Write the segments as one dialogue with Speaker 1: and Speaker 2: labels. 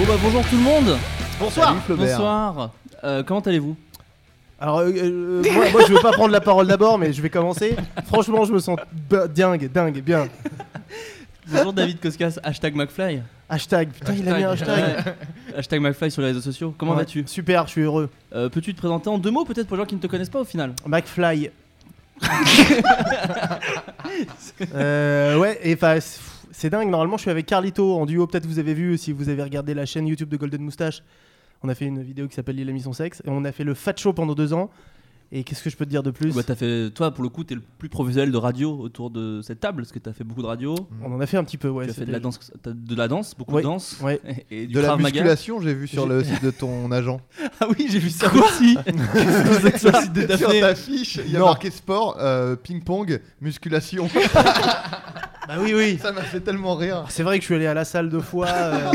Speaker 1: euh, bonjour tout le monde.
Speaker 2: Bonsoir.
Speaker 3: Salut Flaubert.
Speaker 1: Bonsoir. Euh, comment allez-vous
Speaker 3: Alors, euh, euh, moi, moi, je veux pas prendre la parole d'abord, mais je vais commencer. Franchement, je me sens b- dingue, dingue, bien.
Speaker 1: Bonjour David Koskas, hashtag McFly.
Speaker 3: Hashtag, putain, il a mis un hashtag.
Speaker 1: Ouais. Hashtag McFly sur les réseaux sociaux. euh, Comment
Speaker 3: Ouais,
Speaker 1: vas-tu
Speaker 3: Super, je suis heureux.
Speaker 1: Euh, Peux-tu te présenter en deux mots peut-être pour les gens qui ne te connaissent pas au final
Speaker 3: McFly. Euh, ouais, et enfin, c'est- pff, c'est dingue. Normalement, je suis avec Carlito en duo. Peut-être vous avez vu si vous avez regardé la chaîne YouTube de Golden Moustache. On a fait une vidéo qui s'appelle Il a mis son sexe. Et on a fait le Fat Show pendant deux ans. Et qu'est-ce que je peux te dire de plus
Speaker 1: Bah, t'as fait, toi pour le coup, t'es le plus professionnel de radio autour de cette table parce que t'as fait beaucoup de radio.
Speaker 3: On en a fait un petit peu, ouais.
Speaker 1: tu as fait
Speaker 3: c'était-
Speaker 1: de la danse, t'as de la danse, beaucoup
Speaker 3: Ouais,
Speaker 1: de danse.
Speaker 3: ouais.
Speaker 1: Et, et du
Speaker 2: De la
Speaker 1: Krav Maga.
Speaker 2: musculation, j'ai vu sur le site de ton agent.
Speaker 1: Ah oui, j'ai vu ça aussi. Qu'est-ce que c'est que ça de
Speaker 2: sur
Speaker 1: Daphné
Speaker 2: ta fiche, il y a
Speaker 3: Non.
Speaker 2: marqué sport, euh, ping-pong, musculation.
Speaker 3: Bah oui, oui.
Speaker 2: Ça m'a fait tellement rire.
Speaker 3: Alors, Ah, C'est vrai que je suis allé à la salle deux fois. euh,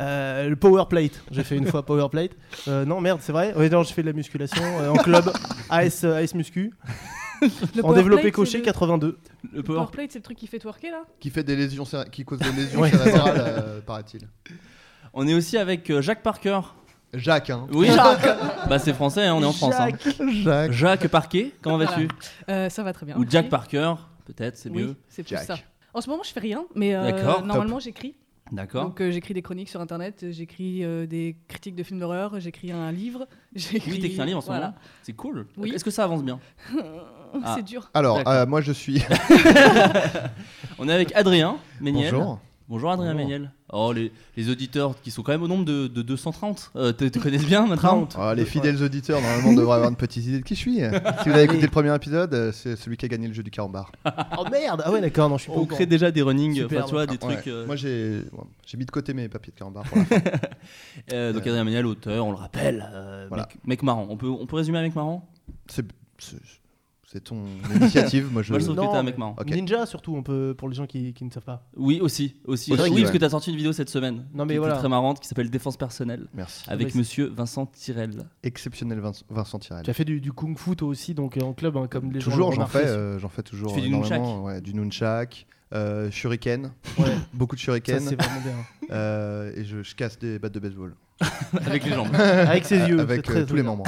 Speaker 3: euh, le power plate, j'ai fait une fois power plate. Euh, non, merde, c'est vrai. Ouais, non, je fais de la musculation euh, en club AS, euh, AS Muscu. en développé coché
Speaker 1: Le
Speaker 3: 82.
Speaker 4: Le
Speaker 1: power.
Speaker 4: Powerplate, c'est le truc qui fait twerker là
Speaker 2: Qui fait des lésions, cé- qui cause des lésions
Speaker 3: Ouais.
Speaker 2: cérébrales, euh, paraît-il.
Speaker 1: On est aussi avec euh, Jacques Parker.
Speaker 2: Jacques, hein.
Speaker 1: Oui, Jacques. bah c'est français, hein, on est en France. hein.
Speaker 2: Jacques.
Speaker 1: Jacques Parquet, comment vas-tu
Speaker 4: Euh, Ça va très bien.
Speaker 1: Ou
Speaker 4: merci.
Speaker 1: Jack Parker, peut-être, c'est
Speaker 4: Oui,
Speaker 1: mieux.
Speaker 4: c'est plus
Speaker 2: Jack.
Speaker 4: ça. En ce moment, je fais rien, mais euh,
Speaker 1: D'accord,
Speaker 4: normalement, j'écris.
Speaker 1: D'accord.
Speaker 4: Donc, euh, j'écris des chroniques sur internet, euh, j'écris euh, des critiques de films d'horreur, j'écris un livre. J'écris.
Speaker 1: Oui, t'écris un livre en ce
Speaker 4: voilà.
Speaker 1: moment. C'est cool.
Speaker 4: Oui.
Speaker 1: Est-ce que ça avance bien Ah.
Speaker 4: c'est dur.
Speaker 2: Alors,
Speaker 1: D'accord.
Speaker 2: euh, moi je suis.
Speaker 1: On est avec Adrien Méniel.
Speaker 2: Bonjour.
Speaker 1: Bonjour Adrien
Speaker 2: Bonjour.
Speaker 1: Méniel. Oh, les, les auditeurs qui sont quand même au nombre de, de 230. Euh, te, te connaissent bien maintenant
Speaker 3: 30.
Speaker 2: Ah, les fidèles auditeurs, normalement, devraient avoir une petite idée de qui je suis. Si vous avez écouté le premier épisode, euh, c'est celui qui a gagné le jeu du carambar.
Speaker 3: Oh merde, ah ouais, d'accord, non, je suis pas
Speaker 1: On
Speaker 3: au courant.
Speaker 1: crée déjà des runnings,
Speaker 3: Superbe.
Speaker 1: enfin, tu vois, des
Speaker 2: Ah, ouais.
Speaker 1: trucs. euh,
Speaker 2: Moi j'ai ouais, j'ai mis de côté mes papiers de carambar. pour la fin.
Speaker 1: euh, donc Adrien Méniel, auteur, on le rappelle. euh,
Speaker 2: Voilà.
Speaker 1: mec, mec marrant. On peut, on peut résumer avec marrant
Speaker 2: C'est- c'est c'est ton initiative. Moi je.
Speaker 1: Moi, je trouve que
Speaker 3: Non,
Speaker 1: t'es un
Speaker 3: mais-
Speaker 1: mec marrant.
Speaker 2: Ok.
Speaker 3: Ninja, surtout, on peut, pour les gens qui, qui ne savent pas.
Speaker 1: Oui, aussi. aussi.
Speaker 2: Aussi,
Speaker 1: oui,
Speaker 2: ouais.
Speaker 1: parce que t'as sorti une vidéo cette semaine.
Speaker 3: Non, mais
Speaker 1: qui était
Speaker 3: voilà.
Speaker 1: très marrante qui s'appelle Défense personnelle
Speaker 2: Merci.
Speaker 1: avec
Speaker 3: mais c'est-
Speaker 1: monsieur Vincent Tirel.
Speaker 2: Exceptionnel Vince- Vincent Tirel.
Speaker 3: Tu as fait du, du kung fu toi aussi, donc euh, en club, hein, comme les gens
Speaker 2: Toujours,
Speaker 3: l'ont
Speaker 2: j'en
Speaker 3: remarqué
Speaker 2: fais,
Speaker 3: sur-
Speaker 2: euh, j'en fais toujours
Speaker 1: Tu fais du
Speaker 2: énormément, ouais, du nunchak, euh, shuriken,
Speaker 3: Ouais.
Speaker 2: beaucoup de
Speaker 3: Ça,
Speaker 2: shuriken,
Speaker 3: c'est vraiment bien.
Speaker 2: euh, et je, je casse des battes de baseball
Speaker 1: avec les jambes.
Speaker 3: Avec ses yeux, c'est
Speaker 2: avec
Speaker 3: très,
Speaker 2: euh, tous
Speaker 3: très
Speaker 2: les
Speaker 3: bien.
Speaker 2: membres.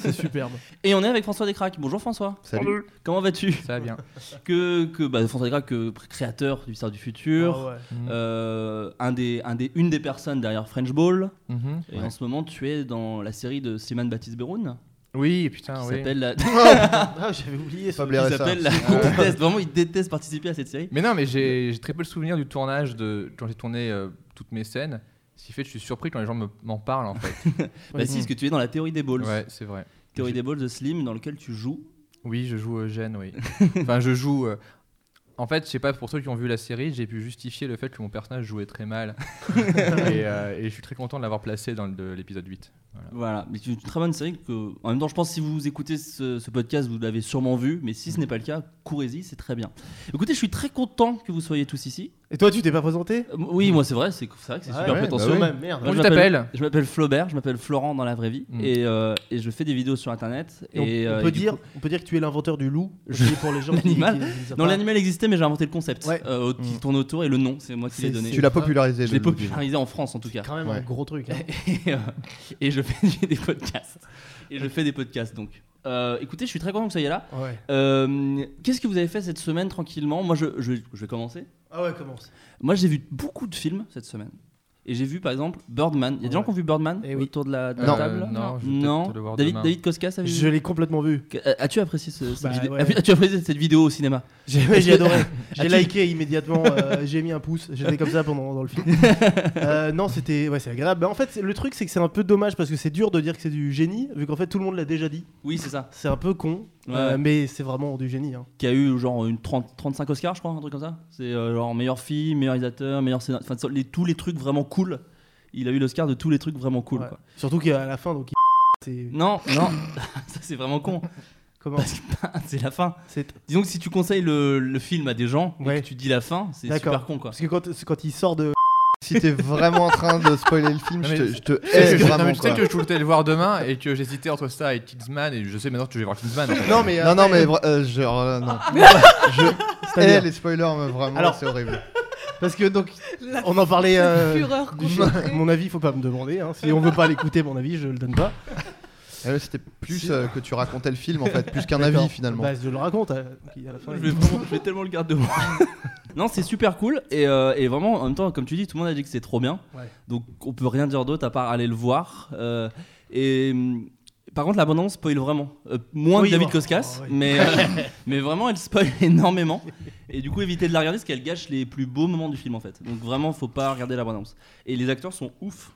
Speaker 3: C'est superbe.
Speaker 1: Et on est avec François Descraques. Bonjour François.
Speaker 2: Salut.
Speaker 1: Comment vas-tu
Speaker 5: Ça va bien.
Speaker 1: Que, que bah, François Descraques, que pr- créateur du Star du Futur,
Speaker 3: Ah ouais.
Speaker 1: euh, un des, un des, une des personnes derrière French Ball.
Speaker 5: Mhm.
Speaker 1: Et
Speaker 2: Ouais.
Speaker 1: en ce moment, tu es dans la série de Simon Baptiste Beroun
Speaker 5: Oui,
Speaker 1: qui
Speaker 5: putain, oui.
Speaker 1: s'appelle la,
Speaker 3: Ah, j'avais oublié ça.
Speaker 2: Pas
Speaker 1: qui
Speaker 2: blairer ça.
Speaker 1: s'appelle la- qu'on déteste. Vraiment, il déteste participer à cette série.
Speaker 5: Mais non, mais j'ai j'ai très peu le souvenir du tournage de quand j'ai tourné euh, toutes mes scènes. Ce qui fait que je suis surpris quand les gens me- m'en parlent en fait.
Speaker 1: Bah, si, parce que tu es dans la théorie des balls.
Speaker 5: ouais, c'est vrai.
Speaker 1: Théorie des balls de Slim, dans lequel tu joues.
Speaker 5: Oui, je joue euh, Gênes, oui. enfin, je joue. euh, En fait, je sais pas, pour ceux qui ont vu la série, j'ai pu justifier le fait que mon personnage jouait très mal. et, euh, et je suis très content de l'avoir placé dans le- de l'épisode 8.
Speaker 1: Voilà. Mais c'est une très bonne série que, en même temps, je pense que si vous écoutez ce, ce podcast, vous l'avez sûrement vu. Mais si ce n'est pas le cas, courez-y, c'est très bien. Écoutez, je suis très content que vous soyez tous ici.
Speaker 3: Et toi, tu t'es pas présenté
Speaker 1: Euh, oui, moi, c'est vrai, c'est c'est vrai que c'est
Speaker 3: Ah
Speaker 1: super
Speaker 2: ouais, bah
Speaker 1: prétentieux.
Speaker 2: oui.
Speaker 3: Même, merde.
Speaker 1: Moi,
Speaker 5: Comment
Speaker 1: je
Speaker 5: tu
Speaker 1: m'appelle-
Speaker 5: t'appelles
Speaker 1: Je m'appelle Flaubert, je m'appelle Florent dans la vraie vie
Speaker 5: Mm.
Speaker 1: et, euh, et je fais des vidéos sur internet.
Speaker 3: Et on-
Speaker 1: Et,
Speaker 3: on,
Speaker 1: euh,
Speaker 3: peut
Speaker 1: et du
Speaker 3: dire,
Speaker 1: coup-
Speaker 3: on peut dire que tu es l'inventeur du loup.
Speaker 1: Je-
Speaker 3: aussi, pour les gens qui-
Speaker 1: L'animal.
Speaker 3: qui- qui ne savent
Speaker 1: non,
Speaker 3: pas.
Speaker 1: l'animal existait, mais j'ai inventé le concept
Speaker 3: Ouais.
Speaker 1: euh, au- qui
Speaker 2: Mm.
Speaker 1: tourne autour et le nom, c'est moi qui l'ai
Speaker 3: C'est-
Speaker 1: donné.
Speaker 2: Tu l'as popularisé.
Speaker 1: je
Speaker 2: le
Speaker 1: l'ai
Speaker 2: Loup.
Speaker 1: popularisé en France en tout cas.
Speaker 3: quand même un
Speaker 2: Ouais.
Speaker 3: gros truc. hein.
Speaker 1: et, euh, et je fais des podcasts. Et je fais des podcasts donc. Euh, écoutez, je suis très content que vous soyez là.
Speaker 3: Ouais.
Speaker 1: Euh, Qu'est-ce que vous avez fait cette semaine tranquillement Moi, je, je- je vais commencer.
Speaker 3: Ah ouais, commence.
Speaker 1: Moi, j'ai vu beaucoup de films cette semaine. Et j'ai vu par exemple Birdman. Il y a des gens
Speaker 3: Ouais.
Speaker 1: qui ont vu Birdman
Speaker 3: Eh oui.
Speaker 1: autour de la, de la
Speaker 2: Non.
Speaker 1: table
Speaker 5: non, je vais
Speaker 1: Non.
Speaker 5: peut-être le voir
Speaker 1: David,
Speaker 5: demain.
Speaker 1: David Koskas a vu
Speaker 3: Je l'ai complètement vu.
Speaker 1: Que- euh, As-tu apprécié ce- cette
Speaker 3: Bah,
Speaker 1: vidéo
Speaker 3: ouais.
Speaker 1: as- As-tu apprécié cette vidéo au cinéma
Speaker 3: J'ai ouais, j'ai
Speaker 1: Est-ce que-
Speaker 3: adoré. J'ai
Speaker 1: As-tu-
Speaker 3: liké immédiatement. euh, j'ai mis un pouce. J'étais comme ça pendant dans le film. Euh, non, c'était ouais, c'est agréable. Bah, en fait, c'est- le truc c'est que c'est un peu dommage parce que c'est dur de dire que c'est du génie vu qu'en fait tout le monde l'a déjà dit.
Speaker 1: Oui, c'est ça.
Speaker 3: C'est un peu con,
Speaker 1: Ouais,
Speaker 3: euh,
Speaker 1: ouais.
Speaker 3: mais c'est vraiment du génie. hein.
Speaker 1: Qui a eu genre une 30 35 Oscars, je crois, un truc comme ça. C'est euh, genre meilleur film, meilleur réalisateur, meilleur scénario. Enfin, les- tous les trucs vraiment cool. Il a eu l'Oscar de tous les trucs vraiment cool.
Speaker 3: Ouais.
Speaker 1: quoi.
Speaker 3: Surtout qu'à la fin donc. il- C'est
Speaker 1: Non, non, ça c'est vraiment con.
Speaker 3: comment
Speaker 1: Parce que bah, c'est la fin.
Speaker 3: C'est-
Speaker 1: Disons que si tu conseilles le, le film à des gens et
Speaker 3: Ouais.
Speaker 1: que tu dis la fin, c'est
Speaker 3: D'accord.
Speaker 1: super con quoi.
Speaker 3: Parce que quand, c'est quand il sort de
Speaker 2: Si t'es vraiment en train de spoiler le film,
Speaker 5: Non,
Speaker 2: je
Speaker 5: mais-
Speaker 2: te, je te
Speaker 5: Tu sais
Speaker 2: hais
Speaker 5: que je- non,
Speaker 2: vraiment.
Speaker 5: mais tu sais
Speaker 2: quoi.
Speaker 5: que je voulais le voir demain et que j'hésitais entre ça et Kingsman et je sais maintenant que je vais voir Kingsman. en fait.
Speaker 3: non mais
Speaker 2: Non, Ah. non, mais vra- euh, genre, euh, non. je hais les spoilers, mais vraiment,
Speaker 3: Alors-
Speaker 2: c'est horrible.
Speaker 3: Parce que donc,
Speaker 4: La
Speaker 3: on en parlait. euh,
Speaker 4: fureur
Speaker 3: du-
Speaker 4: concentrée.
Speaker 3: mon avis, faut pas me demander. hein. Si on veut pas l'écouter, mon avis, je le donne pas.
Speaker 2: Euh, C'était plus
Speaker 3: Si.
Speaker 2: euh, que tu racontais le film en fait, plus qu'un
Speaker 3: D'accord.
Speaker 2: avis finalement.
Speaker 3: Bah, je le raconte. euh, donc, il y a la fin,
Speaker 1: Je
Speaker 3: il-
Speaker 1: vais, vraiment- je vais tellement le garder au moins. Non, c'est super cool et, euh, et vraiment en même temps, comme tu dis, tout le monde a dit que c'est trop bien.
Speaker 3: Ouais.
Speaker 1: Donc on peut rien dire d'autre à part aller le voir. Euh, et hum, par contre, l'abondance spoil vraiment. Euh, moins
Speaker 3: Oui,
Speaker 1: que David
Speaker 3: bon.
Speaker 1: Koskas,
Speaker 3: Oh, oui.
Speaker 1: mais, euh, mais vraiment elle spoil énormément. Et du coup, évitez de la regarder parce qu'elle gâche les plus beaux moments du film en fait. Donc vraiment, faut pas regarder l'abondance. Et les acteurs sont ouf.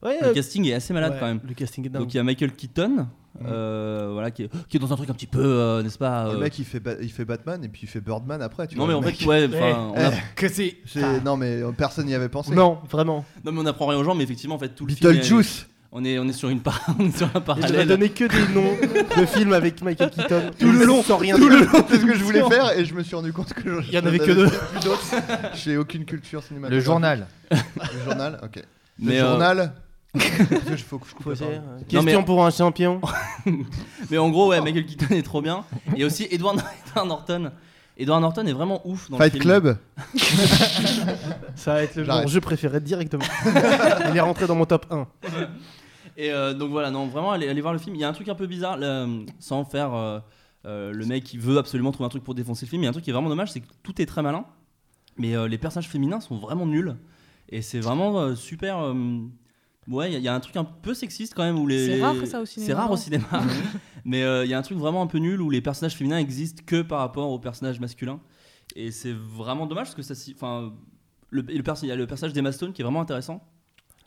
Speaker 3: Ouais,
Speaker 1: Le
Speaker 3: euh,
Speaker 1: casting est assez malade
Speaker 3: ouais,
Speaker 1: quand même.
Speaker 3: Le casting est dingue.
Speaker 1: Donc il y a Michael Keaton, euh, voilà, qui est, qui est dans un truc un petit peu, euh, n'est-ce pas
Speaker 2: Mm. Le
Speaker 1: euh,
Speaker 2: mec il fait, Ba- il fait Batman et puis il fait Birdman après. Tu
Speaker 1: Non mais
Speaker 2: vois,
Speaker 1: en
Speaker 2: le mec.
Speaker 1: fait, ouais, enfin, on a-
Speaker 3: Eh, que c'est.
Speaker 2: J'ai- Non mais euh, personne n'y avait pensé.
Speaker 3: Non, vraiment.
Speaker 1: Non mais on apprend rien aux gens, mais effectivement en fait tout le film. est-
Speaker 2: Beetlejuice
Speaker 1: On est on est sur une part, on est sur un
Speaker 3: Et je vais
Speaker 1: parallèle.
Speaker 3: donner que des noms de films avec Michael Keaton.
Speaker 2: Tout le long,
Speaker 3: Sans rien
Speaker 2: Tout le
Speaker 3: dire.
Speaker 2: long, c'est ce que je voulais faire et je me suis rendu compte que j'en-
Speaker 3: Il y en avait
Speaker 2: j'en
Speaker 3: que deux.
Speaker 2: plus d'autres. J'ai aucune culture
Speaker 5: Le
Speaker 2: cinématographique.
Speaker 5: journal.
Speaker 2: Le journal, ok.
Speaker 1: Mais
Speaker 2: le
Speaker 1: euh,
Speaker 2: journal. Parce que je- faut que je coupe
Speaker 3: Faut
Speaker 2: la
Speaker 3: dire,
Speaker 2: parole.
Speaker 3: euh,
Speaker 1: Non,
Speaker 3: Question
Speaker 1: mais-
Speaker 3: pour un champion.
Speaker 1: mais en
Speaker 2: Oh.
Speaker 1: gros ouais, Michael Keaton est trop bien. Et aussi Edward, Edward Norton. Edward Norton est vraiment ouf dans le
Speaker 2: Fight
Speaker 1: film.
Speaker 2: Club,
Speaker 3: Ça va être le
Speaker 2: J'arrête.
Speaker 3: genre je préférais directement. Il est rentré dans mon top 1.
Speaker 1: Et euh, donc voilà, non vraiment allez, allez voir le film. Il y a un truc un peu bizarre, là, euh, sans faire euh, euh, le mec qui veut absolument trouver un truc pour défoncer le film. Il y a un truc qui est vraiment dommage, c'est que tout est très malin, mais euh, les personnages féminins sont vraiment nuls. Et c'est vraiment euh, super. euh, ouais, il y a- il y, a un truc un peu sexiste quand même où les.
Speaker 4: C'est rare ça au cinéma,
Speaker 1: C'est rare au
Speaker 4: non
Speaker 1: cinéma. mais euh, il y a un truc vraiment un peu nul où les personnages féminins existent que par rapport aux personnages masculins. Et c'est vraiment dommage parce que ça. s'y- Enfin, le, et le perso- il y a le personnage d'Emma Stone qui est vraiment intéressant.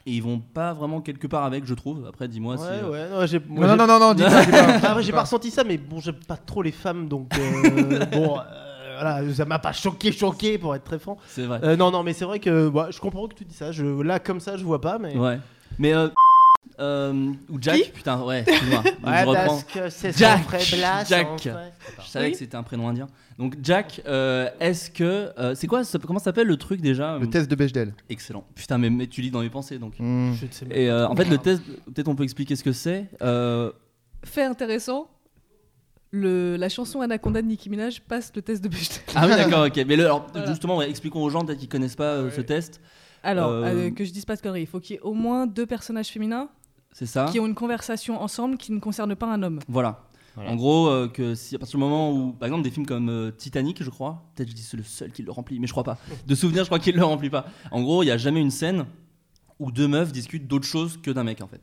Speaker 1: Et ils vont pas vraiment quelque part avec, je trouve. Après, dis-moi si.
Speaker 3: Ouais,
Speaker 1: euh,
Speaker 3: ouais, non, j'ai. moi,
Speaker 5: Non,
Speaker 3: j'ai-
Speaker 5: non, non, non, dis pas, dis pas.
Speaker 3: Ah ouais, j'ai pas ressenti ça, mais bon, j'aime pas trop les femmes, donc euh, bon, euh, voilà, ça m'a pas choqué, choqué, pour être très franc.
Speaker 1: C'est vrai.
Speaker 3: Euh, non, non, mais c'est vrai que bah, je comprends que tu dis ça. Je, là, comme ça, je vois pas, mais.
Speaker 1: Ouais. Mais. Euh, euh, ou Jack, putain, ouais, excuse-moi. Donc,
Speaker 3: Ouais,
Speaker 1: je reprends.
Speaker 3: parce que c'est
Speaker 1: Jack.
Speaker 3: son vrai blast,
Speaker 1: Jack.
Speaker 3: son vrai-
Speaker 1: Je savais
Speaker 4: Oui.
Speaker 1: que c'était un prénom indien. Donc, Jack, euh, est-ce que. euh, c'est quoi ça- Comment ça s'appelle le truc déjà euh,
Speaker 2: le test de Bechdel.
Speaker 1: Excellent. Putain, mais, mais tu lis dans mes pensées donc.
Speaker 2: Hmm.
Speaker 3: Je ne sais
Speaker 1: Et euh, en fait, le test, peut-être on peut expliquer ce que c'est. Euh,
Speaker 4: Fait intéressant, le, la chanson Anaconda de Nicki Minaj passe le test de Bechdel.
Speaker 1: Ah oui, d'accord, ok. Mais le- alors,
Speaker 4: Voilà.
Speaker 1: justement, ouais, expliquons aux gens peut-être qu'ils connaissent pas euh, ce test.
Speaker 4: Alors,
Speaker 1: Euh,
Speaker 4: euh, que je dise pas de conneries, il faut qu'il y ait au moins deux personnages féminins
Speaker 1: C'est ça
Speaker 4: qui ont une conversation ensemble qui ne concerne pas un homme.
Speaker 1: Voilà.
Speaker 5: Voilà.
Speaker 1: En gros, euh, que si, à partir du moment où, par exemple, des films comme euh, Titanic, je crois, peut-être je dis c'est le seul qui le remplit, mais je crois pas. De souvenir, je crois qu'il le remplit pas. En gros, il n'y a jamais une scène où deux meufs discutent d'autre chose que d'un mec, en fait.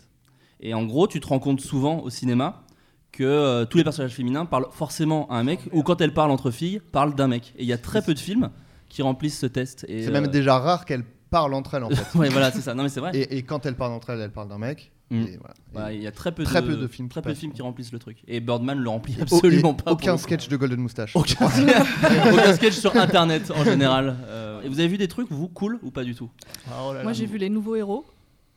Speaker 1: Et en gros, tu te rends compte souvent au cinéma que euh, tous les personnages féminins parlent forcément à un mec, ou quand elles parlent entre filles, parlent d'un mec. Et il y a très peu de films qui remplissent ce test. et,
Speaker 2: C'est
Speaker 1: euh,
Speaker 2: même déjà rare qu'elles parlent entre elles en fait.
Speaker 1: ouais, voilà, c'est ça. Non, mais c'est vrai.
Speaker 2: Et, et quand elles parlent entre elles, elles parlent d'un mec.
Speaker 1: Hmm.
Speaker 2: Et voilà. Et-
Speaker 1: Voilà, Il y a très peu,
Speaker 2: Très
Speaker 1: de,
Speaker 2: peu de films
Speaker 1: très
Speaker 2: qui
Speaker 1: peu de
Speaker 2: passent.
Speaker 1: films qui remplissent le truc. Et Birdman le remplit
Speaker 2: et-
Speaker 1: absolument
Speaker 2: et
Speaker 1: pas. pour
Speaker 2: Aucun
Speaker 1: le coup.
Speaker 2: sketch de Golden Moustache.
Speaker 1: Aucun, aucun sketch sur internet en général. Euh, et vous avez vu des trucs, vous, cool ou pas du tout
Speaker 3: Oh
Speaker 4: Moi, j'ai vu Les Nouveaux Héros.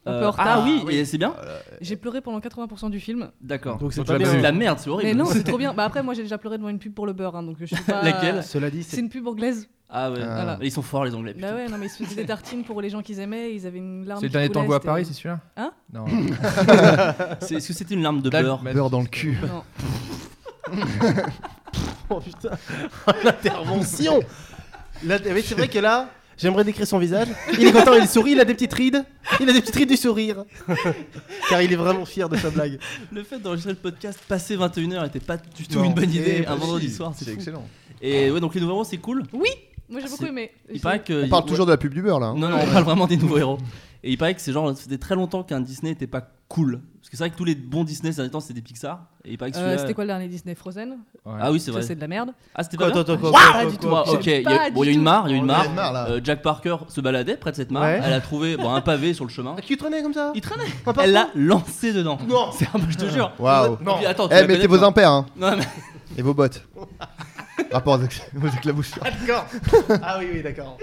Speaker 4: Un peu
Speaker 1: Euh,
Speaker 4: en retard. Euh,
Speaker 1: Ah oui, et c'est bien
Speaker 4: J'ai pleuré pendant 80% du film.
Speaker 1: D'accord.
Speaker 3: Donc c'est
Speaker 5: Donc,
Speaker 3: pas
Speaker 5: tu l'as
Speaker 1: C'est
Speaker 3: bien.
Speaker 1: de la merde, c'est horrible.
Speaker 4: Mais non, c'est trop bien. Bah après, moi, j'ai déjà pleuré devant une pub pour le beurre, hein, donc je suis pas.
Speaker 1: Laquelle
Speaker 3: Cela dit,
Speaker 4: C'est
Speaker 3: c'est.
Speaker 4: une pub anglaise.
Speaker 1: Ah ouais,
Speaker 2: Ah.
Speaker 1: voilà. ils sont forts les anglais.
Speaker 4: Bah
Speaker 1: putain.
Speaker 4: ouais, non, mais ils se faisaient des tartines pour les gens qu'ils aimaient. Ils avaient une larme.
Speaker 5: C'est le
Speaker 4: qui
Speaker 5: dernier
Speaker 4: coulait,
Speaker 5: tango à
Speaker 4: c'était-
Speaker 5: Paris, c'est celui-là
Speaker 4: Hein
Speaker 5: Non.
Speaker 1: C'est- Est-ce que c'était une larme de
Speaker 5: Là,
Speaker 1: beurre
Speaker 5: mais-
Speaker 2: Beurre dans le cul.
Speaker 4: Non.
Speaker 3: Oh putain, l'intervention Là, mais c'est vrai que là, j'aimerais décrire son visage. Il est content, il sourit, il a des petites rides. Il a des petites rides du sourire. Car il est vraiment fier de sa blague.
Speaker 1: Le fait d'enregistrer le podcast passé 21h était pas du tout
Speaker 2: Non.
Speaker 1: une bonne idée
Speaker 2: Eh,
Speaker 1: un
Speaker 2: bah
Speaker 1: vendredi
Speaker 2: si,
Speaker 1: soir, c'est
Speaker 2: C'est
Speaker 1: fou.
Speaker 2: excellent.
Speaker 1: Et ouais, donc les nouveaux héros, c'est cool.
Speaker 4: Moi, j'ai
Speaker 1: Ah,
Speaker 4: beaucoup
Speaker 1: c'est-
Speaker 4: aimé.
Speaker 1: Il paraît que.
Speaker 2: On parle toujours de la pub du beurre là. hein.
Speaker 1: Euh, Non, non, on parle vraiment des nouveaux héros. Et il paraît que c'est genre, c'était très longtemps qu'un Disney n'était pas cool. Parce que c'est vrai que tous les bons Disney ces derniers temps, c'était des Pixar. Et il paraît que
Speaker 4: Euh,
Speaker 1: celui-là.
Speaker 4: C'était quoi le dernier Disney Frozen
Speaker 1: ah oui, c'est
Speaker 4: Ça,
Speaker 1: vrai.
Speaker 4: c'est de la merde.
Speaker 1: Ah, c'était
Speaker 3: Quoi,
Speaker 1: pas bien
Speaker 3: attends, attends, quoi,
Speaker 1: Quoi
Speaker 3: quoi,
Speaker 1: pas
Speaker 3: quoi,
Speaker 1: du tout.
Speaker 3: quoi, quoi.
Speaker 1: ok, il y,
Speaker 4: Pas
Speaker 1: a- bon, il y a
Speaker 4: du
Speaker 1: une mare, il y a
Speaker 2: On
Speaker 1: une
Speaker 2: en a
Speaker 1: mare.
Speaker 2: marre, là.
Speaker 1: Euh, Jack Parker se baladait près de cette mare.
Speaker 3: Ouais.
Speaker 1: Elle a trouvé bon, un pavé sur le chemin.
Speaker 3: Ah, Tu traînais comme ça Ah,
Speaker 1: Il traînait.
Speaker 3: Un parfum
Speaker 1: Elle l'a lancé dedans.
Speaker 3: Non.
Speaker 1: C'est un peu, je te jure.
Speaker 2: Waouh.
Speaker 1: Et puis, attends, tu
Speaker 2: Eh,
Speaker 1: la
Speaker 2: mettez
Speaker 1: connais,
Speaker 2: vos impairs hein,
Speaker 1: toi. Non, mais-
Speaker 2: et vos bottes. Rapport aux éc- aux éclaboussures.
Speaker 3: D'accord. Ah oui, oui, d'accord.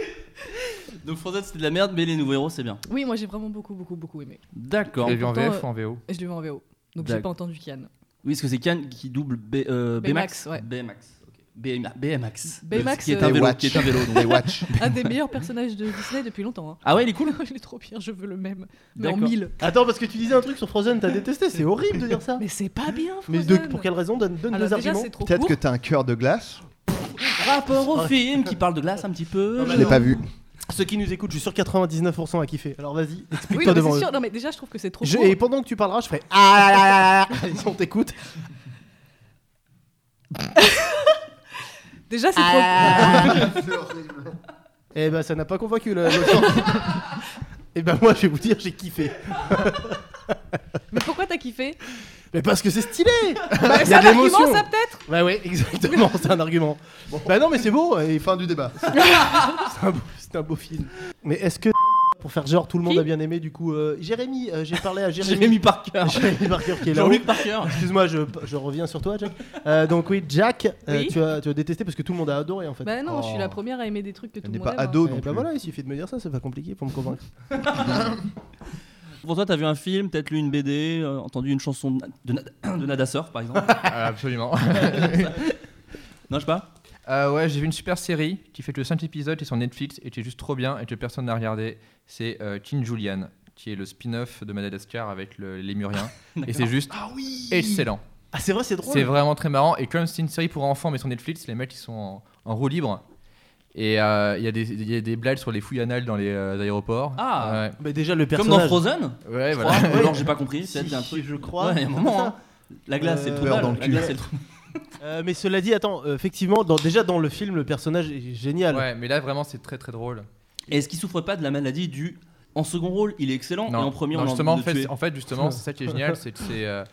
Speaker 1: Donc Frozen c'était de la merde, mais les nouveaux héros c'est bien.
Speaker 4: Oui, moi, j'ai vraiment beaucoup, beaucoup, beaucoup aimé.
Speaker 1: D'accord.
Speaker 5: J'ai vu en
Speaker 4: Pourtant,
Speaker 5: VF ou en VO
Speaker 4: Et je l'ai vu en VO. Donc, j'ai
Speaker 1: D'accord.
Speaker 4: pas entendu Kian.
Speaker 1: Oui, parce que c'est Khan qui double B, euh,
Speaker 4: Baymax,
Speaker 1: BMAX.
Speaker 4: ouais.
Speaker 1: BMAX. ok. BMA BMX.
Speaker 4: BMX,
Speaker 1: Qui est
Speaker 4: euh,
Speaker 1: un vélo.
Speaker 2: Baywatch.
Speaker 1: Qui est un vélo donc.
Speaker 2: Des watch.
Speaker 4: Un des meilleurs personnages de Disney depuis longtemps. hein.
Speaker 1: Ah ouais, il est cool.
Speaker 4: il est trop bien, je veux le même. Mais en
Speaker 1: D'accord.
Speaker 4: mille.
Speaker 3: Attends, parce que tu disais un truc sur Frozen, t'as détesté, c'est horrible de dire ça.
Speaker 4: Mais c'est pas bien,
Speaker 3: Mais de-
Speaker 4: Frozen.
Speaker 3: pour quelle raison Donne, donne
Speaker 4: Alors,
Speaker 3: deux
Speaker 4: déjà,
Speaker 3: arguments.
Speaker 4: c'est trop
Speaker 2: Peut-être
Speaker 4: court.
Speaker 2: que t'as un cœur de glace.
Speaker 1: Rapport au film qui parle de glace un petit peu.
Speaker 2: Je l'ai pas vu.
Speaker 3: Ceux qui nous écoutent, je suis sûr 99% à kiffer. Alors vas-y,
Speaker 4: Oui,
Speaker 3: explique-toi
Speaker 4: non, mais
Speaker 3: devant
Speaker 4: c'est
Speaker 3: eux.
Speaker 4: sûr. Non, mais déjà, je trouve que c'est trop
Speaker 3: Je-
Speaker 4: court.
Speaker 3: et pendant que tu parleras, je ferai ah là là là là là. on t'écoute.
Speaker 4: Déjà, c'est
Speaker 2: Ah.
Speaker 3: Eh ben ça n'a pas convaincu le. Et ben moi je vais vous dire j'ai kiffé.
Speaker 4: trop. Mais pourquoi t'as kiffé
Speaker 3: Mais parce que c'est stylé.
Speaker 4: Bah,
Speaker 3: y
Speaker 4: C'est
Speaker 3: a
Speaker 4: un
Speaker 3: de l'émotion.
Speaker 4: argument, ça peut-être
Speaker 3: Bah oui exactement c'est un argument. Bah non mais c'est beau et
Speaker 2: Fin du débat.
Speaker 3: c'est un, beau- c'est un beau film. Mais est-ce que pour faire genre tout le monde
Speaker 4: Qui
Speaker 3: a bien aimé du coup euh, Jérémy euh, j'ai parlé à Jérémy.
Speaker 1: Jérémy Parker.
Speaker 3: Jérémy Parker qui est là.
Speaker 1: Jean-Luc Parker.
Speaker 3: Excuse-moi, je, je reviens sur toi, Jack. Euh, donc oui, Jack, euh,
Speaker 4: Oui.
Speaker 3: tu, as, tu as détesté parce que tout le monde a adoré en fait.
Speaker 4: Bah non, je
Speaker 2: Oh.
Speaker 4: suis la première à aimer des trucs que tout
Speaker 2: Elle n'est
Speaker 4: le monde
Speaker 2: pas
Speaker 4: aime,
Speaker 1: Oh,
Speaker 4: hein.
Speaker 2: ado
Speaker 3: Eh
Speaker 2: non
Speaker 3: ben
Speaker 2: plus.
Speaker 3: voilà, il suffit de me dire ça, c'est pas compliqué pour me convaincre.
Speaker 1: Pour toi, t'as vu un film, peut-être lu une BD, euh, entendu une chanson de, Na- de Na- de Nada Surf, par exemple.
Speaker 5: Ah, absolument.
Speaker 1: non, je sais pas.
Speaker 5: Euh, ouais, j'ai vu une super série qui fait que 5 épisodes et sur Netflix et qui est juste trop bien et que personne n'a regardé. C'est euh, King Julian, qui est le spin-off de Madagascar avec le, les Muriens. et c'est juste excellent.
Speaker 3: Ah c'est vrai, c'est drôle.
Speaker 5: C'est vraiment très marrant. Et comme c'est une série pour enfants, mais sur Netflix, les mecs ils sont en, en roue libre. Et euh, il y, a des- il y a des blagues sur les fouilles anales dans les euh, aéroports.
Speaker 1: Ah.
Speaker 3: Bah, déjà le
Speaker 1: Comme
Speaker 3: personnage.
Speaker 1: dans Frozen
Speaker 5: Ouais, ouais
Speaker 1: je
Speaker 5: Eh, voilà.
Speaker 1: crois.
Speaker 3: Ouais.
Speaker 1: Ou alors, j'ai pas compris.
Speaker 3: Si,
Speaker 1: C'est un truc.
Speaker 3: je crois.
Speaker 1: Ouais, il y a un moment, hein. La glace,
Speaker 3: Euh,
Speaker 1: c'est le
Speaker 3: beurre
Speaker 1: trou
Speaker 2: dans le
Speaker 1: La
Speaker 2: cul.
Speaker 1: glace, c'est le trou-
Speaker 3: Euh, mais cela dit, attends, euh, effectivement, dans- déjà dans le film, le personnage est génial.
Speaker 5: Ouais, mais là vraiment c'est très très drôle.
Speaker 1: Et est-ce qu'il souffre pas de la maladie du. En second rôle, il est excellent. et en premier,
Speaker 5: non,
Speaker 1: on a
Speaker 5: justement,
Speaker 1: envie
Speaker 5: en
Speaker 1: de le
Speaker 5: fait,
Speaker 1: tuer.
Speaker 5: en fait, justement, c'est ça qui est génial, c'est que c'est, euh,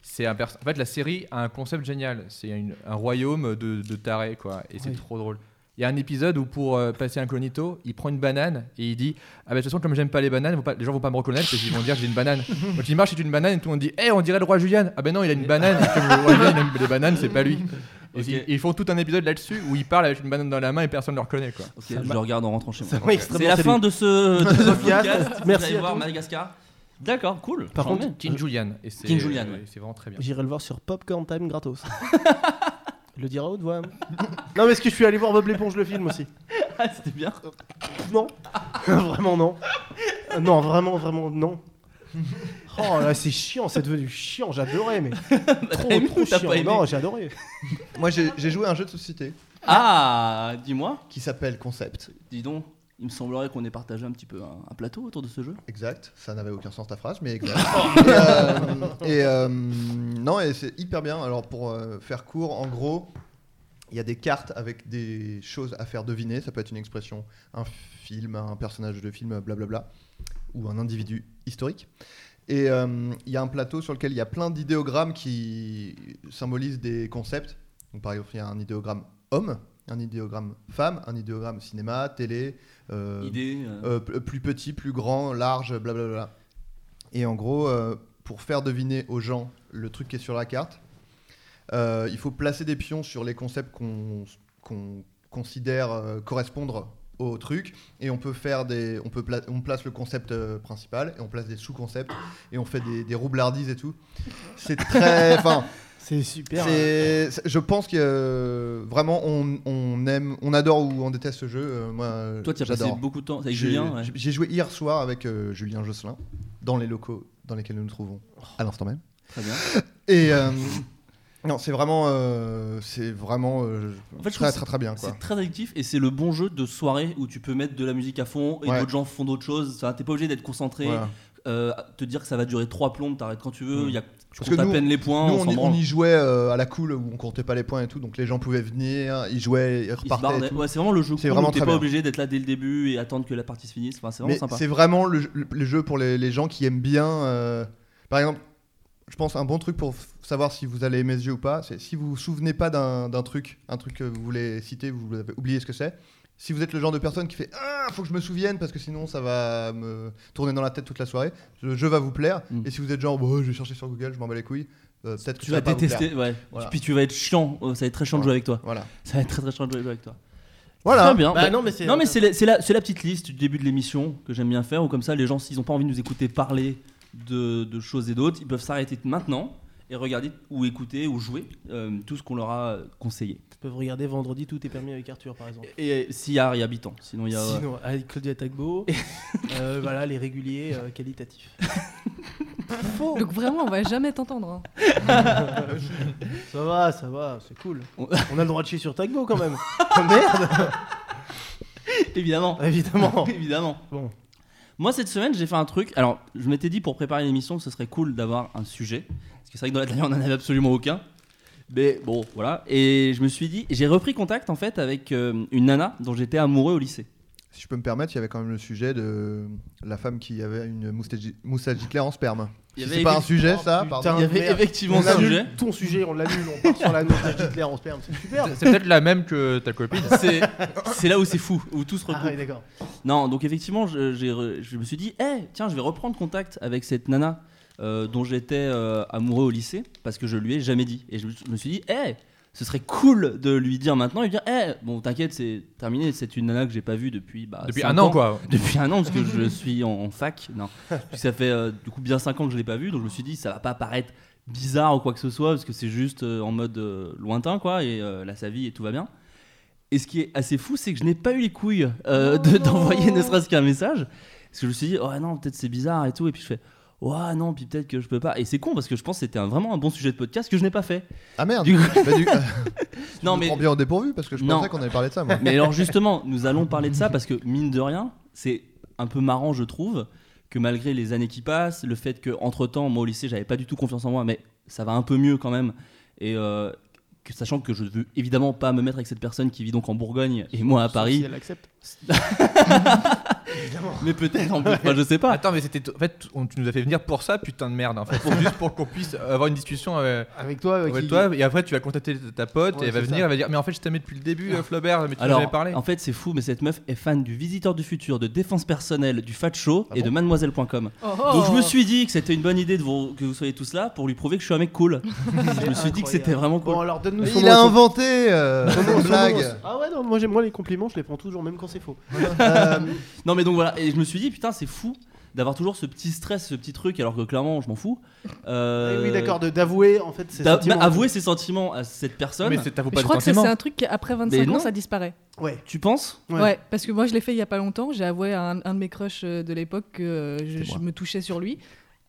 Speaker 5: c'est un perso- en fait la série a un concept génial. C'est une- un royaume de, de tarés quoi, et c'est
Speaker 3: Oui.
Speaker 5: trop drôle. Il y a un épisode où pour euh, passer incognito, il prend une banane et il dit ah bah de toute façon comme j'aime pas les bananes, faut pas- les gens vont pas me reconnaître parce qu'ils vont dire que j'ai une banane. Quand il marche c'est une banane et tout le monde dit eh on dirait le roi Julian. Ah ben non il a une banane. Comme le roi Julian aime les bananes c'est pas lui. Et
Speaker 1: Ok.
Speaker 5: ils- ils font tout un épisode là-dessus où il parle avec une banane dans la main et personne ne le reconnaît quoi.
Speaker 1: Ok, je le regarde en rentrant chez moi.
Speaker 3: Ça m'a extrêmement
Speaker 1: C'est la
Speaker 3: séduit.
Speaker 1: fin de ce, de ce
Speaker 3: podcast.
Speaker 1: podcast.
Speaker 3: Merci
Speaker 1: Vous allez
Speaker 3: à
Speaker 1: voir
Speaker 3: tous.
Speaker 1: Madagascar. D'accord, cool.
Speaker 3: Par
Speaker 1: J'en
Speaker 3: contre,
Speaker 1: mets.
Speaker 5: King Julian et c'est
Speaker 1: King Julian, ouais.
Speaker 5: c'est vraiment très bien.
Speaker 3: J'irai le voir sur Popcorn Time gratos. le dira haute voix. hein. non, mais est-ce que je suis allé voir Bob l'éponge le film aussi
Speaker 1: Ah, c'était bien.
Speaker 3: Non. vraiment non. Euh, Non, vraiment, vraiment non. Oh là, c'est chiant, c'est devenu chiant, j'adorais, mais trop,
Speaker 1: aimé
Speaker 3: trop
Speaker 1: ou t'as
Speaker 3: chiant.
Speaker 1: pas aimé
Speaker 3: non, j'ai adoré.
Speaker 2: Moi, j'ai j'ai joué à un jeu de société
Speaker 1: Ah, dis-moi.
Speaker 2: qui s'appelle Concept.
Speaker 1: Dis donc, il me semblerait qu'on ait partagé un petit peu un, un plateau autour de ce jeu.
Speaker 2: Exact, ça n'avait aucun sens ta phrase, mais exact. et euh, et, euh, non, et c'est hyper bien. Alors pour euh, faire court, en gros, il y a des cartes avec des choses à faire deviner. Ça peut être une expression, un film, un personnage de film, blablabla, ou un individu historique. Et euh, il y a un plateau sur lequel il y a plein d'idéogrammes qui symbolisent des concepts. Donc, par exemple, il y a un idéogramme homme, un idéogramme femme, un idéogramme cinéma, télé, euh,
Speaker 1: Idée. euh,
Speaker 2: euh, p- plus petit, plus grand, large, blablabla. Et en gros, euh, pour faire deviner aux gens le truc qui est sur la carte, euh, il faut placer des pions sur les concepts qu'on qu'on considère euh, correspondre au truc et on peut faire des on peut pla- on place le concept euh, principal et on place des sous-concepts et on fait des, des roublardises et tout c'est très enfin
Speaker 3: C'est super. euh.
Speaker 2: c'est- c'est- je pense que euh, vraiment on, on aime on adore ou on déteste ce jeu Euh, moi
Speaker 1: Toi, tu as passé
Speaker 2: j'adore.
Speaker 1: beaucoup de temps avec
Speaker 2: J'ai-
Speaker 1: Julien. ouais.
Speaker 2: j'ai- J'ai joué hier soir avec euh, Julien Josselin dans les locaux dans lesquels nous nous trouvons
Speaker 1: Oh.
Speaker 2: à l'instant même.
Speaker 1: Très bien.
Speaker 2: Et euh, non, c'est vraiment, euh, c'est vraiment euh,
Speaker 1: En fait, je
Speaker 2: très,
Speaker 1: trouve
Speaker 2: très très bien quoi.
Speaker 1: C'est très addictif et c'est le bon jeu de soirée où tu peux mettre de la musique à fond et
Speaker 2: Ouais.
Speaker 1: d'autres gens font d'autres choses. Enfin, T'es pas obligé d'être concentré,
Speaker 2: Voilà.
Speaker 1: euh, te dire que ça va durer trois plombes, t'arrêtes quand tu veux.
Speaker 2: Mm.
Speaker 1: il Y a, tu
Speaker 2: Parce
Speaker 1: comptes
Speaker 2: que
Speaker 1: à
Speaker 2: nous,
Speaker 1: peine les points.
Speaker 2: Nous,
Speaker 1: on
Speaker 2: on,
Speaker 1: s'en
Speaker 2: y, on
Speaker 1: branle.
Speaker 2: y jouait euh, à la cool où on comptait pas les points et tout, donc les gens pouvaient venir, ils jouaient, ils
Speaker 1: Ils se
Speaker 2: repartaient. et
Speaker 1: barrent.
Speaker 2: tout.
Speaker 1: Ouais, c'est vraiment le jeu
Speaker 2: C'est
Speaker 1: cool où
Speaker 2: vraiment
Speaker 1: t'es
Speaker 2: très
Speaker 1: pas
Speaker 2: bien.
Speaker 1: obligé d'être là dès le début et attendre que la partie se finisse. Enfin, c'est vraiment
Speaker 2: Mais
Speaker 1: sympa.
Speaker 2: c'est vraiment le, le- le jeu pour les, les gens qui aiment bien. euh, par exemple, je pense un bon truc pour f- savoir si vous allez aimer ce jeu ou pas, c'est si vous vous souvenez pas d'un d'un truc, un truc que vous voulez citer, vous avez oublié ce que c'est. Si vous êtes le genre de personne qui fait Ah, faut que je me souvienne parce que sinon ça va me tourner dans la tête toute la soirée, le jeu va vous plaire.
Speaker 1: Mm.
Speaker 2: Et si vous êtes genre, Bon, je vais chercher sur Google, je m'en bats les couilles, euh, peut-être que
Speaker 1: Tu
Speaker 2: ça
Speaker 1: vas
Speaker 2: pas vous plaire.
Speaker 1: détester, ouais.
Speaker 2: Voilà.
Speaker 1: Puis tu vas être chiant, euh, ça va être très chiant de jouer avec toi.
Speaker 2: Voilà.
Speaker 1: Ça va être très très chiant de jouer avec toi.
Speaker 2: Voilà.
Speaker 1: Très bien.
Speaker 3: Bah
Speaker 1: Bah,
Speaker 3: non, mais c'est.
Speaker 1: Non mais c'est la, c'est la- c'est la petite liste du début de l'émission que j'aime bien faire où comme ça les gens s'ils n'ont pas envie de nous écouter parler de, de choses et d'autres ils peuvent s'arrêter maintenant et regarder ou écouter ou jouer euh, tout ce qu'on leur a conseillé.
Speaker 3: Ils peuvent regarder vendredi tout est permis avec Arthur par exemple.
Speaker 1: Et s'il y a Harry Habitant, sinon il y a... euh,
Speaker 3: Sinon, avec Claudia Tagbo, euh, voilà les réguliers euh, qualitatifs. Faux.
Speaker 4: Donc vraiment, on va jamais t'entendre. hein.
Speaker 3: Ça va, ça va, c'est cool.
Speaker 1: On-
Speaker 3: Oh, On a le droit de chier sur Tagbo quand même. Ah, Merde.
Speaker 1: Évidemment.
Speaker 3: Évidemment.
Speaker 1: Évidemment.
Speaker 3: Bon.
Speaker 1: Moi, cette semaine, j'ai fait un truc. Alors, je m'étais dit pour préparer l'émission que ce serait cool d'avoir un sujet. Parce que c'est vrai que dans la dernière, on n'en avait absolument aucun. Mais bon, voilà. Et je me suis dit, j'ai repris contact en fait avec euh, une nana dont j'étais amoureux au lycée.
Speaker 2: Si je peux me permettre, il y avait quand même le sujet de la femme qui avait une moustache, moustache Hitler en sperme.
Speaker 1: Il y
Speaker 2: Si
Speaker 1: avait
Speaker 2: c'est pas un
Speaker 1: effecti-
Speaker 2: sujet,
Speaker 3: Oh,
Speaker 2: ça,
Speaker 3: putain.
Speaker 2: pardon.
Speaker 1: il y avait
Speaker 3: Merde.
Speaker 1: effectivement
Speaker 3: on
Speaker 1: un
Speaker 3: annule
Speaker 1: sujet.
Speaker 3: ton sujet, on l'annule, on part sur la moustache d'Hitler, on se perd, c'est super.
Speaker 5: C'est peut-être la même que ta copine.
Speaker 1: C'est c'est là où c'est fou, où tout se
Speaker 3: Ah
Speaker 1: recoupe.
Speaker 3: ouais, d'accord.
Speaker 1: Non, donc effectivement, je, j'ai re- je me suis dit, Eh, tiens, je vais reprendre contact avec cette nana euh, dont j'étais euh, amoureux au lycée, parce que je lui ai jamais dit. Et je me- je me suis dit, Eh, ce serait cool de lui dire maintenant et lui dire, Eh, bon, t'inquiète, c'est terminé, c'est une nana que j'ai pas vue depuis. bah,
Speaker 5: Depuis
Speaker 1: cinq
Speaker 5: un an,
Speaker 1: ans.
Speaker 5: quoi.
Speaker 1: Depuis un an, parce que je suis en, en fac. Non, Puis ça fait euh, du coup bien 5 ans que je l'ai pas vue, donc je me suis dit, ça va pas paraître bizarre ou quoi que ce soit, parce que c'est juste euh, en mode euh, lointain, quoi, et euh, là, sa vie et tout va bien. Et ce qui est assez fou, c'est que je n'ai pas eu les couilles euh, de-
Speaker 4: Oh non.
Speaker 1: d'envoyer ne serait-ce qu'un message. Parce que je me suis dit, oh non, peut-être c'est bizarre et tout. Et puis je fais, ouais, non, puis peut-être que je peux pas. Et c'est con parce que je pense que c'était un- vraiment un bon sujet de podcast que je n'ai pas fait.
Speaker 2: Ah merde
Speaker 1: Du
Speaker 2: Bah, du-
Speaker 1: Non,
Speaker 2: je me
Speaker 1: mais,
Speaker 2: prends bien au dépourvu parce que je
Speaker 1: Non.
Speaker 2: pensais qu'on avait parlé de ça, moi.
Speaker 1: mais alors justement, nous allons parler de ça parce que mine de rien, c'est un peu marrant, je trouve, que malgré les années qui passent, le fait qu'entre temps, moi au lycée, j'avais pas du tout confiance en moi, mais ça va un peu mieux quand même. Et. euh, que- sachant que je ne veux évidemment pas me mettre avec cette personne qui vit donc en Bourgogne et moi à
Speaker 3: Si
Speaker 1: Paris,
Speaker 3: elle accepte.
Speaker 1: mais peut-être en plus, enfin, je sais pas.
Speaker 5: Attends, mais c'était. En fait, on- tu nous as fait venir pour ça, putain de merde. En fait, Pour- juste pour qu'on puisse avoir une discussion euh,
Speaker 3: Avec toi,
Speaker 5: avec
Speaker 3: qui-
Speaker 5: toi. Et après, tu vas contacter ta pote
Speaker 3: Ouais,
Speaker 5: et elle va
Speaker 3: c'est
Speaker 5: venir.
Speaker 3: ça. Ah.
Speaker 5: Elle va dire Mais en fait, je t'aimais depuis le début, euh, Flaubert, mais tu m'en
Speaker 1: Alors,
Speaker 5: avais parlé.
Speaker 1: en fait, c'est fou, mais cette meuf est fan du Visiteur du Futur, de Défense Personnelle, du Fat Show
Speaker 2: Ah
Speaker 1: et
Speaker 2: bon
Speaker 1: de Mademoiselle.com.
Speaker 4: Oh,
Speaker 1: Donc, je me
Speaker 4: oh.
Speaker 1: suis dit que c'était une bonne idée de vous- que vous soyez tous là pour lui prouver que je suis un mec cool. je me suis dit que c'était vraiment cool.
Speaker 3: Bon, alors donne-nous son
Speaker 2: Il
Speaker 3: nom,
Speaker 2: a
Speaker 3: son-
Speaker 2: inventé euh,
Speaker 3: son nom,
Speaker 2: cette
Speaker 3: son
Speaker 2: blague
Speaker 3: nom. Ah ouais, non, moi, j'aime- moi les compliments, je les prends toujours, même quand c'est faux.
Speaker 1: Non, mais donc voilà, et je me suis dit, putain, c'est fou d'avoir toujours ce petit stress, ce petit truc, alors que clairement, je m'en fous. Euh,
Speaker 3: Eh Oui, d'accord, de- d'avouer en fait ses
Speaker 1: d'a- bah,
Speaker 3: sentiments.
Speaker 1: Avouer ses sentiments à cette personne.
Speaker 5: mais c'est- t'avoues
Speaker 4: Je
Speaker 5: pas de
Speaker 4: crois que ça, c'est
Speaker 5: sentiments.
Speaker 4: un truc qui, après
Speaker 1: Mais
Speaker 4: 25
Speaker 1: non.
Speaker 4: ans, ça disparaît.
Speaker 3: Ouais.
Speaker 1: tu penses
Speaker 3: Ouais.
Speaker 4: hein. Ouais. parce que moi, je l'ai fait il y a pas longtemps. J'ai avoué à un, un de mes crushs euh, de l'époque que euh, je,
Speaker 1: C'était moi.
Speaker 4: je me touchais sur lui.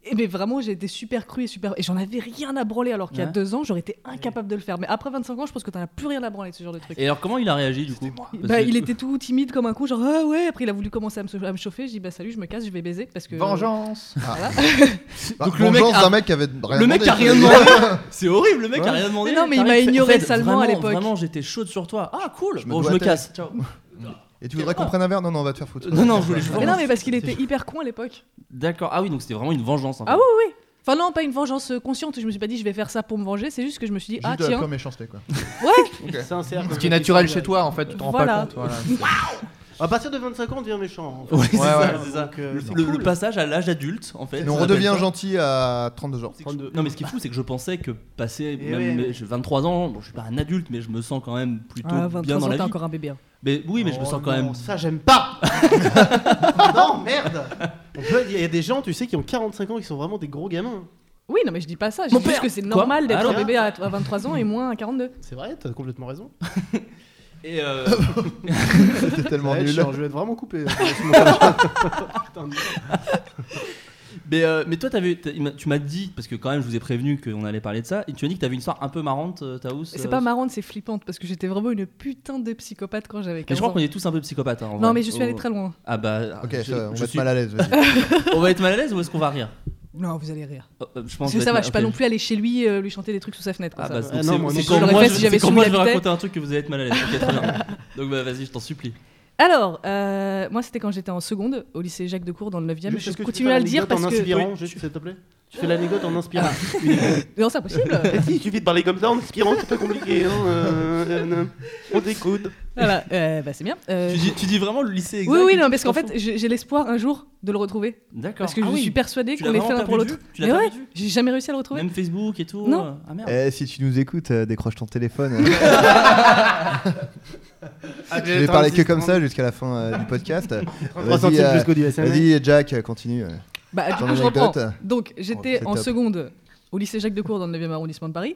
Speaker 4: Et mais vraiment, j'ai été super cru et super. Et j'en avais rien à branler, alors qu'il y a
Speaker 1: Ouais.
Speaker 4: deux ans, j'aurais été incapable de le faire. Mais après 25 ans, je pense que t'en as plus rien à branler de ce genre de truc.
Speaker 1: Et alors, comment il a réagi du coup Parce
Speaker 4: Bah,
Speaker 1: que-
Speaker 4: il était tout timide comme un con, genre ah ouais. Après, il a voulu commencer à me, à me chauffer. J'ai dit bah salut, je me casse, je vais baiser parce que.
Speaker 5: Vengeance
Speaker 4: Voilà.
Speaker 1: Donc,
Speaker 2: Donc
Speaker 1: le
Speaker 2: le
Speaker 1: mec
Speaker 2: mec,
Speaker 1: a-
Speaker 2: d'un mec qui avait rien
Speaker 1: Le mec
Speaker 2: demandé.
Speaker 1: a rien demandé. C'est horrible, le mec a
Speaker 5: Ouais.
Speaker 1: rien demandé.
Speaker 4: Mais non, mais il
Speaker 1: T'arrives,
Speaker 4: m'a
Speaker 1: fait-
Speaker 4: ignoré
Speaker 1: Fred,
Speaker 4: salement à
Speaker 1: vraiment,
Speaker 4: l'époque.
Speaker 1: Vraiment, j'étais chaude sur toi. Ah cool.
Speaker 2: Je me
Speaker 1: bon, je
Speaker 2: dois
Speaker 1: me
Speaker 2: ta-
Speaker 1: casse. Ciao.
Speaker 2: Et tu voudrais qu'on prenne un verre Non, non, on va te faire foutre.
Speaker 1: Non, non, je voulais- je
Speaker 4: Mais
Speaker 1: voulais-
Speaker 4: non, mais parce qu'il était hyper con à l'époque.
Speaker 1: D'accord. Ah oui, donc c'était vraiment une vengeance. en
Speaker 4: Ah
Speaker 1: fait.
Speaker 4: oui, oui. Enfin non, pas une vengeance euh, consciente. Je me suis pas dit je vais faire ça pour me venger. C'est juste que je me suis dit
Speaker 2: Juste
Speaker 4: ah
Speaker 2: de la pure
Speaker 4: tiens.
Speaker 2: méchanceté, quoi.
Speaker 3: C'est un cercle.
Speaker 5: Ce qui est naturel chez toi, en fait, tu te rends
Speaker 4: Voilà.
Speaker 5: pas compte. voilà.
Speaker 3: À partir de 25 ans, on devient méchant. en fait.
Speaker 1: Ouais, c'est
Speaker 5: Ouais,
Speaker 1: ça,
Speaker 5: ouais,
Speaker 1: c'est ça.
Speaker 3: donc, euh,
Speaker 1: Le-
Speaker 3: c'est
Speaker 1: le,
Speaker 3: cool.
Speaker 1: le passage à l'âge adulte, en fait.
Speaker 2: Mais on
Speaker 1: ça s'appelle
Speaker 2: redevient
Speaker 1: ça.
Speaker 2: gentil à 32 ans.
Speaker 1: C'est que je- Non, mais ce qui est fou, c'est que je pensais que passé
Speaker 3: Eh
Speaker 1: même
Speaker 3: ouais.
Speaker 1: mes- j'ai 23 ans, bon, je suis pas un adulte, mais je me sens quand même plutôt bien
Speaker 4: Ah, 23
Speaker 1: dans
Speaker 4: ans,
Speaker 1: la
Speaker 4: t'es
Speaker 1: vie.
Speaker 4: encore un bébé. hein.
Speaker 1: Mais oui, mais je me
Speaker 3: Oh
Speaker 1: sens quand
Speaker 3: non,
Speaker 1: même.
Speaker 3: Ça, j'aime pas Non, merde On peut- Il y a des gens, tu sais, qui ont 45 ans, qui sont vraiment des gros gamins.
Speaker 4: Oui, non, mais je dis pas ça. Je
Speaker 1: Mon
Speaker 4: dis juste
Speaker 1: père
Speaker 4: que c'est
Speaker 1: Quoi
Speaker 4: normal d'être
Speaker 1: Alors
Speaker 4: un bébé à à 23 ans et moins à 42.
Speaker 3: C'est vrai, t'as complètement raison.
Speaker 1: Et euh,
Speaker 2: C'était tellement
Speaker 3: Ouais, je,
Speaker 2: nul.
Speaker 3: suis en- je vais être vraiment coupé. euh, ce montage. Putain de-
Speaker 1: mais, euh, mais toi, t'avais- t'as- il m'a- tu m'as dit, parce que quand même, je vous ai prévenu qu'on allait parler de ça, et tu m'as dit que t'avais une histoire un peu marrante, euh, Taous.
Speaker 4: C'est
Speaker 1: euh,
Speaker 4: pas marrant, c'est flippante parce que j'étais vraiment une putain de psychopathe quand j'avais
Speaker 1: Mais
Speaker 4: 15
Speaker 1: je crois
Speaker 4: ans.
Speaker 1: qu'on est tous un peu psychopathes. hein, en
Speaker 4: Non,
Speaker 1: vrai.
Speaker 4: mais je suis allée
Speaker 1: Oh.
Speaker 4: très loin.
Speaker 1: Ah bah.
Speaker 2: Ok,
Speaker 1: je-
Speaker 2: ça, on
Speaker 1: je
Speaker 2: va être
Speaker 1: suis-
Speaker 2: mal à l'aise. vas-y.
Speaker 1: on va être mal à l'aise ou est-ce qu'on va rire
Speaker 4: Non, vous allez rire.
Speaker 1: Oh, euh, Je pense
Speaker 4: Parce
Speaker 1: qu'on
Speaker 4: que ça
Speaker 1: être
Speaker 4: va,
Speaker 1: mal-
Speaker 4: je suis pas
Speaker 1: ok.
Speaker 4: non plus allée chez lui euh, lui chanter des trucs sous sa fenêtre. comme
Speaker 1: Ah
Speaker 4: ça.
Speaker 1: bah,
Speaker 3: va.
Speaker 1: donc
Speaker 3: Ah
Speaker 1: c'est
Speaker 3: non, moi,
Speaker 1: c'est
Speaker 3: je
Speaker 1: quand
Speaker 4: l'aurais
Speaker 1: moi
Speaker 4: fait
Speaker 1: je
Speaker 4: si j'avais
Speaker 1: c'est quand
Speaker 4: su
Speaker 1: moi,
Speaker 4: où
Speaker 1: je vais
Speaker 4: il
Speaker 1: raconter un truc que vous allez être mal à l'aise. Ok, très bien. Donc bah, vas-y, je t'en supplie.
Speaker 4: Alors, euh, moi c'était quand j'étais en seconde au lycée Jacques Decour dans le 9ème.
Speaker 3: Juste, est-ce que tu
Speaker 4: Je continue
Speaker 3: fais
Speaker 4: à le dire
Speaker 3: l'anecdote
Speaker 4: parce
Speaker 3: en
Speaker 4: que.
Speaker 3: inspirant, juste, s'il te plaît. Tu fais l'anecdote en inspirant.
Speaker 4: Non, c'est impossible.
Speaker 3: Et si, il suffit de parler comme ça en inspirant, c'est pas compliqué. hein, euh, euh, on t'écoute.
Speaker 4: voilà, euh, bah c'est bien. Euh,
Speaker 1: Tu dis, tu dis vraiment le lycée exact
Speaker 4: oui, oui,
Speaker 1: et
Speaker 4: non,
Speaker 1: tu
Speaker 4: parce
Speaker 1: t'en
Speaker 4: qu'en fait
Speaker 1: fous
Speaker 4: j'ai j'ai l'espoir un jour de le retrouver.
Speaker 1: D'accord.
Speaker 4: Parce que
Speaker 1: Ah
Speaker 4: je
Speaker 1: oui.
Speaker 4: suis persuadée
Speaker 1: Tu
Speaker 4: qu'on
Speaker 1: l'as
Speaker 4: est fait
Speaker 1: vraiment
Speaker 4: l'un pour
Speaker 1: perdu de
Speaker 4: l'autre.
Speaker 1: vue Tu l'as
Speaker 4: Mais
Speaker 1: perdu de vue
Speaker 4: J'ai jamais réussi à le retrouver.
Speaker 1: Même Facebook et tout.
Speaker 4: Non.
Speaker 1: euh, Ah merde.
Speaker 2: Eh, si tu nous écoutes, euh, décroche ton téléphone. euh, je vais
Speaker 5: Attends,
Speaker 2: parler que
Speaker 5: juste-
Speaker 2: comme ça jusqu'à la fin euh, du podcast.
Speaker 3: 3
Speaker 2: Vas-y,
Speaker 3: centimes
Speaker 2: euh,
Speaker 3: plus qu'au du SMS.
Speaker 2: Vas-y, Jack, euh, continue. euh.
Speaker 4: Bah, du
Speaker 2: Ton
Speaker 4: coup, je reprends.
Speaker 2: anecdote.
Speaker 4: Donc,
Speaker 2: Oh,
Speaker 4: j'étais
Speaker 2: c'est
Speaker 4: en
Speaker 2: top.
Speaker 4: seconde au lycée Jacques Decour dans le 9e arrondissement de Paris.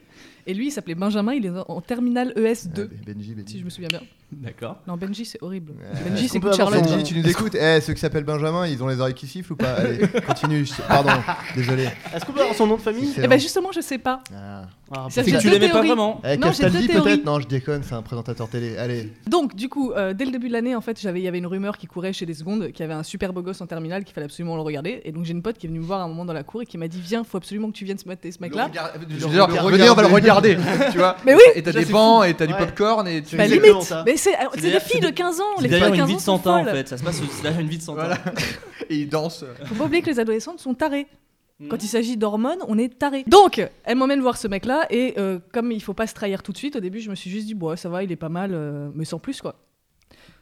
Speaker 4: Et lui, il s'appelait Benjamin, il est en, en terminale ES2,
Speaker 2: Euh, Benji, Benji.
Speaker 4: si je me souviens bien.
Speaker 1: D'accord.
Speaker 4: Non, Benji, c'est horrible.
Speaker 2: Euh,
Speaker 4: Benji,
Speaker 3: est-ce
Speaker 4: c'est
Speaker 3: qu'on peut
Speaker 4: Good Charlotte.
Speaker 3: avoir
Speaker 2: Benji, tu nous écoutes Eh, ceux qui s'appellent Benjamin, ils ont les oreilles qui sifflent ou pas Allez, continue. je- Pardon, désolé.
Speaker 3: Est-ce qu'on peut avoir son nom de famille
Speaker 4: Et
Speaker 2: Excellent.
Speaker 4: bah, Eh ben, justement, je sais pas.
Speaker 2: Ah.
Speaker 3: Ah,
Speaker 4: Ça,
Speaker 1: C'est
Speaker 4: j'ai
Speaker 1: que tu
Speaker 4: deux
Speaker 1: l'aimais pas
Speaker 4: théories.
Speaker 1: vraiment.
Speaker 2: Avec
Speaker 4: Non, j'ai deux
Speaker 2: Castaldi,
Speaker 4: théories.
Speaker 2: Eh, peut-être Non, je déconne, c'est un présentateur télé. Allez,
Speaker 4: Donc, du coup, euh, dès le début de l'année, en fait, j'avais, il y avait une rumeur qui courait chez les secondes qu'il y avait un super beau gosse en terminale qu'il fallait absolument le regarder. Et donc, j'ai une pote qui est venue me voir à un moment dans la cour et qui m'a dit Viens, faut absolument que tu viennes ce matin, ce mec-là.
Speaker 5: Genre, venez, on va le regarder, tu vois.
Speaker 4: Mais oui
Speaker 5: Et t'as
Speaker 3: Déjà,
Speaker 5: des
Speaker 3: c'est
Speaker 5: bancs, et t'as du
Speaker 3: Ouais.
Speaker 5: popcorn, et tu.
Speaker 4: Bah,
Speaker 3: exactement
Speaker 4: limite
Speaker 3: ça.
Speaker 4: Mais c'est, alors,
Speaker 1: C'est
Speaker 4: c'est des
Speaker 1: d'ailleurs-
Speaker 4: filles de 15 ans
Speaker 1: C'est
Speaker 4: Les filles de
Speaker 1: d'ailleurs une
Speaker 4: 15
Speaker 1: vie
Speaker 4: ans
Speaker 1: de
Speaker 4: sont
Speaker 1: 100 ans en
Speaker 4: folles.
Speaker 1: fait, ça se passe, c'est d'ailleurs une vie de 100 ans.
Speaker 5: Voilà. Et il danse.
Speaker 4: Faut pas oublier que les adolescentes sont tarées.
Speaker 1: Mhm.
Speaker 4: Quand il s'agit d'hormones, on est taré. Donc, elle m'emmène voir ce mec-là, et euh, comme il faut pas se trahir tout de suite, au début, je me suis juste dit, bon, ouais, ça va, il est pas mal, euh, mais sans plus, quoi.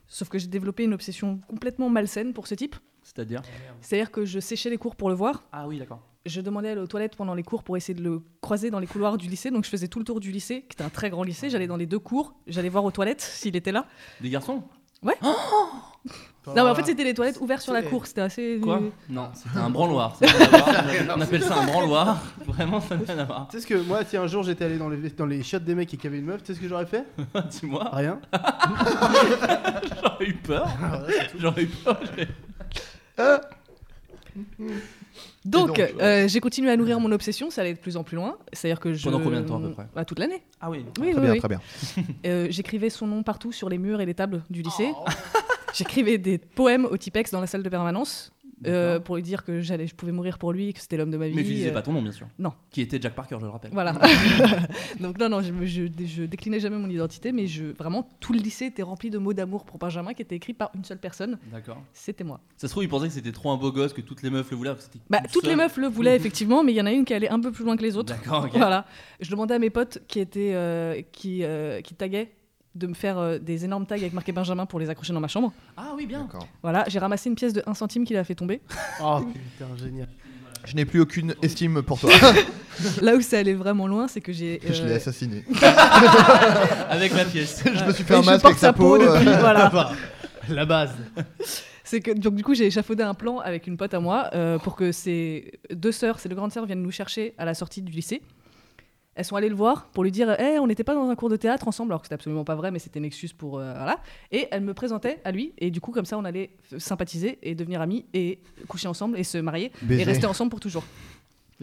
Speaker 4: Sauf que j'ai développé une obsession complètement malsaine pour ce type.
Speaker 1: C'est-à-dire
Speaker 4: C'est-à-dire que je séchais les cours pour le voir,
Speaker 1: Ah oui, d'accord.
Speaker 4: je demandais à aller aux toilettes pendant les cours pour essayer de le croiser dans les couloirs du lycée, donc je faisais tout le tour du lycée, qui était un très grand lycée, j'allais dans les deux cours, j'allais voir aux toilettes s'il était là.
Speaker 1: Des garçons
Speaker 4: Non, mais en fait, c'était les toilettes ouvertes sur la cour, c'était assez...
Speaker 1: Quoi Non, c'était un branloir. ça n'a rien à voir. On appelle ça un branloir. Vraiment, ça n'a rien à voir.
Speaker 3: Tu sais ce que moi, si un jour j'étais allé dans les, dans les chiottes des mecs et qu'il y avait une meuf, tu sais ce que j'aurais fait
Speaker 1: Dis-moi,
Speaker 3: Rien.
Speaker 4: Ah.
Speaker 1: j'aurais eu peur. J'aurais eu peur. j'aurais-
Speaker 4: Donc,
Speaker 2: Et donc,
Speaker 4: euh, j'ai continué à nourrir mon obsession, ça allait de plus en plus loin. C'est-à-dire que je.
Speaker 1: Pendant combien de temps, à peu près
Speaker 4: Bah, Toute l'année.
Speaker 1: Ah oui.
Speaker 4: Oui,
Speaker 2: très
Speaker 4: oui,
Speaker 2: bien,
Speaker 4: oui.
Speaker 2: très bien.
Speaker 4: Euh, J'écrivais son nom partout sur les murs et les tables du lycée.
Speaker 1: Oh.
Speaker 4: J'écrivais des poèmes au Tipex dans la salle de permanence euh,
Speaker 1: D'accord.
Speaker 4: pour lui dire que j'allais, je pouvais mourir pour lui, que c'était l'homme de ma vie.
Speaker 1: Mais tu disais
Speaker 4: euh,
Speaker 1: pas ton nom, bien sûr.
Speaker 4: non.
Speaker 1: Qui était Jack Parker, je le rappelle.
Speaker 4: Voilà. Donc, non, non, je, me- je, je déclinais jamais mon identité, mais je, vraiment, tout le lycée était rempli de mots d'amour pour Benjamin qui étaient écrits par une seule personne.
Speaker 1: D'accord.
Speaker 4: C'était moi.
Speaker 1: Ça se trouve, il pensait que c'était trop un beau gosse, que toutes les meufs le voulaient. alors que c'était
Speaker 4: Bah,
Speaker 1: une
Speaker 4: toutes les
Speaker 1: seule.
Speaker 4: meufs le voulaient effectivement, mais il y en a une qui allait un peu plus loin que les autres.
Speaker 1: D'accord, ok.
Speaker 4: Voilà. Je demandais à mes potes qui étaient euh, qui euh, qui taguaient de me faire euh, des énormes tags avec marqué Benjamin pour les accrocher dans ma chambre.
Speaker 1: Ah oui, bien.
Speaker 2: D'accord.
Speaker 4: Voilà, j'ai ramassé une pièce de 1 centime qu'il a fait tomber.
Speaker 3: Oh putain, génial.
Speaker 2: Je n'ai plus aucune estime pour toi.
Speaker 4: Là où ça allait vraiment loin, c'est que j'ai
Speaker 2: je
Speaker 4: euh,
Speaker 2: l'ai assassiné.
Speaker 1: Avec la pièce.
Speaker 2: je me suis fait
Speaker 4: et
Speaker 2: un
Speaker 4: je
Speaker 2: masque
Speaker 4: porte
Speaker 2: avec sa
Speaker 4: sa peau
Speaker 2: peau. euh,
Speaker 4: depuis voilà.
Speaker 3: La base.
Speaker 4: C'est que donc du coup, j'ai échafaudé un plan avec une pote à moi euh, pour que ses deux sœurs, ses deux grandes sœurs viennent nous chercher à la sortie du lycée. Elles sont allées le voir pour lui dire Eh, on n'était pas dans un cours de théâtre ensemble, alors que c'était absolument pas vrai, mais c'était une excuse pour. euh, voilà. Et elle me présentait à lui, et du coup, comme ça, on allait f- sympathiser et devenir amis, et coucher ensemble, et se marier, et
Speaker 2: baiser.
Speaker 4: rester ensemble pour toujours.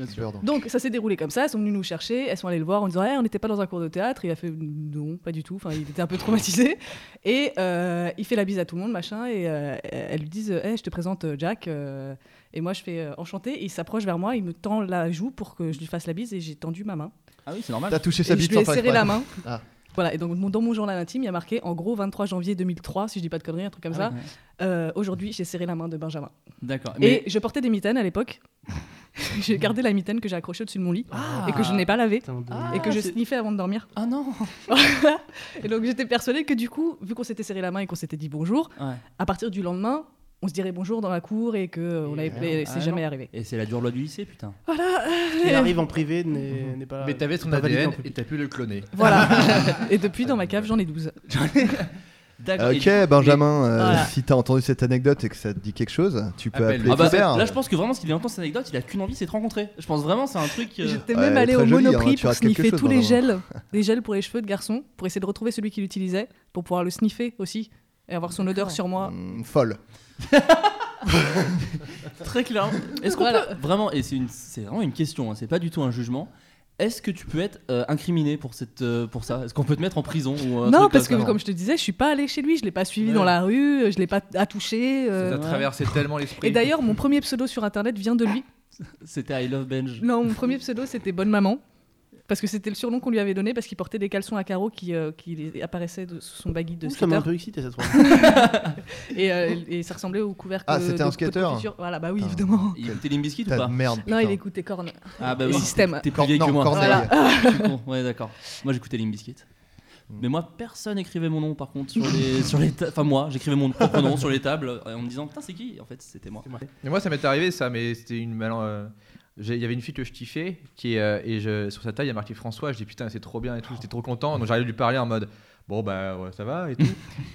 Speaker 2: Super, donc.
Speaker 4: Donc ça s'est déroulé comme ça, elles sont venues nous chercher, elles sont allées le voir en disant Eh, on n'était pas dans un cours de théâtre, il a fait non, pas du tout, enfin il était un peu traumatisé et euh, il fait la bise à tout le monde machin et euh, elles lui disent Eh, je te présente euh, Jack euh, et moi je fais euh, enchanté, et il s'approche vers moi, il me tend la joue pour que je lui fasse la bise et j'ai tendu ma main
Speaker 1: Ah oui, c'est normal.
Speaker 2: T'as touché sa
Speaker 4: et je
Speaker 2: bite
Speaker 4: lui
Speaker 2: sans
Speaker 4: ai
Speaker 2: faire
Speaker 4: serré
Speaker 2: exprès.
Speaker 4: la main.
Speaker 2: Ah.
Speaker 4: Voilà, et donc mon- dans mon journal intime, il y a marqué en gros 23 janvier 2003, si je dis pas de conneries, un truc comme
Speaker 1: Ah
Speaker 4: ça.
Speaker 1: oui, ouais.
Speaker 4: Euh, Aujourd'hui, j'ai serré la main de Benjamin.
Speaker 1: D'accord. Mais
Speaker 4: Et je portais des mitaines à l'époque. j'ai gardé la mitaine que j'ai accrochée au-dessus de mon lit
Speaker 1: Ah.
Speaker 4: et que je n'ai pas lavée
Speaker 3: Putain, de-
Speaker 1: Ah.
Speaker 4: et que je
Speaker 1: c'est-
Speaker 4: sniffais avant de dormir.
Speaker 1: ah non.
Speaker 4: Et donc j'étais persuadée que du coup, vu qu'on s'était serré la main et qu'on s'était dit bonjour,
Speaker 1: Ouais.
Speaker 4: à partir du lendemain, on se dirait bonjour dans la cour et que euh, on
Speaker 3: Et
Speaker 4: avait- et
Speaker 1: ah
Speaker 4: c'est jamais arrivé.
Speaker 1: Et c'est la dure loi du lycée, putain.
Speaker 3: Il arrive en privé,
Speaker 4: Mhm.
Speaker 3: n'est n'est pas.
Speaker 5: Mais t'avais son
Speaker 3: pas validé en
Speaker 5: ADN et
Speaker 3: public.
Speaker 5: t'as pu le cloner.
Speaker 4: Voilà. et depuis dans ma cave, j'en ai 12.
Speaker 1: D'accord.
Speaker 2: Ok,
Speaker 1: et-
Speaker 2: Benjamin, euh,
Speaker 4: Voilà.
Speaker 2: si t'as entendu cette anecdote et que ça te dit quelque chose, tu peux
Speaker 5: Appelle.
Speaker 2: appeler
Speaker 1: Ah bah,
Speaker 2: Flaubert.
Speaker 1: là, je pense que vraiment, ce qu'il entend cette anecdote, il a qu'une envie, c'est de te rencontrer. Je pense vraiment, c'est un truc. euh,
Speaker 4: J'étais
Speaker 2: Ouais,
Speaker 4: même allée
Speaker 2: très
Speaker 4: au
Speaker 2: joli, hein,
Speaker 4: Monoprix
Speaker 2: tu
Speaker 4: pour
Speaker 2: rates quelque
Speaker 4: sniffer
Speaker 2: chose,
Speaker 4: tous les
Speaker 2: Benjamin.
Speaker 4: gels, des gels pour les cheveux de garçon, pour essayer de retrouver celui qui l'utilisait, pour pouvoir le sniffer aussi et avoir son odeur sur moi.
Speaker 2: Mm, folle.
Speaker 1: Très clair. Est-ce qu'on
Speaker 4: Voilà.
Speaker 1: peut vraiment, et c'est une- c'est vraiment une question, hein, c'est pas du tout un jugement. Est-ce que tu peux être euh, incriminé pour cette, euh, pour ça Est-ce qu'on peut te mettre en prison ou un
Speaker 4: Non,
Speaker 1: truc
Speaker 4: parce que
Speaker 1: comme ça hein.
Speaker 4: comme je te disais, je suis pas allée chez lui, je l'ai pas suivi
Speaker 1: Ouais.
Speaker 4: dans la rue, je l'ai pas attouché.
Speaker 5: Ça
Speaker 4: euh,
Speaker 5: t'a traversé tellement l'esprit.
Speaker 4: Et d'ailleurs, mon premier pseudo sur internet vient de lui.
Speaker 1: C'était I Love Benj.
Speaker 4: Non, mon premier pseudo, c'était Bonne Maman. Parce que c'était le surnom qu'on lui avait donné parce qu'il portait des caleçons à carreaux qui, euh, qui les- apparaissaient de, sous son baggy de
Speaker 3: Ouh, Ça m'a
Speaker 4: skater.
Speaker 3: un peu excité cette fois.
Speaker 4: Et, euh, et ça ressemblait au couvercle.
Speaker 2: Ah, c'était
Speaker 4: de-
Speaker 2: un
Speaker 4: de
Speaker 2: skater
Speaker 4: confiture. Voilà, bah oui,
Speaker 2: Putain.
Speaker 4: évidemment.
Speaker 1: Il écoutait Limbiskit ou
Speaker 2: T'as
Speaker 1: pas
Speaker 2: de merde.
Speaker 4: Non,
Speaker 2: putain.
Speaker 4: il écoutait Korn.
Speaker 1: Ah bah
Speaker 4: Le
Speaker 1: oui.
Speaker 4: système.
Speaker 1: T'es plus
Speaker 2: Cor-
Speaker 1: vieille
Speaker 2: non,
Speaker 1: que moi.
Speaker 2: Corneille.
Speaker 1: Voilà. Je suis con. Ouais, d'accord. Moi, j'écoutais Limbiskit.
Speaker 5: Hmm.
Speaker 1: Mais moi, personne n'écrivait mon nom par contre sur les, sur les ta- Enfin, moi, j'écrivais mon propre nom sur les tables euh, en me disant Putain, c'est qui En fait, c'était moi.
Speaker 5: Mais moi, ça m'est arrivé ça, mais c'était une mal. euh, j'ai- Il y avait une fille que je kiffais qui, euh, et je, sur sa taille, il y a marqué François. Je dis putain, c'est trop bien et tout, j'étais trop content. Donc j'arrivais lui parler en mode Bon, bah ouais, ça va et tout.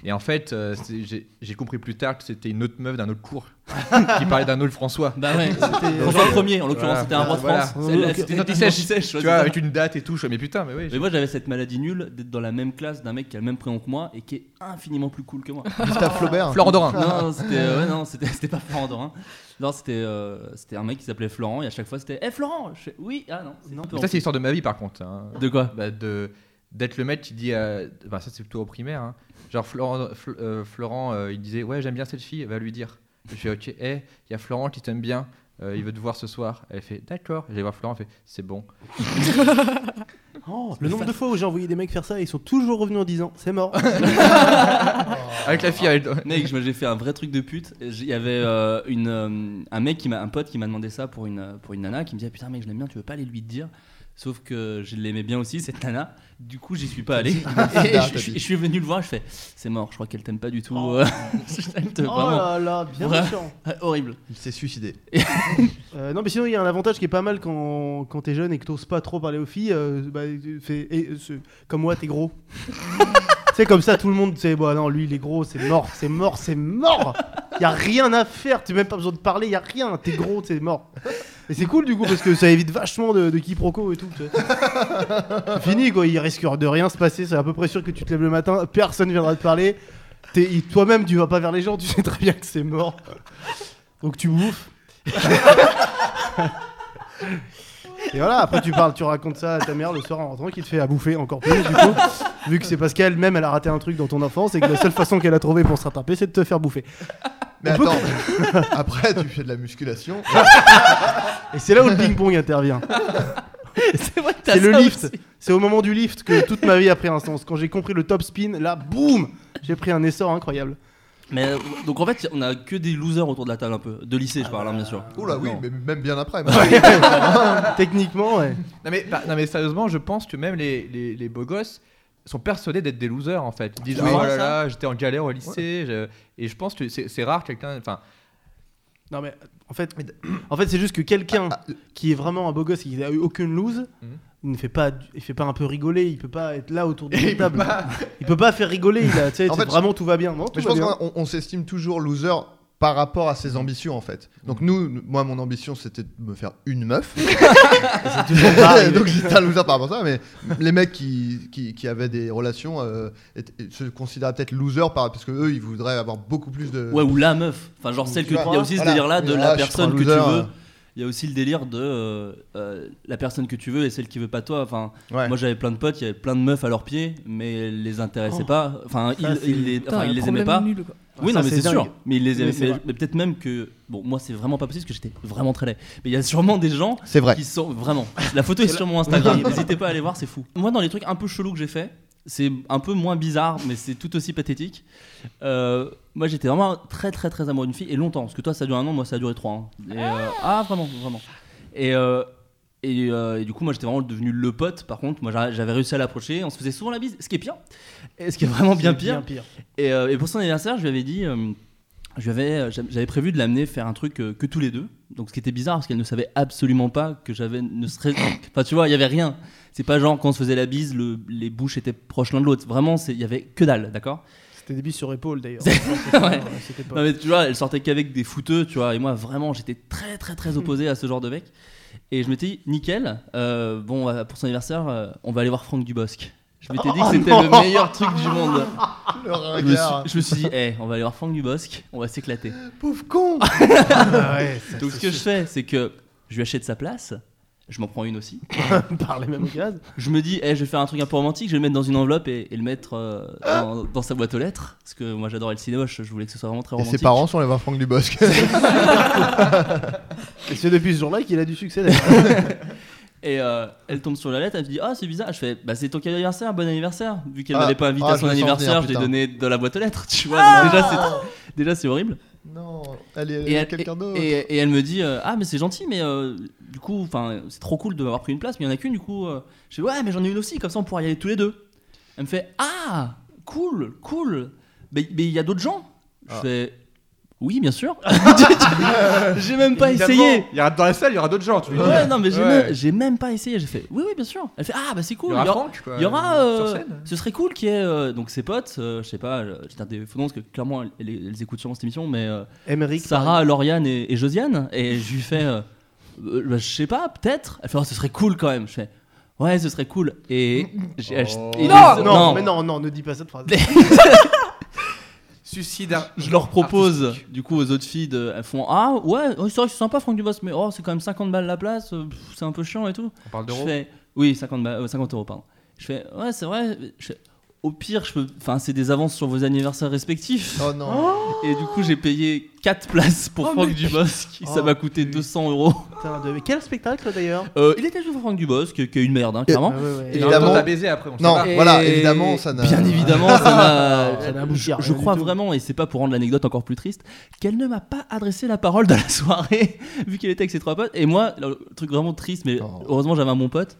Speaker 5: et en fait, euh, c'est- j'ai j'ai compris plus tard que c'était une autre meuf d'un autre cours qui parlait d'un autre François.
Speaker 1: Bah ouais.
Speaker 2: euh,
Speaker 1: François Ier, en l'occurrence,
Speaker 5: Voilà.
Speaker 1: c'était un roi de
Speaker 5: Voilà.
Speaker 1: France.
Speaker 3: Voilà.
Speaker 1: Elle, elle,
Speaker 3: Ok.
Speaker 1: C'était
Speaker 5: Une
Speaker 1: une
Speaker 5: anti-sèche.
Speaker 1: anti-sèche.
Speaker 5: Tu
Speaker 1: ouais,
Speaker 5: vois,
Speaker 1: c'est ça.
Speaker 5: avec une date et tout. Je fais, mais putain, mais oui.
Speaker 1: Mais moi j'avais cette maladie nulle d'être dans la même classe d'un mec qui a le même prénom que moi et qui est infiniment plus cool que moi.
Speaker 2: Gustave Flaubert.
Speaker 5: Florent Dorin.
Speaker 1: Non, non, c'était euh, ouais, non, c'était- c'était pas Florent Dorin. Non, c'était euh, c'était un mec qui s'appelait Florent et à chaque fois c'était Eh Florent Je fais, Oui, ah non, c'est un peu.
Speaker 5: Ça,
Speaker 1: en-
Speaker 5: c'est l'histoire de ma vie par contre. hein.
Speaker 1: De quoi
Speaker 5: bah, de d'être le mec qui dit à- bah, ça c'est plutôt au primaire hein. genre Florent, Fl- euh, Florent euh, il disait ouais j'aime bien cette fille va lui dire je fais ok eh il y a Florent qui t'aime bien euh, il veut te voir ce soir elle fait d'accord j'allais voir Florent elle fait c'est bon
Speaker 4: Oh,
Speaker 3: Le nombre de fois où j'ai envoyé des mecs faire ça, ils sont toujours revenus en disant c'est mort.
Speaker 4: Oh
Speaker 5: avec la fille avec-
Speaker 1: Mec, moi j'ai fait un vrai truc de pute. J- Il y avait euh, une, euh, un mec, qui m'a, un pote qui m'a demandé ça pour une, euh, pour une nana qui me disait Putain, mec, je l'aime bien, tu veux pas aller lui dire Sauf que je l'aimais bien aussi, cette nana. Du coup, j'y suis pas allé. Et
Speaker 2: Ah,
Speaker 1: je,
Speaker 2: t'as
Speaker 1: je-
Speaker 2: dit.
Speaker 1: je suis venu le voir, je fais C'est mort, je crois qu'elle t'aime pas du tout. euh, je t'aime
Speaker 3: oh
Speaker 1: vraiment.
Speaker 3: là là, bien
Speaker 1: Vraiment.
Speaker 3: méchant.
Speaker 1: Horrible.
Speaker 2: Il s'est suicidé.
Speaker 3: Euh, non, mais sinon, il y a un avantage qui est pas mal quand, quand t'es jeune et que t'oses pas trop parler aux filles. euh, bah, tu fais- et, euh, ce- comme moi, t'es gros. c'est comme ça, tout le monde, c'est bah non, lui, il est gros, c'est mort, c'est mort, c'est mort. Y a rien à faire, t'as même pas besoin de parler, y a rien, t'es gros, c'est mort. Et c'est cool du coup parce que ça évite vachement de, de quiproquos et tout. tu vois. C'est Fini quoi, il risque de rien se passer, c'est à peu près sûr que tu te lèves le matin, personne viendra te parler. T'es- et Toi-même, tu vas pas vers les gens, tu sais très bien que c'est mort. Donc tu bouffes. Et voilà, après tu parles, tu racontes ça à ta mère le soir en rentrant qui te fait à bouffer encore plus du coup, vu que c'est parce qu'elle même elle a raté un truc dans ton enfance et que la seule façon qu'elle a trouvé pour se rattraper c'est de te faire bouffer.
Speaker 2: Mais
Speaker 3: On peut-
Speaker 2: attends, après tu fais de la musculation.
Speaker 3: Et c'est là où le ping-pong intervient.
Speaker 1: c'est vrai que t'as
Speaker 3: C'est le
Speaker 1: ça
Speaker 3: lift.
Speaker 1: aussi.
Speaker 3: C'est au moment du lift que toute ma vie a pris un sens. Quand j'ai compris le top spin, là boum, j'ai pris un essor incroyable.
Speaker 1: Mais euh, donc en fait, on a que des losers autour de la table un peu. De lycée, je parle, hein, bien sûr.
Speaker 2: Ah bah, Oula, oui,
Speaker 1: Non.
Speaker 2: mais même bien après.
Speaker 3: Techniquement, ouais.
Speaker 5: non, mais, bah, non mais sérieusement je pense que même les, les, les beaux gosses sont persuadés d'être des losers en fait ils disent
Speaker 2: Oui.
Speaker 5: oh là là j'étais en galère au lycée je- et je pense que c'est c'est rare quelqu'un enfin
Speaker 3: Non mais en fait, en fait c'est juste que quelqu'un qui est vraiment un beau gosse et qui n'a eu aucune loose,
Speaker 5: Mhm.
Speaker 3: il ne fait pas, il fait pas un peu rigoler, il peut pas être là autour de
Speaker 5: Il
Speaker 3: la
Speaker 5: peut
Speaker 3: table.
Speaker 5: pas.
Speaker 3: Il peut pas faire rigoler, il a, tu sais,
Speaker 2: En
Speaker 3: c'est
Speaker 2: fait,
Speaker 3: vraiment tout va bien, non tout
Speaker 2: Mais je
Speaker 3: va
Speaker 2: pense
Speaker 3: bien.
Speaker 2: qu'on on s'estime toujours loser par rapport à ses ambitions en fait.
Speaker 1: Mm.
Speaker 2: Donc nous, nous- moi mon ambition c'était de me faire une meuf. Donc j'étais un loser par rapport à ça, mais les mecs qui, qui, qui avaient des relations euh, étaient- se considéraient peut-être loser par, parce que eux ils voudraient avoir beaucoup plus de...
Speaker 1: Ouais, ou la meuf. Enfin, genre celle que.
Speaker 2: Euh, Tu
Speaker 1: Il y
Speaker 2: vois,
Speaker 1: a aussi ce
Speaker 2: voilà.
Speaker 1: délire là de
Speaker 2: Ah,
Speaker 1: la
Speaker 2: je suis
Speaker 1: personne
Speaker 2: un
Speaker 1: que tu
Speaker 2: loser.
Speaker 1: veux. Il y a aussi le délire de euh, euh, la personne que tu veux et celle qui veut pas toi. Enfin,
Speaker 2: Ouais.
Speaker 1: moi j'avais plein de potes, il y avait plein de meufs à leurs pieds, mais elles les intéressaient
Speaker 3: Oh.
Speaker 1: pas. Enfin, ils,
Speaker 3: Ça, c'est-
Speaker 1: ils les,
Speaker 4: Putain,
Speaker 1: enfin, ils
Speaker 4: un
Speaker 1: les aimaient
Speaker 4: problème
Speaker 1: pas.
Speaker 4: nul, quoi.
Speaker 1: Oui,
Speaker 3: Ça,
Speaker 1: non, mais
Speaker 3: c'est
Speaker 1: c'est sûr.
Speaker 3: dingue.
Speaker 1: Mais ils les
Speaker 3: Mais
Speaker 1: aimaient.
Speaker 3: c'est
Speaker 1: Mais,
Speaker 3: vrai.
Speaker 1: mais peut-être même que. Bon, moi c'est vraiment pas possible parce que j'étais vraiment très laid. Mais il y a sûrement des gens
Speaker 2: C'est vrai.
Speaker 1: qui sont vraiment. La photo est sur mon Instagram. N'hésitez pas à aller voir, c'est fou. Moi, dans les trucs un peu chelous que j'ai fait, c'est un peu moins bizarre, mais c'est tout aussi pathétique. Euh, moi, j'étais vraiment très, très, très amoureux d'une fille et longtemps. Parce que toi, ça a duré un an, moi, ça a duré trois. ans. Et, euh, ah, vraiment, vraiment. Et. euh, et, euh, et du coup, moi j'étais vraiment devenu le pote. Par contre, moi j'a- j'avais réussi à l'approcher. On se faisait souvent la bise, ce qui est pire. Et ce qui est vraiment bien
Speaker 3: C'est
Speaker 1: pire. Et, euh, et pour son anniversaire, je lui avais dit, euh, je lui avais, euh, j'avais prévu de l'amener faire un truc euh, que tous les deux. Donc ce qui était bizarre parce qu'elle ne savait absolument pas que j'avais ne serait. Enfin tu vois, il y avait rien. C'est pas genre quand on se faisait la bise, le- les bouches étaient proches l'un de l'autre. Vraiment, c'est- il y avait que dalle, d'accord.
Speaker 3: C'était des bises sur épaule d'ailleurs.
Speaker 1: C'est-
Speaker 3: C'était pas-
Speaker 1: Ouais.
Speaker 3: c'était pas-
Speaker 1: Non, mais tu vois, elle sortait qu'avec des fouteux, tu vois. Et moi, vraiment, j'étais très, très, très opposé à ce genre de mec. Et je m'étais dit, nickel, euh, bon, euh, pour son anniversaire, euh, on va aller voir Franck Dubosc. Je m'étais dit que c'était le meilleur truc du monde.
Speaker 2: Le
Speaker 1: Je me suis,
Speaker 2: regard.
Speaker 1: je me suis dit, Eh, on va aller voir Franck Dubosc, on va s'éclater.
Speaker 2: Pauvre con
Speaker 3: Ah ouais, ça-
Speaker 1: Donc ce que je fais, c'est que je lui achète sa place, je m'en prends une aussi.
Speaker 3: par les mêmes gaz.
Speaker 1: Je me dis, eh, je vais faire un truc un peu romantique, je vais le mettre dans une enveloppe et, et le mettre euh, dans, dans sa boîte aux lettres. Parce que moi j'adorais le cinéma, je je voulais que ce soit vraiment très
Speaker 2: Et
Speaker 1: romantique.
Speaker 2: ses parents sont allés voir Franck Dubosc.
Speaker 3: Et c'est depuis ce jour-là qu'il a du succès. d'ailleurs.
Speaker 1: Et euh, elle tombe sur la lettre, elle me dit, ah c'est bizarre. Je fais, bah c'est ton cadeau d'anniversaire, bon anniversaire. Vu qu'elle
Speaker 2: Ah,
Speaker 1: m'avait pas invité
Speaker 2: ah,
Speaker 1: à
Speaker 2: je
Speaker 1: son
Speaker 2: me sens venir,
Speaker 1: anniversaire, je l'ai
Speaker 2: putain. Ah
Speaker 1: donné de la boîte aux lettres, tu vois. Donc déjà, c'est- déjà c'est horrible.
Speaker 2: non, elle est
Speaker 1: Et
Speaker 2: avec
Speaker 1: elle,
Speaker 2: quelqu'un
Speaker 1: et-
Speaker 2: d'autre.
Speaker 1: et- et elle me dit euh, ah mais c'est gentil mais euh, du coup enfin c'est trop cool de m'avoir pris une place mais il y en a qu'une du coup euh. je fais ouais mais j'en ai une aussi comme ça on pourra y aller tous les deux elle me fait ah cool cool mais mais il y a d'autres gens je
Speaker 2: Ah.
Speaker 1: fais Oui, bien sûr. j'ai même pas essayé.
Speaker 5: Il y aura dans la salle, il y aura d'autres gens. Tu lui dis.
Speaker 1: Ouais, non, mais j'ai
Speaker 5: Ouais.
Speaker 1: même- j'ai même pas essayé. J'ai fait oui, oui, bien sûr. Elle fait ah, bah c'est
Speaker 5: Il
Speaker 1: cool.
Speaker 5: y aura Franck, quoi,
Speaker 1: Il y aura.
Speaker 5: euh,
Speaker 1: euh,
Speaker 5: sur scène.
Speaker 1: ce serait cool qu'il y ait euh, donc ses potes, euh, je sais pas, euh, je tarde des faux noms parce que clairement elles, elles- elles écoutent sûrement cette émission, mais euh,
Speaker 3: Emmerich.
Speaker 1: Sarah, Lauriane et, et Josiane. Et je lui fais, euh, euh, bah, je sais pas, peut-être. Elle fait, oh, ce serait cool quand même. Je fais, ouais, ce serait cool. Et j'ai
Speaker 5: Oh.
Speaker 1: acheté. et
Speaker 3: Non,
Speaker 1: les-
Speaker 3: non, mais non, non, ne dis pas cette phrase.
Speaker 5: Suicide. ar-
Speaker 1: Je leur propose
Speaker 5: artistique.
Speaker 1: du coup aux autres filles, de, elles font ah ouais, oh, c'est vrai que c'est sympa Franck Dubos, mais oh c'est quand même 50 balles la place, euh, pff, c'est un peu chiant et tout.
Speaker 5: On parle
Speaker 1: Je
Speaker 5: d'euros.
Speaker 1: fais oui 50 balles, euh, 50 euros pardon. Je fais ouais c'est vrai. Je fais, au pire je peux, enfin c'est des avances sur vos anniversaires respectifs.
Speaker 2: Oh non.
Speaker 1: Et du coup j'ai payé 4 places pour
Speaker 4: Oh,
Speaker 1: Franck
Speaker 4: mais-
Speaker 1: Dubos, qui ça
Speaker 3: Oh,
Speaker 1: m'a coûté 200 euros.
Speaker 3: Putain, de- mais quel spectacle d'ailleurs
Speaker 1: Euh, il était juste pour Franck Dubos, qui, qui est une merde hein, clairement.
Speaker 3: Ah ouais, ouais.
Speaker 5: Et
Speaker 2: Et-
Speaker 5: en même temps,
Speaker 2: Évidemment.
Speaker 5: t'as baisé après. On sait
Speaker 2: Non,
Speaker 5: pas.
Speaker 4: Et-
Speaker 2: Euh, voilà, évidemment, ça n'a.
Speaker 1: Bien évidemment, ça n'a-
Speaker 3: Ça n'a abouti à
Speaker 1: je,
Speaker 3: rien
Speaker 1: je
Speaker 3: du
Speaker 1: crois
Speaker 3: tout.
Speaker 1: vraiment, et c'est pas pour rendre l'anecdote encore plus triste, qu'elle ne m'a pas adressé la parole de la soirée, vu qu'elle était avec ses trois potes. Et moi, le truc vraiment triste, mais
Speaker 2: Oh.
Speaker 1: heureusement j'avais un bon pote,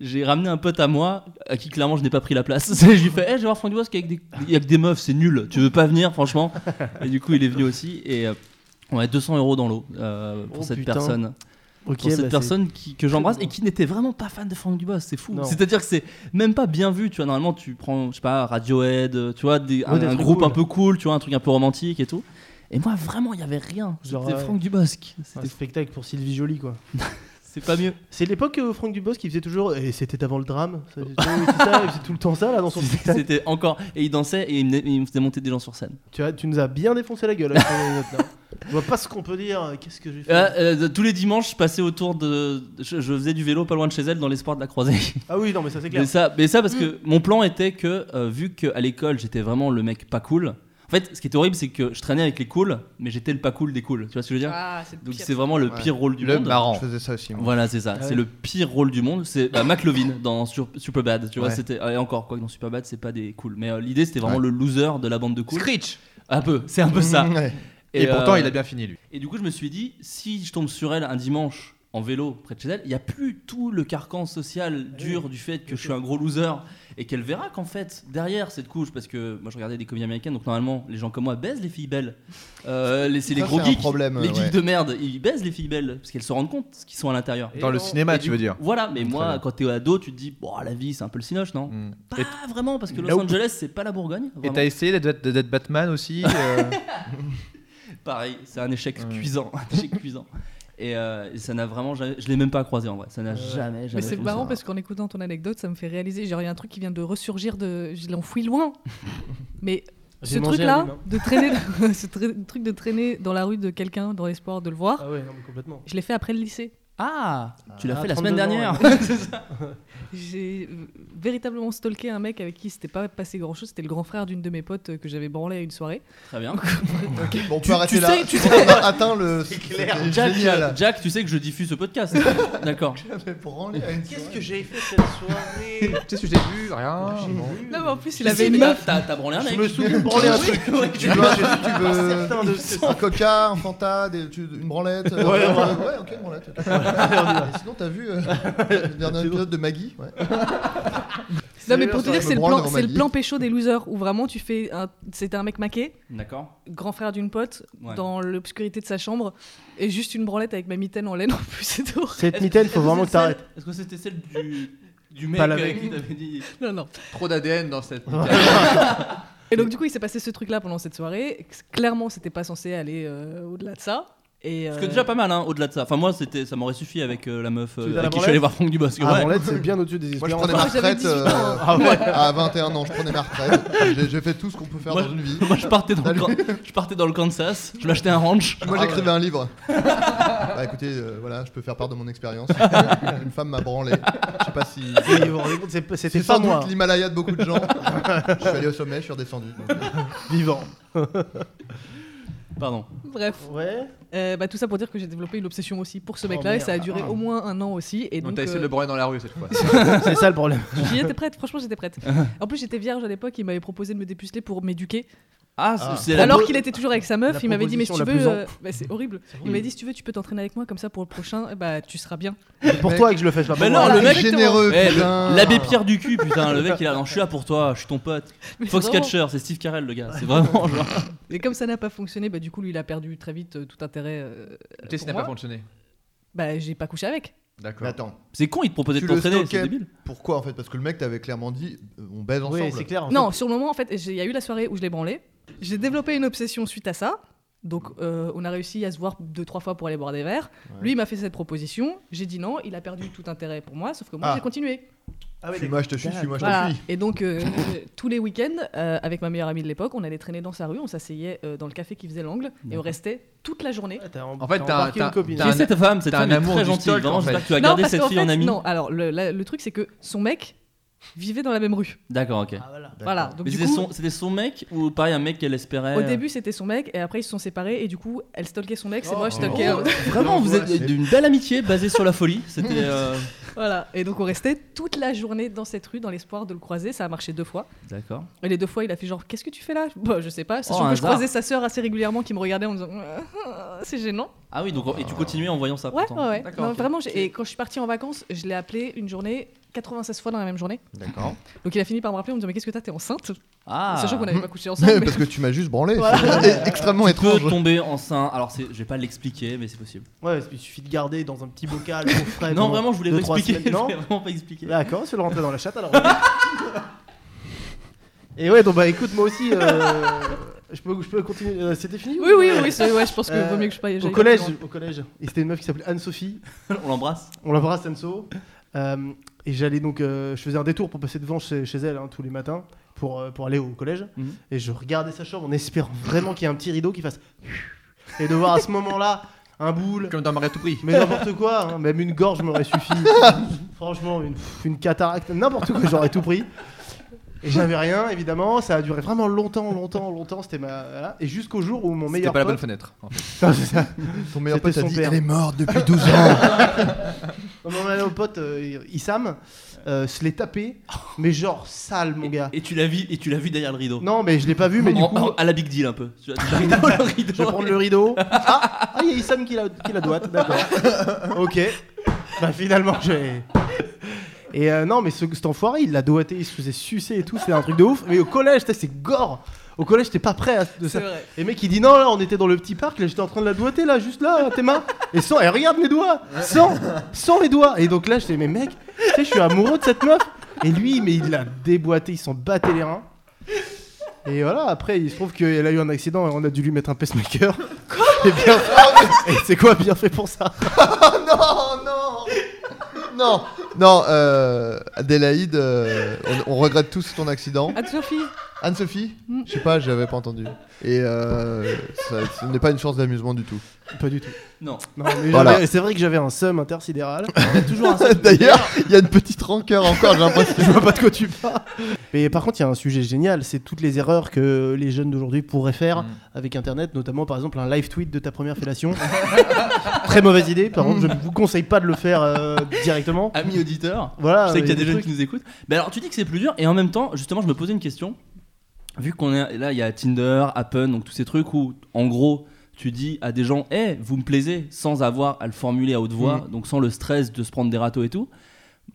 Speaker 1: j'ai ramené un pote à moi, à qui clairement je n'ai pas pris la place. je lui ai fait, Eh, je vais voir Franck Dubosc, il y a que des- il y a que des meufs, c'est nul, tu veux pas venir, franchement. Et du coup, il est venu aussi, et euh, on a 200 euros dans l'eau euh, pour
Speaker 3: Oh,
Speaker 1: cette
Speaker 3: putain.
Speaker 1: personne
Speaker 3: Ok,
Speaker 1: pour cette
Speaker 3: bah,
Speaker 1: personne qui- que j'embrasse
Speaker 3: très
Speaker 1: et
Speaker 3: bon.
Speaker 1: qui n'était vraiment pas fan de Franck Dubos, c'est fou.
Speaker 3: Non.
Speaker 1: C'est-à-dire que c'est même pas bien vu, tu vois. Normalement, tu prends, je sais pas, Radiohead, euh, tu vois, des- un,
Speaker 3: Ouais, des
Speaker 1: un
Speaker 3: trucs
Speaker 1: groupe
Speaker 3: cool.
Speaker 1: un peu cool, tu vois, un truc un peu romantique et tout. Et moi, vraiment, il y avait rien. C'était
Speaker 3: Genre, ouais.
Speaker 1: Franck Dubosc.
Speaker 3: c'est
Speaker 1: C'était-
Speaker 3: un spectacle pour Sylvie Joly quoi.
Speaker 1: C'est pas mieux.
Speaker 3: C'est l'époque où Franck Dubos qui faisait toujours et c'était avant le drame, ça, c'était- oui, c'est ça, il faisait tout le temps ça là dans son spectacle.
Speaker 1: C'était encore. Et il dansait et il me, il me faisait monter des gens sur scène.
Speaker 3: Tu, as- tu nous as bien défoncé la gueule. avec ton anecdote, là. Je vois pas ce qu'on peut dire. Qu'est-ce que j'ai fait
Speaker 1: Euh, euh, de- tous les dimanches, je passais autour de. Je, je faisais du vélo pas loin de chez elle dans l'espoir de la croiser.
Speaker 3: Ah oui, non, mais ça c'est clair.
Speaker 1: Mais ça, mais ça
Speaker 4: Mm.
Speaker 1: parce que mon plan était que, euh, vu qu'à l'école j'étais vraiment le mec pas cool, en fait ce qui était horrible c'est que je traînais avec les cools, mais j'étais le pas cool des cools, tu vois ce que je veux dire
Speaker 4: Ah, c'est le
Speaker 1: Donc
Speaker 4: pire.
Speaker 1: c'est vraiment le
Speaker 2: Ouais.
Speaker 1: pire rôle du
Speaker 5: Le
Speaker 1: monde.
Speaker 5: marrant.
Speaker 2: Je faisais ça aussi. moi.
Speaker 1: Voilà, c'est ça,
Speaker 3: Ah ouais.
Speaker 1: c'est le pire rôle du monde. C'est bah, McLovin dans Sur- Superbad, tu vois,
Speaker 2: Ouais.
Speaker 1: c'était. ah, Et encore, quoi que dans Superbad c'est pas des cools, mais euh, l'idée c'était vraiment le loser de la bande de cools.
Speaker 5: Screech.
Speaker 1: Un peu, c'est un peu ça.
Speaker 2: Mm, Ouais.
Speaker 5: Et pourtant,
Speaker 1: euh,
Speaker 5: il a bien fini lui.
Speaker 1: et du coup, je me suis dit, si je tombe sur elle un dimanche en vélo près de chez elle, il n'y a plus tout le carcan
Speaker 5: Eh
Speaker 1: social dur du fait que je suis un gros loser et qu'elle verra qu'en fait, derrière cette couche, parce que moi je regardais des comédies américaines, donc normalement les gens comme moi baisent les filles belles. Euh, les- c'est les
Speaker 2: Ça,
Speaker 1: gros
Speaker 2: c'est un
Speaker 1: geeks,
Speaker 2: problème,
Speaker 1: les
Speaker 2: ouais.
Speaker 1: geeks de merde, ils baisent les filles belles parce qu'elles se rendent compte qu'ils sont à l'intérieur.
Speaker 5: Dans le
Speaker 3: non.
Speaker 5: cinéma,
Speaker 1: Et
Speaker 5: tu
Speaker 1: du-
Speaker 5: veux dire.
Speaker 1: Voilà, mais
Speaker 5: bien.
Speaker 1: moi quand t'es ado, tu te dis, bon, la vie c'est un peu le cinoche, non
Speaker 5: Mm.
Speaker 1: Pas
Speaker 5: Et-
Speaker 1: vraiment, parce que Los
Speaker 5: Nope.
Speaker 1: Angeles c'est pas la Bourgogne.
Speaker 5: Et
Speaker 1: vraiment.
Speaker 5: t'as essayé d'être d'être Batman aussi euh,
Speaker 1: Pareil, c'est un échec
Speaker 5: Ouais.
Speaker 1: cuisant, un échec cuisant. Et, euh, et ça n'a vraiment jamais, je l'ai même pas croisé en vrai, ça n'a
Speaker 3: Ouais.
Speaker 1: jamais,
Speaker 4: Mais
Speaker 1: jamais.
Speaker 4: c'est marrant parce qu'en écoutant ton anecdote, ça me fait réaliser. Genre, il y a un truc qui vient de ressurgir, de... je l'enfouis loin. Mais
Speaker 3: J'ai
Speaker 4: ce
Speaker 3: mangé
Speaker 4: truc-là,
Speaker 3: un humain.
Speaker 4: de traîner, ce tra- truc de traîner dans la rue de quelqu'un dans l'espoir de le voir,
Speaker 3: Ah ouais, non, mais complètement.
Speaker 4: je l'ai fait après le lycée.
Speaker 1: Ah, tu l'as
Speaker 3: Ah,
Speaker 1: fait la semaine
Speaker 3: 32
Speaker 1: dernière.
Speaker 3: ans,
Speaker 4: J'ai euh, véritablement stalké un mec avec qui c'était pas passé grand-chose. C'était le grand frère d'une de mes potes euh, que j'avais branlé à une soirée.
Speaker 1: Très bien.
Speaker 2: Bon, on
Speaker 1: Tu-
Speaker 2: peut arrêter
Speaker 1: tu
Speaker 2: là.
Speaker 1: sais, tu sais-
Speaker 2: On a atteint le. C'est
Speaker 3: clair.
Speaker 1: Jack,
Speaker 2: Génial.
Speaker 1: Jack, euh, tu sais que je diffuse ce podcast. D'accord.
Speaker 3: Qu'est-ce que j'ai fait cette soirée
Speaker 5: Tu sais ce que j'ai vu Rien. bon.
Speaker 4: Non, mais en plus, il
Speaker 1: Tu
Speaker 4: avait
Speaker 1: sais,
Speaker 4: une
Speaker 1: t'as-
Speaker 4: meuf.
Speaker 1: T'as t'as branlé un
Speaker 3: Je
Speaker 1: mec.
Speaker 3: me souviens de branler un
Speaker 1: Oui,
Speaker 3: truc.
Speaker 1: ouais,
Speaker 2: Tu
Speaker 1: tu-
Speaker 2: veux, tu
Speaker 3: Certains de
Speaker 2: veux
Speaker 3: ceux-
Speaker 2: un coca, un fanta, des- tu- une branlette. euh,
Speaker 3: Ouais,
Speaker 2: euh,
Speaker 3: ouais.
Speaker 2: ouais, ok, branlette. ok. Et Sinon, t'as vu euh, le dernier épisode de Maggie ouais.
Speaker 4: Non, mais pour te
Speaker 2: ça,
Speaker 4: dire,
Speaker 2: je me
Speaker 4: c'est le,
Speaker 2: branle
Speaker 4: plan,
Speaker 2: dans ma
Speaker 4: c'est le
Speaker 2: vie.
Speaker 4: plan pécho des losers où vraiment tu fais. Un... C'était un mec maqué,
Speaker 1: D'accord.
Speaker 4: grand frère d'une pote,
Speaker 1: Ouais.
Speaker 4: dans l'obscurité de sa chambre, et juste une branlette avec ma mitaine en laine en plus, c'est horrible.
Speaker 3: Cette mitaine, faut vraiment que t'arrêtes.
Speaker 1: Est-ce que c'était celle du du mec
Speaker 3: Pas la
Speaker 1: avec
Speaker 3: même.
Speaker 1: qui t'avais dit
Speaker 4: Non, non.
Speaker 5: Trop d'ADN dans cette.
Speaker 4: Et donc, du coup, il s'est passé ce truc-là pendant cette soirée. Clairement, c'était pas censé aller euh, au-delà de ça. Et,
Speaker 1: Parce
Speaker 4: euh,
Speaker 1: que déjà pas mal, hein, au-delà de ça. Enfin moi, c'était, ça m'aurait suffi avec euh, la meuf euh,
Speaker 3: Tu veux dire la
Speaker 1: avec qui je suis allé
Speaker 3: branlette
Speaker 1: voir Franck Dubosc.
Speaker 3: Ah,
Speaker 1: Ouais.
Speaker 3: branlette, c'est bien au-dessus des
Speaker 2: Moi, je
Speaker 3: espérances.
Speaker 2: prenais ma
Speaker 4: Ah, j'avais
Speaker 2: retraite
Speaker 4: 18 ans.
Speaker 2: euh,
Speaker 3: Ah ouais.
Speaker 2: à 21 ans. Je prenais ma retraite. J'ai- J'ai fait tout ce qu'on peut faire
Speaker 1: Moi,
Speaker 2: dans une vie.
Speaker 1: Moi, je partais dans le,
Speaker 2: Salut.
Speaker 1: Kan- je partais dans le Kansas, je m'achetais un ranch.
Speaker 3: ah
Speaker 2: Moi, j'écrivais un livre. Bah, écoutez, euh, voilà, je peux faire part de mon expérience. Une femme m'a branlé. Je sais pas si.
Speaker 3: Et vous vous rendez compte, c'est- C'était
Speaker 2: C'est
Speaker 3: pas
Speaker 2: sans
Speaker 3: moi,
Speaker 2: doute l'Himalaya de beaucoup de gens. je suis allé au sommet, je suis redescendu. donc, euh,
Speaker 3: vivant.
Speaker 1: Pardon.
Speaker 4: Bref.
Speaker 3: Ouais.
Speaker 4: Euh, bah, tout ça pour dire que j'ai développé une obsession aussi pour ce
Speaker 3: Oh,
Speaker 4: mec-là et ça a
Speaker 3: merde.
Speaker 4: duré au moins un an aussi. Et
Speaker 5: Donc
Speaker 4: donc,
Speaker 5: t'as essayé
Speaker 4: euh,
Speaker 5: de le branler dans la rue cette fois.
Speaker 3: C'est ça le problème.
Speaker 4: j'y étais prête, franchement, j'étais prête. En plus, j'étais vierge à l'époque, il m'avait proposé de me dépuceler pour m'éduquer.
Speaker 1: Ah,
Speaker 2: Ah.
Speaker 1: c'est la-
Speaker 4: Alors qu'il était toujours avec sa
Speaker 3: la
Speaker 4: meuf, il m'avait dit mais si tu
Speaker 3: proposition
Speaker 4: veux,
Speaker 3: la plus
Speaker 4: euh, bah, c'est horrible. Il
Speaker 3: horrible.
Speaker 4: m'avait dit si tu veux, tu peux t'entraîner avec moi comme ça pour le prochain, eh bah tu seras bien.
Speaker 3: C'est pour
Speaker 2: Mec.
Speaker 3: toi que je le fais, je la
Speaker 1: Mais non, le mec-
Speaker 2: généreux,
Speaker 1: Eh, le-
Speaker 2: putain.
Speaker 1: L'abbé Pierre du cul, putain, le mec il a. Non, je suis là pour toi, je suis ton pote.
Speaker 4: Mais vraiment.
Speaker 1: Foxcatcher, c'est Steve Carell le gars. C'est vraiment genre.
Speaker 4: Et comme ça n'a pas fonctionné, bah du coup lui il a perdu très vite euh, tout intérêt. euh,
Speaker 5: Tu sais, ça
Speaker 4: pour
Speaker 5: n'a pas
Speaker 4: moi.
Speaker 5: fonctionné.
Speaker 4: Bah j'ai pas couché avec.
Speaker 2: Mais
Speaker 5: D'accord.
Speaker 2: attends,
Speaker 1: C'est con, il te proposait de
Speaker 2: Tu le
Speaker 1: t'entraîner, c'est
Speaker 2: stockais.
Speaker 1: débile.
Speaker 2: pourquoi en fait Parce que le mec t'avait clairement dit euh, on baise ensemble.
Speaker 3: Oui, c'est clair. en
Speaker 4: Non, sur le moment en fait, j'ai- il y a eu la soirée où je l'ai branlé. J'ai développé une obsession suite à ça. Donc euh, on a réussi à se voir deux trois fois pour aller boire des verres.
Speaker 2: Ouais.
Speaker 4: Lui il m'a fait cette proposition, j'ai dit non, il a perdu tout intérêt pour moi, sauf que moi
Speaker 2: Ah.
Speaker 4: j'ai continué.
Speaker 3: fait. Ah ouais, d'accord.
Speaker 2: Suis-moi, je te suis, suis-moi, je
Speaker 4: Voilà.
Speaker 2: te suis.
Speaker 4: Et donc, euh, euh, tous les week-ends, euh, avec ma meilleure amie de l'époque, on allait traîner dans sa rue, on s'asseyait euh, dans le café qui faisait l'angle et on
Speaker 1: D'accord.
Speaker 4: restait toute la journée.
Speaker 3: Ah, t'as
Speaker 5: En fait, t'as-
Speaker 3: embarqué
Speaker 5: t'as-
Speaker 3: une copine.
Speaker 5: t'as
Speaker 1: Qui est
Speaker 5: un-
Speaker 1: cette femme Cette
Speaker 5: t'as un
Speaker 1: femme est
Speaker 5: amour
Speaker 1: très
Speaker 5: du
Speaker 1: gentille,
Speaker 5: stalk,
Speaker 1: vraiment.
Speaker 5: en
Speaker 1: J'espère
Speaker 5: fait.
Speaker 1: que tu as
Speaker 4: Non,
Speaker 1: gardé
Speaker 4: parce
Speaker 1: cette
Speaker 4: qu'en
Speaker 1: fille en
Speaker 4: fait,
Speaker 1: amie.
Speaker 4: Non, alors le, la- le truc, c'est que son mec vivait dans la même rue.
Speaker 1: D'accord, ok.
Speaker 3: Ah, voilà.
Speaker 4: Voilà. Donc,
Speaker 1: Mais
Speaker 4: du
Speaker 1: c'était
Speaker 4: coup,
Speaker 1: son- c'était son mec ou pareil, un mec qu'elle espérait
Speaker 4: au
Speaker 1: euh,
Speaker 4: début, c'était son mec et après, ils se sont séparés et du coup, elle stalkait son ex et
Speaker 3: Oh.
Speaker 4: moi, je stalkais. euh,
Speaker 3: Oh.
Speaker 4: l'autre.
Speaker 1: Vraiment, vous
Speaker 2: L'angoisse.
Speaker 1: êtes d'une belle amitié basée sur la folie. C'était. euh,
Speaker 4: voilà. Et donc, on restait toute la journée dans cette rue dans l'espoir de le croiser. Ça a marché deux fois.
Speaker 1: D'accord.
Speaker 4: Et les deux fois, il a fait genre, qu'est-ce que tu fais là Bah, Je sais pas.
Speaker 1: Oh,
Speaker 4: Sachant
Speaker 1: un
Speaker 4: que je
Speaker 1: hasard.
Speaker 4: croisais sa sœur assez régulièrement qui me regardait en me disant, c'est gênant.
Speaker 1: Ah oui, donc et tu continuais en voyant ça.
Speaker 4: Ouais,
Speaker 1: pourtant.
Speaker 4: ouais, ouais.
Speaker 1: D'accord,
Speaker 4: Non,
Speaker 1: ok.
Speaker 4: Vraiment, j'ai- et quand je suis partie en vacances, je l'ai appelé une journée 96 fois dans la même journée.
Speaker 2: D'accord.
Speaker 4: Donc il a fini par me rappeler en me disant Mais qu'est-ce que t'as T'es enceinte
Speaker 1: Ah.
Speaker 4: Sachant qu'on n'avait pas couché ensemble.
Speaker 2: Mais
Speaker 4: mais-
Speaker 2: parce que tu m'as juste branlé.
Speaker 4: Voilà.
Speaker 2: C'est extrêmement
Speaker 1: Tu peux
Speaker 2: étrange.
Speaker 1: tomber enceinte. Alors, c'est- je vais pas l'expliquer, mais c'est possible.
Speaker 3: Ouais, il suffit de garder dans un petit bocal au frais.
Speaker 1: non,
Speaker 3: pendant
Speaker 1: vraiment, je voulais
Speaker 3: deux,
Speaker 1: pas
Speaker 3: trois
Speaker 1: expliquer.
Speaker 3: semaines.
Speaker 1: je
Speaker 3: Non Bah, Ah,
Speaker 1: voulais vraiment pas expliquer.
Speaker 3: D'accord, c'est le rentrer dans la chatte alors. Et ouais, donc bah écoute, moi aussi, euh, je, peux, je peux continuer. Euh, C'était fini
Speaker 4: Oui, oui, oui, c'est- ouais, je pense que
Speaker 3: Euh,
Speaker 4: vaut mieux que je paye.
Speaker 3: Au collège, au collège. Et c'était une meuf qui s'appelait Anne-Sophie.
Speaker 1: On l'embrasse.
Speaker 3: On l'embrasse, Anso. Euh, et j'allais donc, euh, je faisais un détour pour passer devant chez, chez elle hein, tous les matins pour, euh, pour aller au collège.
Speaker 1: Mhm.
Speaker 3: Et je regardais sa chambre en espérant vraiment qu'il y ait un petit rideau qui fasse. Et de voir à ce moment-là un boule,
Speaker 5: Comme dans Marie à tout prix.
Speaker 3: mais n'importe quoi, hein, même une gorge m'aurait suffi. Franchement, une, une cataracte, n'importe quoi, j'aurais tout pris. Et j'avais rien, évidemment. Ça a duré vraiment longtemps, longtemps, longtemps. C'était ma. voilà. Et jusqu'au jour où mon
Speaker 5: C'était
Speaker 3: meilleur
Speaker 5: pas la bonne
Speaker 3: pote.
Speaker 5: fenêtre. en fait.
Speaker 3: Non, c'est ça.
Speaker 2: Ton meilleur pote
Speaker 3: C'était son
Speaker 2: a dit
Speaker 3: père.
Speaker 2: elle est morte depuis 12 ans.
Speaker 3: Non, Mon meilleur pote, euh, Issam, euh, se l'est tapé, mais genre sale, mon gars.
Speaker 1: Et, et tu l'as vu, et tu l'as vu derrière le rideau.
Speaker 3: Non, mais je l'ai pas vu, mais du
Speaker 1: En-
Speaker 3: coup,
Speaker 1: en- à la big deal un peu. Tu vois, tu arrives dans le rideau.
Speaker 3: je vais prendre le rideau. Ah, ah, il y a Issam qui la, qui la doite, d'accord. ok. Bah, finalement, j'ai. Et euh, non, mais ce, cet enfoiré, il l'a doigté, il se faisait sucer et tout, c'était un truc de ouf. Mais au collège, putain, c'est gore. Au collège, t'es pas prêt à de ça.
Speaker 4: C'est vrai.
Speaker 3: Et mec, il dit non, là, on était dans le petit parc, là, j'étais en train de la doigter, là, juste là, tes mains. Et sans, et regarde mes doigts, sans, sans les doigts. Et donc là, j'étais, mais mec, tu sais, je suis amoureux de cette meuf. Et lui, mais il l'a déboîté, il s'en battait les reins. Et voilà, après, il se trouve qu'elle a eu un accident et on a dû lui mettre un pacemaker. Et bien- et c'est quoi bien fait pour ça
Speaker 2: non, non Non, non, euh, Adélaïde, euh, on, on regrette tous ton accident.
Speaker 4: Ah, Sophie
Speaker 2: Anne-Sophie
Speaker 4: Mm.
Speaker 2: Je sais pas, j'avais pas entendu. Et euh, ça- ce n'est pas une source d'amusement du tout.
Speaker 3: Pas du tout.
Speaker 1: Non.
Speaker 3: Non, mais
Speaker 2: Voilà.
Speaker 3: j'avais- c'est vrai que j'avais un seum intersidéral. toujours un seum
Speaker 2: D'ailleurs, il y a une petite rancœur encore, j'ai l'impression.
Speaker 3: je vois pas de quoi tu parles. Mais par contre, il y a un sujet génial, c'est toutes les erreurs que les jeunes d'aujourd'hui pourraient faire
Speaker 5: Mm.
Speaker 3: avec Internet, notamment par exemple un live tweet de ta première fellation. Très mauvaise idée, par contre, je ne vous conseille pas de le faire euh, directement.
Speaker 1: Ami auditeur.
Speaker 3: Voilà.
Speaker 1: Je sais qu'il y a
Speaker 3: euh,
Speaker 1: des jeunes
Speaker 3: trucs.
Speaker 1: qui nous écoutent. Mais alors, tu dis que c'est plus dur, et en même temps, justement, je me posais une question. Vu qu'on est là, il y a Tinder, Appen, donc tous ces trucs où, en gros, tu dis à des gens, hé, vous me plaisez, sans avoir à le formuler à haute voix,
Speaker 3: Mm.
Speaker 1: donc sans le stress de se prendre des râteaux et tout.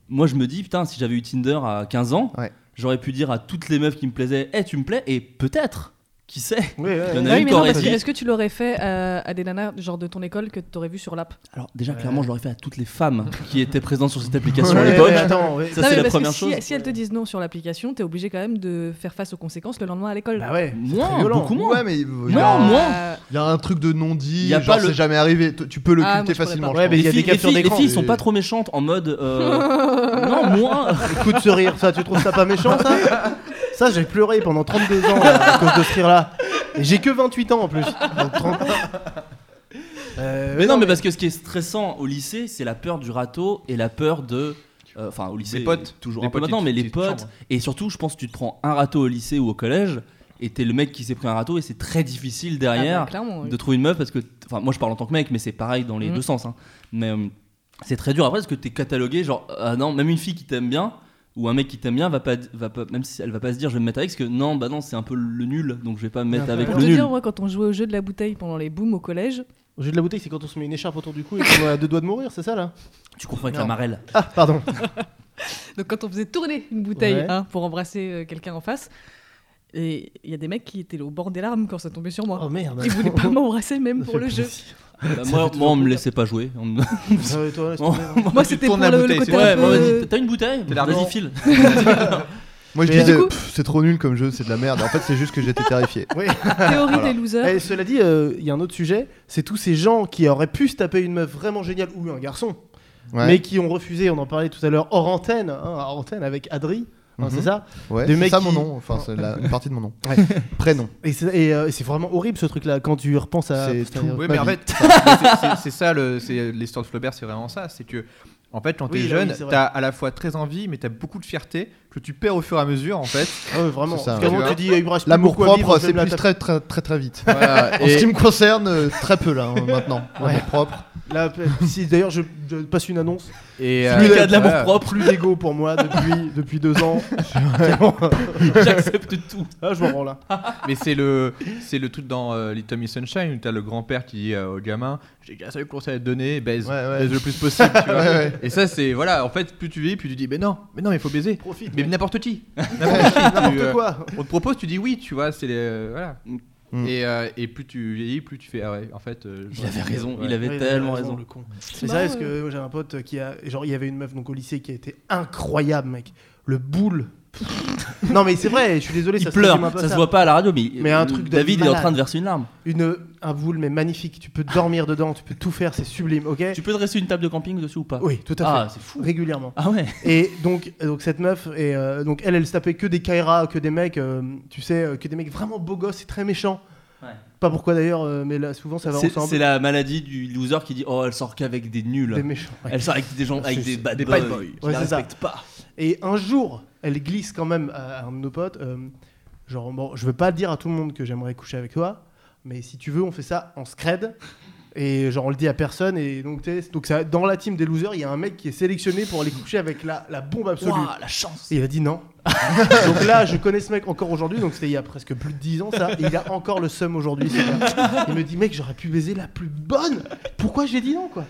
Speaker 1: Moi, je me dis, putain, si j'avais eu Tinder à 15 ans,
Speaker 2: Ouais.
Speaker 1: j'aurais pu dire à toutes les meufs qui me plaisaient, hé, tu me plais, et peut-être, qui sait,
Speaker 3: Ouais, ouais,
Speaker 1: Il y en a
Speaker 3: ouais.
Speaker 1: une
Speaker 4: mais non,
Speaker 1: t'aurais
Speaker 4: parce que
Speaker 1: dit-
Speaker 4: est-ce que tu l'aurais fait euh, à des nanas, genre de ton école, que t'aurais vu sur l'app
Speaker 1: Alors déjà,
Speaker 3: Ouais.
Speaker 1: clairement, je l'aurais fait à toutes les femmes qui étaient présentes sur cette application à
Speaker 3: Ouais,
Speaker 1: l'époque.
Speaker 3: mais attends, ouais.
Speaker 1: Ça,
Speaker 4: Non,
Speaker 1: c'est
Speaker 4: mais
Speaker 1: la
Speaker 4: parce
Speaker 1: première
Speaker 4: que si-
Speaker 1: chose.
Speaker 4: Si, elles te disent non sur l'application, t'es obligé quand même de faire face aux conséquences le lendemain à l'école.
Speaker 3: Bah ouais.
Speaker 1: Moins,
Speaker 3: violent.
Speaker 1: beaucoup moins.
Speaker 2: Ouais, mais il y,
Speaker 1: Non,
Speaker 2: a-
Speaker 1: moi.
Speaker 4: Euh,
Speaker 2: il y a un truc de non-dit,
Speaker 1: Y a
Speaker 2: genre
Speaker 1: pas le-
Speaker 2: c'est jamais arrivé. Tu tu peux le culter
Speaker 4: Ah, moi, je pourrais
Speaker 2: facilement.
Speaker 3: pas. Ouais,
Speaker 2: je
Speaker 3: mais
Speaker 1: Les
Speaker 3: il y a
Speaker 1: filles,
Speaker 3: des captures
Speaker 1: les filles- les
Speaker 3: d'écran.
Speaker 1: filles sont
Speaker 2: Et-
Speaker 1: pas trop méchantes en mode. euh, non, moins.
Speaker 3: Écoute ce rire, ça, tu trouves ça pas méchant ça Ça, j'ai pleuré pendant 32 ans là, à cause de ce rire-là. Et j'ai que 28 ans en plus. Donc, 30 ans. Euh,
Speaker 1: Mais non, mais parce que ce qui est stressant au lycée, c'est la peur du râteau et la peur de. euh, Enfin, au lycée,
Speaker 5: Des potes.
Speaker 1: toujours
Speaker 5: Des
Speaker 1: un peu
Speaker 5: potes qui
Speaker 1: maintenant,
Speaker 5: te-
Speaker 1: mais
Speaker 5: qui
Speaker 1: les
Speaker 5: te
Speaker 1: potes.
Speaker 5: chambrent.
Speaker 1: Et surtout, je pense que tu te prends un râteau au lycée ou au collège, et t'es le mec qui s'est pris un râteau, et c'est très difficile
Speaker 4: ah, bah,
Speaker 1: derrière
Speaker 4: clairement, oui.
Speaker 1: de trouver une meuf parce que enfin moi je parle en tant que mec mais c'est pareil dans les
Speaker 4: Mhm.
Speaker 1: deux euh, sens hein. mais euh, c'est très dur après parce que t'es catalogué genre ah non même une fille qui t'aime bien où un mec qui t'aime bien va pas, va pas, même si elle va pas se dire je vais me mettre avec, parce que non, bah non, c'est un peu le nul, donc je vais pas me mettre
Speaker 3: Ah,
Speaker 1: avec
Speaker 4: Pour
Speaker 1: le
Speaker 4: te
Speaker 1: nul.
Speaker 4: dire, moi, quand bah, on jouait au jeu de la bouteille pendant les booms au collège,
Speaker 3: Au jeu de la bouteille, c'est quand on se met une écharpe autour du cou et qu'on a deux doigts de mourir, c'est ça là
Speaker 1: Tu confonds avec
Speaker 2: Non.
Speaker 1: la marelle.
Speaker 3: Ah, pardon.
Speaker 4: donc quand on faisait tourner une bouteille
Speaker 3: Ouais.
Speaker 4: hein, pour embrasser euh, quelqu'un en face, et il y a des mecs qui étaient au bord des larmes quand ça tombait sur moi.
Speaker 3: Oh merde.
Speaker 4: Ils voulaient pas m'embrasser même
Speaker 3: Ça
Speaker 4: pour
Speaker 3: fait
Speaker 4: le jeu.
Speaker 3: plaisir.
Speaker 1: Bah,
Speaker 3: Ça fait
Speaker 1: moi,
Speaker 3: toujours
Speaker 1: moi, on me
Speaker 3: plaisir.
Speaker 1: laissait pas jouer. On me-
Speaker 3: Ah ouais, toi, laisse
Speaker 1: Bon.
Speaker 3: tomber, hein.
Speaker 4: Moi, c'était pour
Speaker 5: tournes
Speaker 4: le,
Speaker 5: la
Speaker 4: le
Speaker 5: bouteille,
Speaker 4: côté
Speaker 5: c'est
Speaker 1: Ouais,
Speaker 4: un
Speaker 1: bon,
Speaker 4: peu...
Speaker 1: vas-y, t'as une bouteille
Speaker 5: T'es l'argent.
Speaker 1: Vas-y, file.
Speaker 2: Moi je
Speaker 3: Mais,
Speaker 2: disais,
Speaker 4: du coup-
Speaker 2: Pff, c'est trop nul comme jeu, c'est de la merde. En fait, c'est juste que j'étais terrifié.
Speaker 3: Oui.
Speaker 4: Théorie
Speaker 2: Voilà.
Speaker 4: des losers.
Speaker 3: Et cela dit, euh, il y a un autre sujet, c'est tous ces gens qui auraient pu se taper une meuf vraiment géniale ou un garçon,
Speaker 2: Ouais.
Speaker 3: mais qui ont refusé. On en parlait tout à l'heure hors antenne, hein, hors antenne avec Adri. hein,
Speaker 2: Mhm.
Speaker 3: C'est ça.
Speaker 2: Ouais,
Speaker 3: Des
Speaker 2: c'est
Speaker 3: mecs
Speaker 2: ça
Speaker 3: qui-
Speaker 2: mon nom, enfin c'est la- une partie de mon nom.
Speaker 3: Ouais.
Speaker 2: Prénom.
Speaker 3: Et c'est et, euh, c'est vraiment horrible ce truc-là quand tu repenses à.
Speaker 2: C'est
Speaker 3: putain,
Speaker 2: tout.
Speaker 3: euh,
Speaker 5: Oui,
Speaker 2: ma
Speaker 5: mais en
Speaker 2: vie.
Speaker 5: fait, c'est- c'est- c'est ça, le- c'est- l'histoire de Flaubert, c'est vraiment ça. C'est que, en fait, quand
Speaker 3: Oui,
Speaker 5: t'es
Speaker 3: là,
Speaker 5: jeune,
Speaker 3: oui, c'est vrai.
Speaker 5: t'as à la fois très envie, mais t'as beaucoup de fierté que tu perds au fur et à mesure, en fait.
Speaker 3: Ah ouais, vraiment.
Speaker 2: C'est ça,
Speaker 3: Parce
Speaker 2: ouais.
Speaker 3: qu'à un moment, tu dis, eh, il me reste
Speaker 2: L'amour
Speaker 3: beaucoup à vivre,
Speaker 2: propre,
Speaker 3: je vais
Speaker 2: c'est
Speaker 3: me la
Speaker 2: plus
Speaker 3: taper.
Speaker 2: très très très très vite.
Speaker 5: Voilà,
Speaker 2: En ce
Speaker 5: et-
Speaker 2: qui me concerne, euh, très peu là hein, maintenant. L'amour propre.
Speaker 3: Là, si d'ailleurs je, je passe une annonce,
Speaker 5: et,
Speaker 1: Plus
Speaker 5: euh,
Speaker 1: qu'à de l'amour
Speaker 5: voilà.
Speaker 1: propre,
Speaker 3: plus d'ego pour moi depuis, depuis deux ans.
Speaker 1: j'accepte tout.
Speaker 3: Ah, je m'en rends là.
Speaker 5: Mais c'est le, c'est le truc dans euh, Little Miss Sunshine où t'as le grand-père qui dit euh, au gamin J'ai qu'un seul conseil à te donner, baise,
Speaker 2: Ouais, ouais.
Speaker 5: baise le plus possible. tu vois.
Speaker 2: Ouais, ouais.
Speaker 5: Et ça, c'est voilà, en fait, plus tu vis, plus tu dis Mais non, mais non, il faut baiser.
Speaker 3: Profite.
Speaker 5: Mais
Speaker 3: mec.
Speaker 5: n'importe qui. tu, euh,
Speaker 3: N'importe quoi.
Speaker 5: On te propose, tu dis oui, tu vois, c'est les. euh, voilà.
Speaker 2: Mm.
Speaker 5: Et, euh, et plus tu vieillis, plus tu fais. Ah ouais, en fait. euh,
Speaker 1: Il
Speaker 5: j'aurais
Speaker 1: avait
Speaker 5: dû-
Speaker 1: raison,
Speaker 5: ouais.
Speaker 1: il avait
Speaker 3: Ouais, il avait
Speaker 1: tellement raison.
Speaker 3: le con. C'est
Speaker 4: C'est marrant,
Speaker 3: ça, parce que
Speaker 4: euh.
Speaker 3: moi, j'avais un pote qui a. Genre, il y avait une meuf donc, au lycée qui était incroyable, mec. Le boule. non, mais c'est vrai, je suis désolé,
Speaker 1: Il
Speaker 3: ça se résume un
Speaker 1: pleure,
Speaker 3: peu à
Speaker 1: ça se voit pas à la radio, mais, euh,
Speaker 3: Mais un truc de
Speaker 1: David est en
Speaker 3: malade.
Speaker 1: train de verser une larme.
Speaker 3: Une, un boule, mais magnifique. Tu peux dormir dedans, tu peux tout faire, c'est sublime, ok
Speaker 1: Tu peux dresser une table de camping dessus ou pas
Speaker 3: Oui, tout à
Speaker 1: Ah,
Speaker 3: fait.
Speaker 1: c'est fou.
Speaker 3: Régulièrement.
Speaker 1: Ah ouais.
Speaker 3: Et donc, donc cette meuf, et, euh, donc elle, elle se tapait que des Kaira, que des mecs, euh, tu sais, euh, que des mecs vraiment beaux gosses et très méchants.
Speaker 1: Ouais.
Speaker 3: Pas pourquoi d'ailleurs, euh, mais là souvent ça va
Speaker 1: C'est
Speaker 3: ensemble.
Speaker 1: c'est la maladie du loser qui dit Oh, elle sort qu'avec des nuls.
Speaker 3: Des méchants. ouais.
Speaker 1: Elle sort avec des gens, avec
Speaker 3: C'est-
Speaker 1: des
Speaker 3: c'est-
Speaker 1: bad
Speaker 5: des
Speaker 1: boys.
Speaker 5: bad boys.
Speaker 1: qui
Speaker 3: Ouais,
Speaker 1: la
Speaker 3: c'est ça.
Speaker 1: respectent pas.
Speaker 3: Et un jour, elle glisse quand même à à un de nos potes. euh, genre, bon, je veux pas dire à tout le monde que j'aimerais coucher avec toi, mais si tu veux, on fait ça en scred. Et genre, on le dit à personne. Et donc, tu sais, donc ça, dans la team des losers, il y a un mec qui est sélectionné pour aller coucher avec la, la bombe absolue.
Speaker 1: Ouah, Ah, la chance.
Speaker 3: Et il a dit non. donc là, je connais ce mec encore aujourd'hui, donc c'était il y a presque plus de 10 ans ça. Et il a encore le seum aujourd'hui. ce gars. Il me dit, mec, j'aurais pu baiser la plus bonne. Pourquoi j'ai dit non, quoi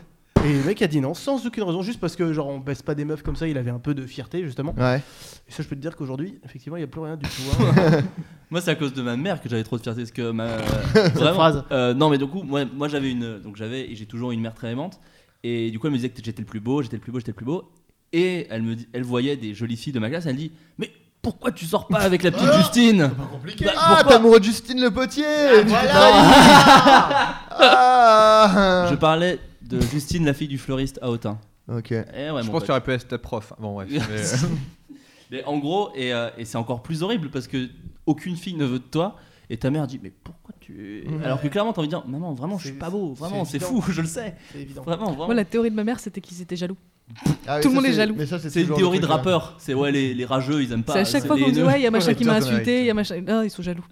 Speaker 3: Et le mec a dit non, sans aucune raison, juste parce que, genre, on baisse pas des meufs comme ça, il avait un peu de fierté, justement.
Speaker 2: Ouais.
Speaker 3: Et ça, je peux te dire qu'aujourd'hui, effectivement, il n'y a plus rien du tout. hein.
Speaker 1: Moi, c'est à cause de ma mère que j'avais trop de fierté. Parce que ma.
Speaker 3: Cette
Speaker 1: Vraiment.
Speaker 3: phrase.
Speaker 1: Euh, non, mais du coup, moi, moi j'avais une. Donc j'avais et j'ai toujours une mère très aimante. Et du coup, elle me disait que j'étais le plus beau, j'étais le plus beau, j'étais le plus beau. Et elle me dit, elle voyait des jolies filles de ma classe. Elle dit, mais pourquoi tu sors pas avec la petite
Speaker 3: Ah.
Speaker 1: Justine Bah,
Speaker 2: Ah, t'es
Speaker 1: pourquoi
Speaker 2: amoureux de Justine Le Potier tu t'es
Speaker 3: Ah.
Speaker 1: Je
Speaker 2: trahi.
Speaker 1: parlais de Justine, la fille du fleuriste à Autun.
Speaker 2: Ah. Ok.
Speaker 1: Eh ouais,
Speaker 5: Je
Speaker 1: mon
Speaker 5: pense
Speaker 1: pote.
Speaker 5: que tu aurais pu être ta prof. hein. Bon, bref. mais, euh,
Speaker 1: Mais en gros, et, euh, et c'est encore plus horrible parce que aucune fille ne veut de toi. Et ta mère dit, mais pourquoi tu.
Speaker 2: Ouais.
Speaker 1: Alors que clairement, t'as envie de dire, maman, vraiment, je suis
Speaker 3: C'est-
Speaker 1: pas beau, vraiment,
Speaker 3: c'est
Speaker 1: c'est
Speaker 3: évident.
Speaker 1: fou, je le sais.
Speaker 3: C'est évident.
Speaker 1: Vraiment, vraiment.
Speaker 4: Moi, la théorie de ma mère, c'était qu'ils étaient jaloux.
Speaker 2: Ah, mais ça,
Speaker 4: Tout le monde est
Speaker 2: c'est-
Speaker 4: jaloux.
Speaker 2: mais ça, c'est
Speaker 1: C'est une
Speaker 2: toujours
Speaker 1: théorie
Speaker 2: le
Speaker 1: de
Speaker 2: truc, hein. ouais.
Speaker 1: rappeur. C'est ouais, les, les rageux, ils aiment pas.
Speaker 4: C'est à chaque
Speaker 1: Bah, c'est
Speaker 4: fois
Speaker 1: les
Speaker 4: qu'on dit
Speaker 1: haineux.
Speaker 4: ouais, il y a machin qui m'a
Speaker 5: Ouais, toi,
Speaker 4: insulté,
Speaker 5: t'en as
Speaker 4: il y a machin. Ah, ils sont jaloux.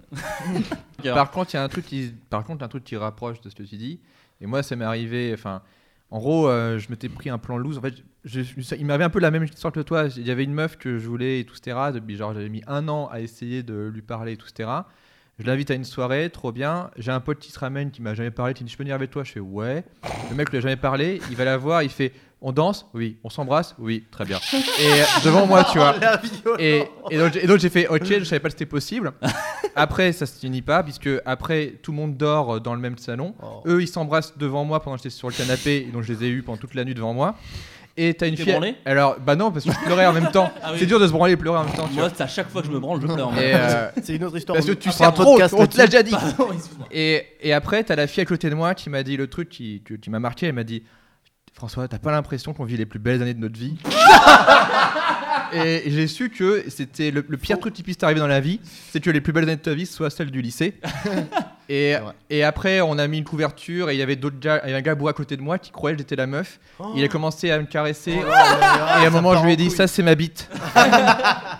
Speaker 5: par contre, il y a un truc qui, par contre, un truc qui rapproche de ce que tu dis. Et moi, ça m'est arrivé. Enfin, en gros, euh, je m'étais pris un plan loose. En fait, je- je- ça- il m'avait un peu la même histoire que toi. Il y avait une meuf que je voulais et tout, etc. Depuis, genre, j'avais mis un an à essayer de lui parler et tout, etc. Je l'invite à une soirée, trop bien. J'ai un pote qui se ramène, qui m'a jamais parlé, qui me dit Je peux venir avec toi Je fais Ouais. Le mec lui a jamais parlé, il va la voir, il fait On danse Oui. On s'embrasse Oui, très bien. Et euh, devant moi, tu vois. Et, et donc, et donc j'ai fait ok, je savais pas que c'était possible. Après, ça se finit pas, puisque après, tout le monde dort euh, dans le même salon.
Speaker 2: Oh.
Speaker 5: Eux, ils s'embrassent devant moi pendant que j'étais sur le canapé, et donc je les ai eus pendant toute la nuit devant moi. Et t'as une
Speaker 1: T'es
Speaker 5: fille.
Speaker 1: branlé
Speaker 5: Alors, bah non, parce que je pleurais en même temps.
Speaker 1: Ah oui.
Speaker 5: C'est dur de se branler et pleurer en même temps. Tu
Speaker 1: Moi,
Speaker 5: vois.
Speaker 1: c'est à chaque fois que je me branle, je pleure.
Speaker 5: Et, euh,
Speaker 3: C'est une autre histoire.
Speaker 5: parce que
Speaker 3: On-
Speaker 5: tu
Speaker 3: on fera
Speaker 5: sais
Speaker 3: un
Speaker 5: trop,
Speaker 3: podcast
Speaker 5: on te l'a déjà dit.
Speaker 1: Pardon, Oh, excuse-moi.
Speaker 5: Et, et après, t'as la fille à côté de moi qui m'a dit le truc qui, que- qui m'a marqué. Elle m'a dit François, t'as pas l'impression qu'on vit les plus belles années de notre vie Et j'ai su que c'était le, le pire truc qui puisse t'arriver dans la vie c'est que les plus belles années de ta vie soient celles du lycée. et,
Speaker 2: vrai.
Speaker 5: et après, on a mis une couverture et il y avait d'autres gars, il y avait un gars bourré à côté de moi qui croyait que j'étais la meuf.
Speaker 3: Oh.
Speaker 5: Il a commencé à me caresser.
Speaker 3: là là,
Speaker 5: et à un
Speaker 3: ça
Speaker 5: moment,
Speaker 3: part
Speaker 5: je lui ai
Speaker 3: en
Speaker 5: dit
Speaker 3: couille.
Speaker 5: Ça, c'est ma bite.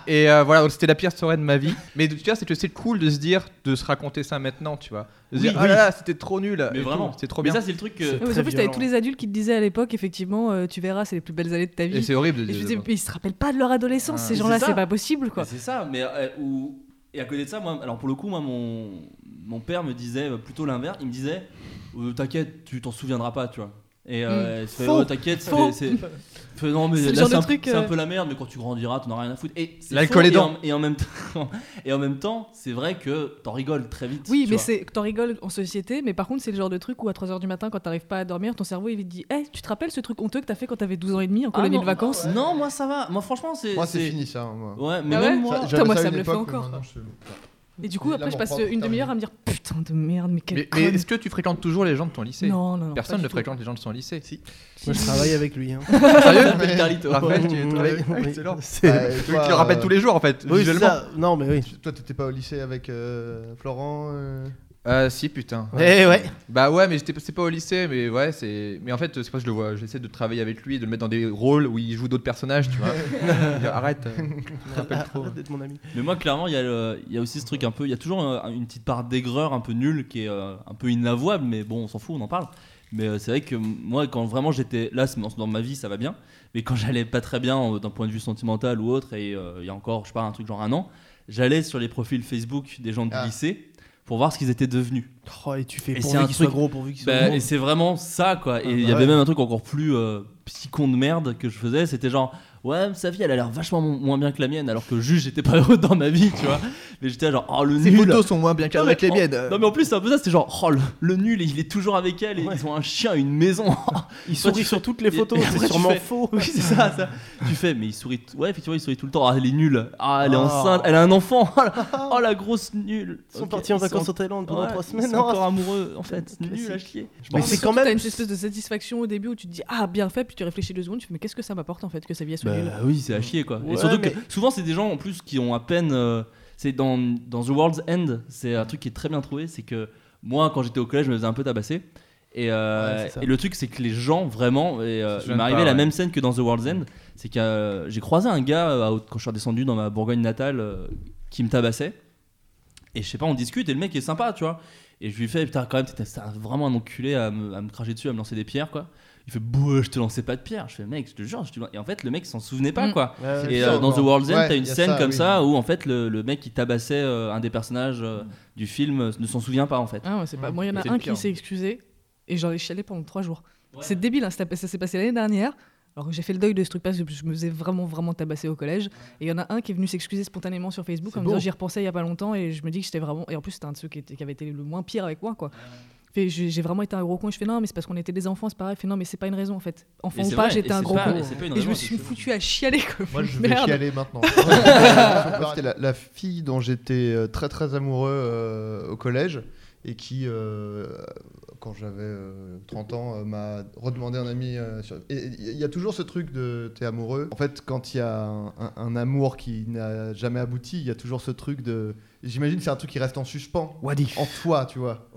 Speaker 5: Et euh, voilà, donc c'était la pire soirée de ma vie. Mais de toute façon, c'est que c'est cool de se dire, de se raconter ça maintenant, tu vois. De se
Speaker 3: Oui,
Speaker 5: dire, ah
Speaker 3: oui.
Speaker 5: là là, c'était trop nul.
Speaker 1: Mais
Speaker 5: Euh, et
Speaker 1: vraiment,
Speaker 5: tout, c'est trop
Speaker 1: Mais
Speaker 5: bien.
Speaker 1: ça, c'est le truc. que-
Speaker 3: C'est
Speaker 4: Ouais, mais
Speaker 3: très
Speaker 4: en plus, t'avais
Speaker 3: violent.
Speaker 4: tous les adultes qui te disaient à l'époque, effectivement, euh, tu verras, c'est les plus belles années de ta vie.
Speaker 5: et c'est horrible de
Speaker 4: Et je me
Speaker 5: dire.
Speaker 4: disais, mais ils se rappellent pas de leur adolescence,
Speaker 5: Ah.
Speaker 4: ces
Speaker 1: Mais
Speaker 4: gens-là,
Speaker 1: c'est ça.
Speaker 4: c'est pas possible,
Speaker 1: Mais
Speaker 4: quoi.
Speaker 1: C'est ça, mais euh, où- et à côté de ça, moi, alors pour le coup, moi, mon, mon père me disait euh, plutôt l'inverse. Il me disait, euh, t'inquiète, tu t'en souviendras pas, tu vois. Et euh, il se fait,
Speaker 4: Mm. Faux.
Speaker 1: oh, t'inquiète, c'est-
Speaker 4: Faux.
Speaker 1: c'est, fait, non mais
Speaker 4: C'est le
Speaker 1: là,
Speaker 4: genre
Speaker 1: c'est
Speaker 4: de
Speaker 1: un,
Speaker 4: truc,
Speaker 1: c'est un
Speaker 4: euh,
Speaker 1: peu la merde, mais quand tu grandiras, t'en as rien à foutre. Et c'est
Speaker 5: L'alcool
Speaker 1: faux,
Speaker 5: est
Speaker 1: et
Speaker 5: dans.
Speaker 1: en- Et en même temps, et en même temps, c'est vrai que t'en rigoles très vite.
Speaker 4: Oui,
Speaker 1: tu
Speaker 4: mais
Speaker 1: vois.
Speaker 4: c'est t'en rigoles en société, mais par contre, c'est le genre de truc où à 3h du matin, quand t'arrives pas à dormir, ton cerveau il te dit Eh, tu te rappelles ce truc honteux que t'as fait quand t'avais 12 ans et demi en
Speaker 1: Ah,
Speaker 4: colonie
Speaker 1: non,
Speaker 4: de vacances
Speaker 1: Non, moi ça va. Moi franchement, c'est.
Speaker 2: Moi, c'est fini ça. Moi.
Speaker 1: Ouais, mais
Speaker 4: Ah
Speaker 1: même
Speaker 4: ouais
Speaker 1: moi.
Speaker 2: Ça,
Speaker 4: Putain,
Speaker 2: j'avais
Speaker 4: moi, ça
Speaker 2: à
Speaker 4: me le fait
Speaker 2: l'époque, mais
Speaker 4: encore,
Speaker 2: maintenant,
Speaker 4: ça.
Speaker 2: je-
Speaker 4: Et du coup,
Speaker 2: Et
Speaker 4: après, je
Speaker 2: l'amour
Speaker 4: passe
Speaker 2: propre,
Speaker 4: une
Speaker 2: terminé.
Speaker 4: demi-heure à me dire Putain de merde, mais quelle
Speaker 5: Mais, mais
Speaker 4: conne.
Speaker 5: est-ce que tu fréquentes toujours les gens de ton lycée
Speaker 4: Non, non, non.
Speaker 5: Personne
Speaker 4: pas
Speaker 5: ne
Speaker 4: du tout.
Speaker 5: fréquente les gens de son lycée.
Speaker 3: Moi, je travaille avec lui. hein.
Speaker 5: Sérieux
Speaker 1: Appelle Carlito.
Speaker 5: Raphaël, tu
Speaker 3: Oui,
Speaker 5: travailles
Speaker 3: oui,
Speaker 5: Ah,
Speaker 3: oui.
Speaker 5: excellent.
Speaker 3: C'est-
Speaker 2: Bah,
Speaker 5: Tu
Speaker 2: toi,
Speaker 5: le rappelles
Speaker 2: euh,
Speaker 5: tous les jours en fait,
Speaker 3: Oui, c'est
Speaker 5: visuellement.
Speaker 3: ça. Non, mais oui.
Speaker 2: tu- Toi, t'étais pas au lycée avec euh, Florent euh,
Speaker 5: Euh, si putain.
Speaker 3: Eh ouais.
Speaker 5: Bah ouais, mais j'étais c'est pas au lycée, mais ouais, c'est. Mais en fait, c'est pas que je le vois. J'essaie de travailler avec lui, de le mettre dans des rôles où il joue d'autres personnages, tu vois. Je dis, Arrête. euh,
Speaker 3: Ah, arrête d'être mon ami.
Speaker 1: Mais moi, clairement, il y, a le- il y a aussi ce truc un peu. Il y a toujours euh, une petite part d'aigreur un peu nulle qui est euh, un peu inavouable, mais bon, on s'en fout, on en parle. Mais euh, c'est vrai que moi, quand vraiment j'étais. Là, c'est- dans ma vie, ça va bien. Mais quand j'allais pas très bien euh, d'un point de vue sentimental ou autre, et euh, il y a encore, je sais pas, un truc genre un an, j'allais sur les profils Facebook des gens du
Speaker 2: Ah.
Speaker 1: lycée pour voir ce qu'ils étaient devenus.
Speaker 3: Oh, et tu fais
Speaker 1: Et
Speaker 3: pourvu
Speaker 1: c'est un
Speaker 3: qu'il soit
Speaker 1: truc-
Speaker 3: gros, pourvu qu'il soit
Speaker 1: Bah,
Speaker 3: gros.
Speaker 1: et c'est vraiment ça quoi. Et il
Speaker 3: bah
Speaker 1: y avait
Speaker 3: ouais.
Speaker 1: même un truc encore plus euh, psychon de merde que je faisais. C'était genre, ouais, sa vie elle a l'air vachement mo- moins bien que la mienne. Alors que juste j'étais pas heureux dans ma vie, tu vois. Mais j'étais là, genre, oh le
Speaker 5: Ces
Speaker 1: nul.
Speaker 5: photos sont moins bien
Speaker 1: Non, mais
Speaker 5: qu'avec les
Speaker 1: en-
Speaker 5: miennes.
Speaker 1: Non, mais en plus, c'est un peu ça. C'était genre, oh le, le nul, il est toujours avec elle. Et
Speaker 3: Ouais.
Speaker 1: Ils ont un chien, une maison.
Speaker 3: Ils
Speaker 1: toi,
Speaker 3: sourit
Speaker 1: tu
Speaker 3: sur
Speaker 1: fais-
Speaker 3: toutes les
Speaker 1: et-
Speaker 3: photos,
Speaker 1: et toi,
Speaker 3: c'est
Speaker 1: tu
Speaker 3: sûrement
Speaker 1: fais-
Speaker 3: faux.
Speaker 1: oui, c'est ça, ça. Tu fais, mais il sourit. t- Ouais, effectivement, il sourit tout le temps. Ah, elle est nulle. Ah, elle est
Speaker 3: Oh.
Speaker 1: enceinte. Elle a un enfant. Oh la, oh, la grosse nulle.
Speaker 3: Ils sont
Speaker 1: Ok,
Speaker 3: partis en
Speaker 1: ils sont-
Speaker 3: vacances en Thaïlande pendant
Speaker 1: ouais,
Speaker 3: trois
Speaker 1: ils
Speaker 3: semaines.
Speaker 1: sont
Speaker 3: non,
Speaker 1: encore amoureux, en fait. Nul à
Speaker 3: Classique.
Speaker 1: chier. Oh, Je
Speaker 3: Mais
Speaker 1: pense.
Speaker 3: c'est
Speaker 4: Surtout,
Speaker 3: quand même-
Speaker 4: T'as une espèce de satisfaction au début où tu te dis Ah, bien fait, puis tu réfléchis deux secondes, tu fais Mais qu'est-ce que ça m'apporte en fait que sa vie a soit
Speaker 1: Bah
Speaker 4: nulle
Speaker 1: oui, c'est à chier quoi.
Speaker 3: Ouais,
Speaker 1: et surtout
Speaker 3: mais-
Speaker 1: que souvent c'est des gens en plus qui ont à peine. euh, c'est dans, dans The World's End, c'est un truc qui est très bien trouvé. C'est que moi quand j'étais au collège, je me faisais un peu tabasser. Et, euh,
Speaker 3: Ouais, c'est ça.
Speaker 1: et le truc c'est que les gens vraiment. Et, euh,
Speaker 5: Ça se
Speaker 1: il
Speaker 5: gêne
Speaker 1: m'est arrivé
Speaker 5: pas,
Speaker 1: la
Speaker 5: ouais.
Speaker 1: même scène que dans The World's End. C'est que euh, j'ai croisé un gars euh, à Haute- quand je suis redescendu dans ma Bourgogne natale euh, qui me tabassait. Et je sais pas, on discute et le mec est sympa, tu vois. Et je lui fais, putain, quand même, t'étais t'as vraiment un enculé à me, à me cracher dessus, à me lancer des pierres, quoi. Il fait, bouh, je te lançais pas de pierres. Je fais, mec, je te jure, je te lan- Et en fait, le mec s'en souvenait pas,
Speaker 4: Mm.
Speaker 1: quoi.
Speaker 3: Ouais,
Speaker 2: C'est
Speaker 1: Et
Speaker 2: ça,
Speaker 1: euh, dans The
Speaker 2: encore.
Speaker 1: World's End,
Speaker 2: Ouais,
Speaker 1: t'as une
Speaker 2: y a
Speaker 1: scène
Speaker 2: ça,
Speaker 1: comme
Speaker 2: oui.
Speaker 1: ça où en fait le, le mec qui tabassait euh, un des personnages euh, du film euh, ne s'en souvient pas en fait.
Speaker 4: Ah, ouais, c'est pas.
Speaker 2: Mm.
Speaker 4: Moi, il y en
Speaker 5: C'est
Speaker 4: a
Speaker 5: le
Speaker 4: un
Speaker 5: pire.
Speaker 4: qui s'est excusé et j'en ai chialé pendant trois jours. C'est débile, hein, ça ça s'est passé l'année dernière. Alors que j'ai fait le deuil de ce truc parce que je me faisais vraiment, vraiment tabasser au collège. Et il y en a un qui est venu s'excuser spontanément sur Facebook
Speaker 3: C'est
Speaker 4: en me disant
Speaker 3: beau.
Speaker 4: j'y repensais il y a pas longtemps et je me dis que j'étais vraiment. Et en plus, c'était un de ceux qui, était- qui avait été le moins pire avec moi, quoi. Fait, j'ai j'ai vraiment été un gros con. Je fais non, mais c'est parce qu'on était des enfants, c'est pareil. Je fais non, mais c'est pas une raison en fait.
Speaker 1: Et
Speaker 4: Enfant
Speaker 1: c'est
Speaker 4: ou pas,
Speaker 1: vrai,
Speaker 4: j'étais
Speaker 1: et
Speaker 4: un
Speaker 1: c'est
Speaker 4: gros
Speaker 1: pas-
Speaker 4: con.
Speaker 1: et c'est pas une
Speaker 4: Et je
Speaker 1: raison,
Speaker 4: me suis foutu à chialer comme
Speaker 2: Moi, je
Speaker 4: une
Speaker 2: vais
Speaker 4: merde.
Speaker 2: chialer maintenant. Moi, C'était la, la fille dont j'étais euh, très très amoureux euh, au collège et qui, euh, quand j'avais euh, 30 ans, euh, m'a redemandé un ami. euh, sur- et Il y a toujours ce truc de t'es amoureux. En fait, quand il y a un, un- un amour qui n'a jamais abouti, il y a toujours ce truc de. J'imagine que c'est un truc qui reste en suspens
Speaker 3: What if
Speaker 2: en toi, tu vois,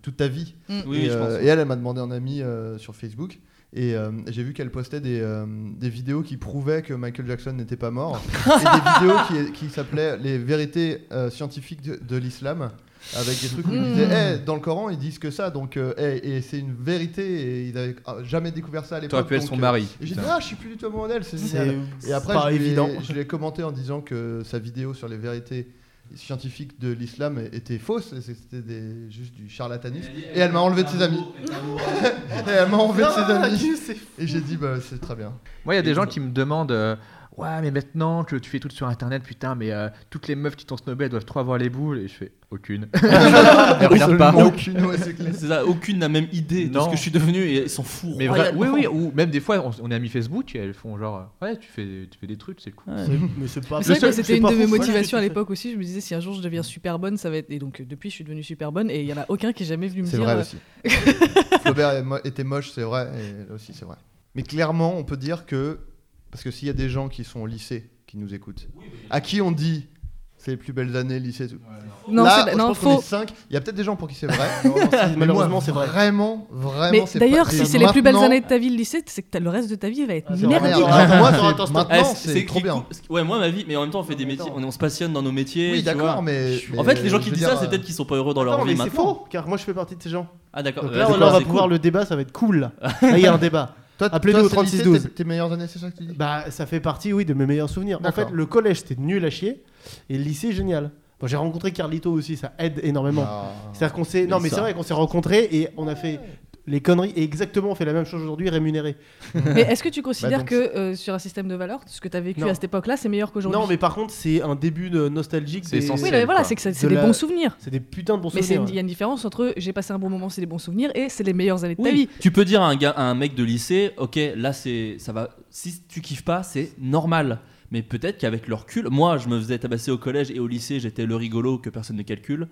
Speaker 2: toute ta vie
Speaker 1: Oui,
Speaker 2: et,
Speaker 1: je pense.
Speaker 2: euh, et elle, elle m'a demandé un ami euh, sur Facebook. Et euh, j'ai vu qu'elle postait des, euh, des vidéos qui prouvaient que Michael Jackson n'était pas mort. et des vidéos qui, qui s'appelaient Les vérités euh, scientifiques de, de l'islam. Avec des trucs où ils
Speaker 4: Mm.
Speaker 2: disaient, Eh, dans le Coran, ils disent que ça. Donc, euh, eh, et c'est une vérité. Et ils n'avaient ah, jamais découvert ça à l'époque.
Speaker 5: T'aurais pu être
Speaker 2: donc,
Speaker 5: son
Speaker 2: euh,
Speaker 5: mari.
Speaker 2: et J'ai dit,
Speaker 5: putain.
Speaker 2: ah, je suis plus du tout amoureux d'elle. C'est génial.
Speaker 3: C'est
Speaker 2: Et après,
Speaker 3: pas
Speaker 2: je l'ai-
Speaker 3: évident.
Speaker 2: je l'ai commenté en disant que sa vidéo sur les vérités scientifiques de l'islam était fausse, et c'était des- juste du charlatanisme. Et elle m'a enlevé de ses amis. Et elle m'a enlevé de ses amis. Et j'ai dit, bah, c'est très bien.
Speaker 5: Moi, il y a des gens qui me demandent euh, Ouais, mais maintenant que tu fais tout sur internet, putain, mais euh, toutes les meufs qui t'ont snobé, elles doivent trop avoir les boules. Et je fais Aucune. Elles regardent pas.
Speaker 2: Absolument aucune, ouais, c'est clair.
Speaker 1: C'est ça, aucune n'a même idée de
Speaker 5: Non.
Speaker 1: ce que je suis devenu et ils s'en Ah, foutent.
Speaker 4: Oh,
Speaker 5: Mais vrai,
Speaker 1: royalement.
Speaker 5: oui, oui, ou même des fois, on, on est amis Facebook et elles font genre euh, Ouais, tu fais, tu fais des trucs, c'est cool.
Speaker 1: Ouais.
Speaker 3: C'est- Mais c'est pas.
Speaker 4: C'est vrai
Speaker 3: c'est-
Speaker 4: que
Speaker 3: c'est
Speaker 4: c'était une
Speaker 3: pas
Speaker 4: de mes
Speaker 3: fou, voilà.
Speaker 4: motivations à l'époque aussi. Je me disais, si un jour je deviens super bonne, ça va être. Et donc, euh, depuis, je suis devenue super bonne. Et il y en a aucun qui est jamais venu me
Speaker 2: C'est
Speaker 4: dire.
Speaker 2: vrai
Speaker 4: euh,
Speaker 2: aussi. Flaubert est mo- était moche, c'est vrai, et là aussi c'est vrai. Mais clairement, on peut dire que, parce que s'il y a des gens qui sont au lycée, qui nous écoutent, à qui on dit c'est les plus belles années lycée. et tout.
Speaker 4: Non,
Speaker 2: Là,
Speaker 4: c'est-
Speaker 2: je
Speaker 4: non,
Speaker 2: pense qu'on
Speaker 4: faux.
Speaker 2: est cinq. Il y a peut-être des gens pour qui c'est vrai. Mais
Speaker 3: Malheureusement,
Speaker 2: moi,
Speaker 3: c'est vrai.
Speaker 2: Vraiment, vraiment.
Speaker 4: Mais
Speaker 2: c'est
Speaker 4: d'ailleurs,
Speaker 2: pas-
Speaker 4: si c'est les plus belles
Speaker 2: maintenant-
Speaker 4: années de ta vie, le lycée, c'est que t'as- le reste de ta vie va être
Speaker 3: Ah, c'est
Speaker 2: Merde.
Speaker 3: vrai.
Speaker 4: merdique.
Speaker 2: Alors, moi,
Speaker 3: C'est-
Speaker 2: attends, attends,
Speaker 1: Ah,
Speaker 2: maintenant, c'est trop
Speaker 1: qui-
Speaker 2: bien.
Speaker 1: Ouais, moi, ma vie, mais en même temps, on fait des métiers, on, on se passionne dans nos métiers.
Speaker 2: Oui,
Speaker 1: tu
Speaker 2: d'accord,
Speaker 1: vois.
Speaker 2: mais, mais
Speaker 1: En fait, les gens
Speaker 2: je
Speaker 1: qui
Speaker 2: veux
Speaker 1: disent
Speaker 2: dire,
Speaker 1: ça, c'est peut-être qu'ils sont pas heureux dans leur
Speaker 3: Attends,
Speaker 1: vie
Speaker 3: mais c'est
Speaker 1: maintenant.
Speaker 3: faux, car moi je fais partie de ces gens.
Speaker 1: Ah, d'accord.
Speaker 3: Donc
Speaker 1: Euh,
Speaker 3: là,
Speaker 1: c'est
Speaker 3: on
Speaker 1: quoi,
Speaker 3: va
Speaker 1: c'est
Speaker 3: pouvoir
Speaker 1: cool.
Speaker 3: le débat, ça va être cool. là. Là, il y a un débat.
Speaker 2: Toi,
Speaker 3: Appelez-nous
Speaker 2: toi,
Speaker 3: au
Speaker 2: c'est le lycée,
Speaker 3: 36-12.
Speaker 2: tes- Tes meilleures années, c'est ça que tu dis
Speaker 3: Bah, ça fait partie, oui, de mes meilleurs souvenirs. En
Speaker 2: D'accord.
Speaker 3: fait, le collège, c'était nul à chier, et le lycée, génial. Bon, j'ai rencontré Carlito aussi, ça aide énormément.
Speaker 2: Ah.
Speaker 3: C'est-à-dire qu'on s'est. Non,
Speaker 1: Mais
Speaker 3: mais
Speaker 1: ça.
Speaker 3: c'est vrai qu'on s'est rencontrés et on a fait les conneries, et exactement, on fait la même chose aujourd'hui, rémunéré.
Speaker 4: Mais est-ce que tu considères
Speaker 2: donc,
Speaker 4: que euh, sur un système de valeurs, ce que t'as vécu
Speaker 3: Non.
Speaker 4: à cette époque-là, c'est meilleur qu'aujourd'hui
Speaker 3: Non, mais par contre, c'est un début de nostalgique.
Speaker 5: C'est
Speaker 3: des-
Speaker 5: essentiel.
Speaker 4: Oui, mais voilà,
Speaker 5: quoi.
Speaker 4: c'est que ça-
Speaker 3: De
Speaker 4: c'est des
Speaker 3: la-
Speaker 4: bons souvenirs.
Speaker 3: C'est des putains de bons
Speaker 4: Mais c'est
Speaker 3: souvenirs.
Speaker 4: une- il y a une différence entre euh, j'ai passé un bon moment, c'est des bons souvenirs, et c'est les meilleures années de ta
Speaker 1: Oui.
Speaker 4: vie.
Speaker 1: Tu peux dire à un, gars, à un mec de lycée, ok, là c'est, ça va. Si tu kiffes pas, c'est normal. Mais peut-être qu'avec le recul, moi, je me faisais tabasser au collège et au lycée, j'étais le rigolo que personne ne calcule.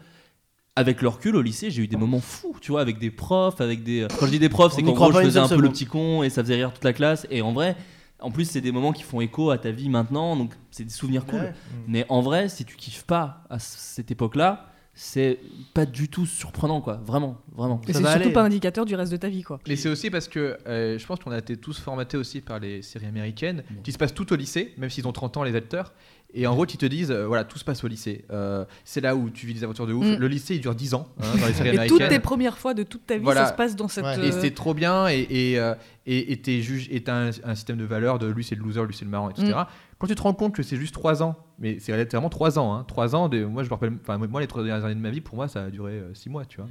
Speaker 1: Avec le recul, au lycée, j'ai eu des moments fous, tu vois, avec des profs, avec des. Quand je dis des profs, c'est
Speaker 3: On y
Speaker 1: qu'en
Speaker 3: croit
Speaker 1: gros, je
Speaker 3: pas une
Speaker 1: faisais un
Speaker 3: seule
Speaker 1: peu le
Speaker 3: seconde.
Speaker 1: petit con et ça faisait rire toute la classe. Et en vrai, en plus, c'est des moments qui font écho à ta vie maintenant, donc c'est des souvenirs cool.
Speaker 3: Ouais.
Speaker 1: Mais en vrai, si tu kiffes pas à c- cette époque-là, c'est pas du tout surprenant, quoi. Vraiment, vraiment.
Speaker 4: Et
Speaker 3: Ça
Speaker 4: c'est
Speaker 3: va
Speaker 4: surtout
Speaker 3: aller.
Speaker 4: pas indicateur du reste de ta vie, quoi.
Speaker 5: Mais c'est aussi parce que euh, je pense qu'on a été tous formatés aussi par les séries américaines qui se passent tout au lycée, même s'ils ont 30 ans les acteurs. Et en gros, ils te disent, euh, voilà, tout se passe au lycée. Euh, c'est là où tu vis des aventures de ouf.
Speaker 4: Mm.
Speaker 5: Le lycée, il dure 10 ans hein, dans les séries
Speaker 4: Et toutes
Speaker 5: américaines.
Speaker 4: tes premières fois de toute ta vie,
Speaker 5: Voilà.
Speaker 4: ça se passe dans cette.
Speaker 2: Ouais.
Speaker 5: Et
Speaker 4: euh,
Speaker 5: c'est trop bien. Et et, euh, et, et t'es juge, et t'as un, un système de valeurs de lui c'est le loser, lui c'est le marrant, etc.
Speaker 4: Mm.
Speaker 5: Quand tu te rends compte que c'est juste 3 ans, mais c'est vraiment 3 ans, hein, 3 ans, de, moi je me rappelle, enfin moi les 3 dernières années de ma vie, pour moi ça a duré 6 mois,
Speaker 1: Mm,
Speaker 5: tu vois.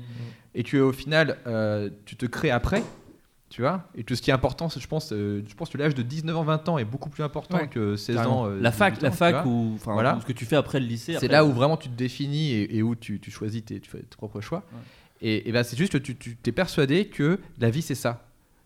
Speaker 5: Et tu au final, euh, tu te crées après, tu vois. Et tout ce qui est important, c'est, je pense, euh, je pense que l'âge de 19 ans, 20 ans est beaucoup plus important
Speaker 4: Ouais.
Speaker 5: que 16
Speaker 1: Carrément.
Speaker 5: ans. euh,
Speaker 1: la fac,
Speaker 5: 18 ans,
Speaker 1: la
Speaker 5: tu
Speaker 1: fac
Speaker 5: vois.
Speaker 1: ou enfin,
Speaker 5: Voilà.
Speaker 1: ce que tu fais après le lycée.
Speaker 5: C'est
Speaker 1: après-
Speaker 5: là où vraiment tu te définis et, et où tu, tu choisis tes, tu fais tes propres choix.
Speaker 1: Ouais.
Speaker 5: Et, et ben c'est juste que tu, tu t'es persuadé que la vie c'est ça.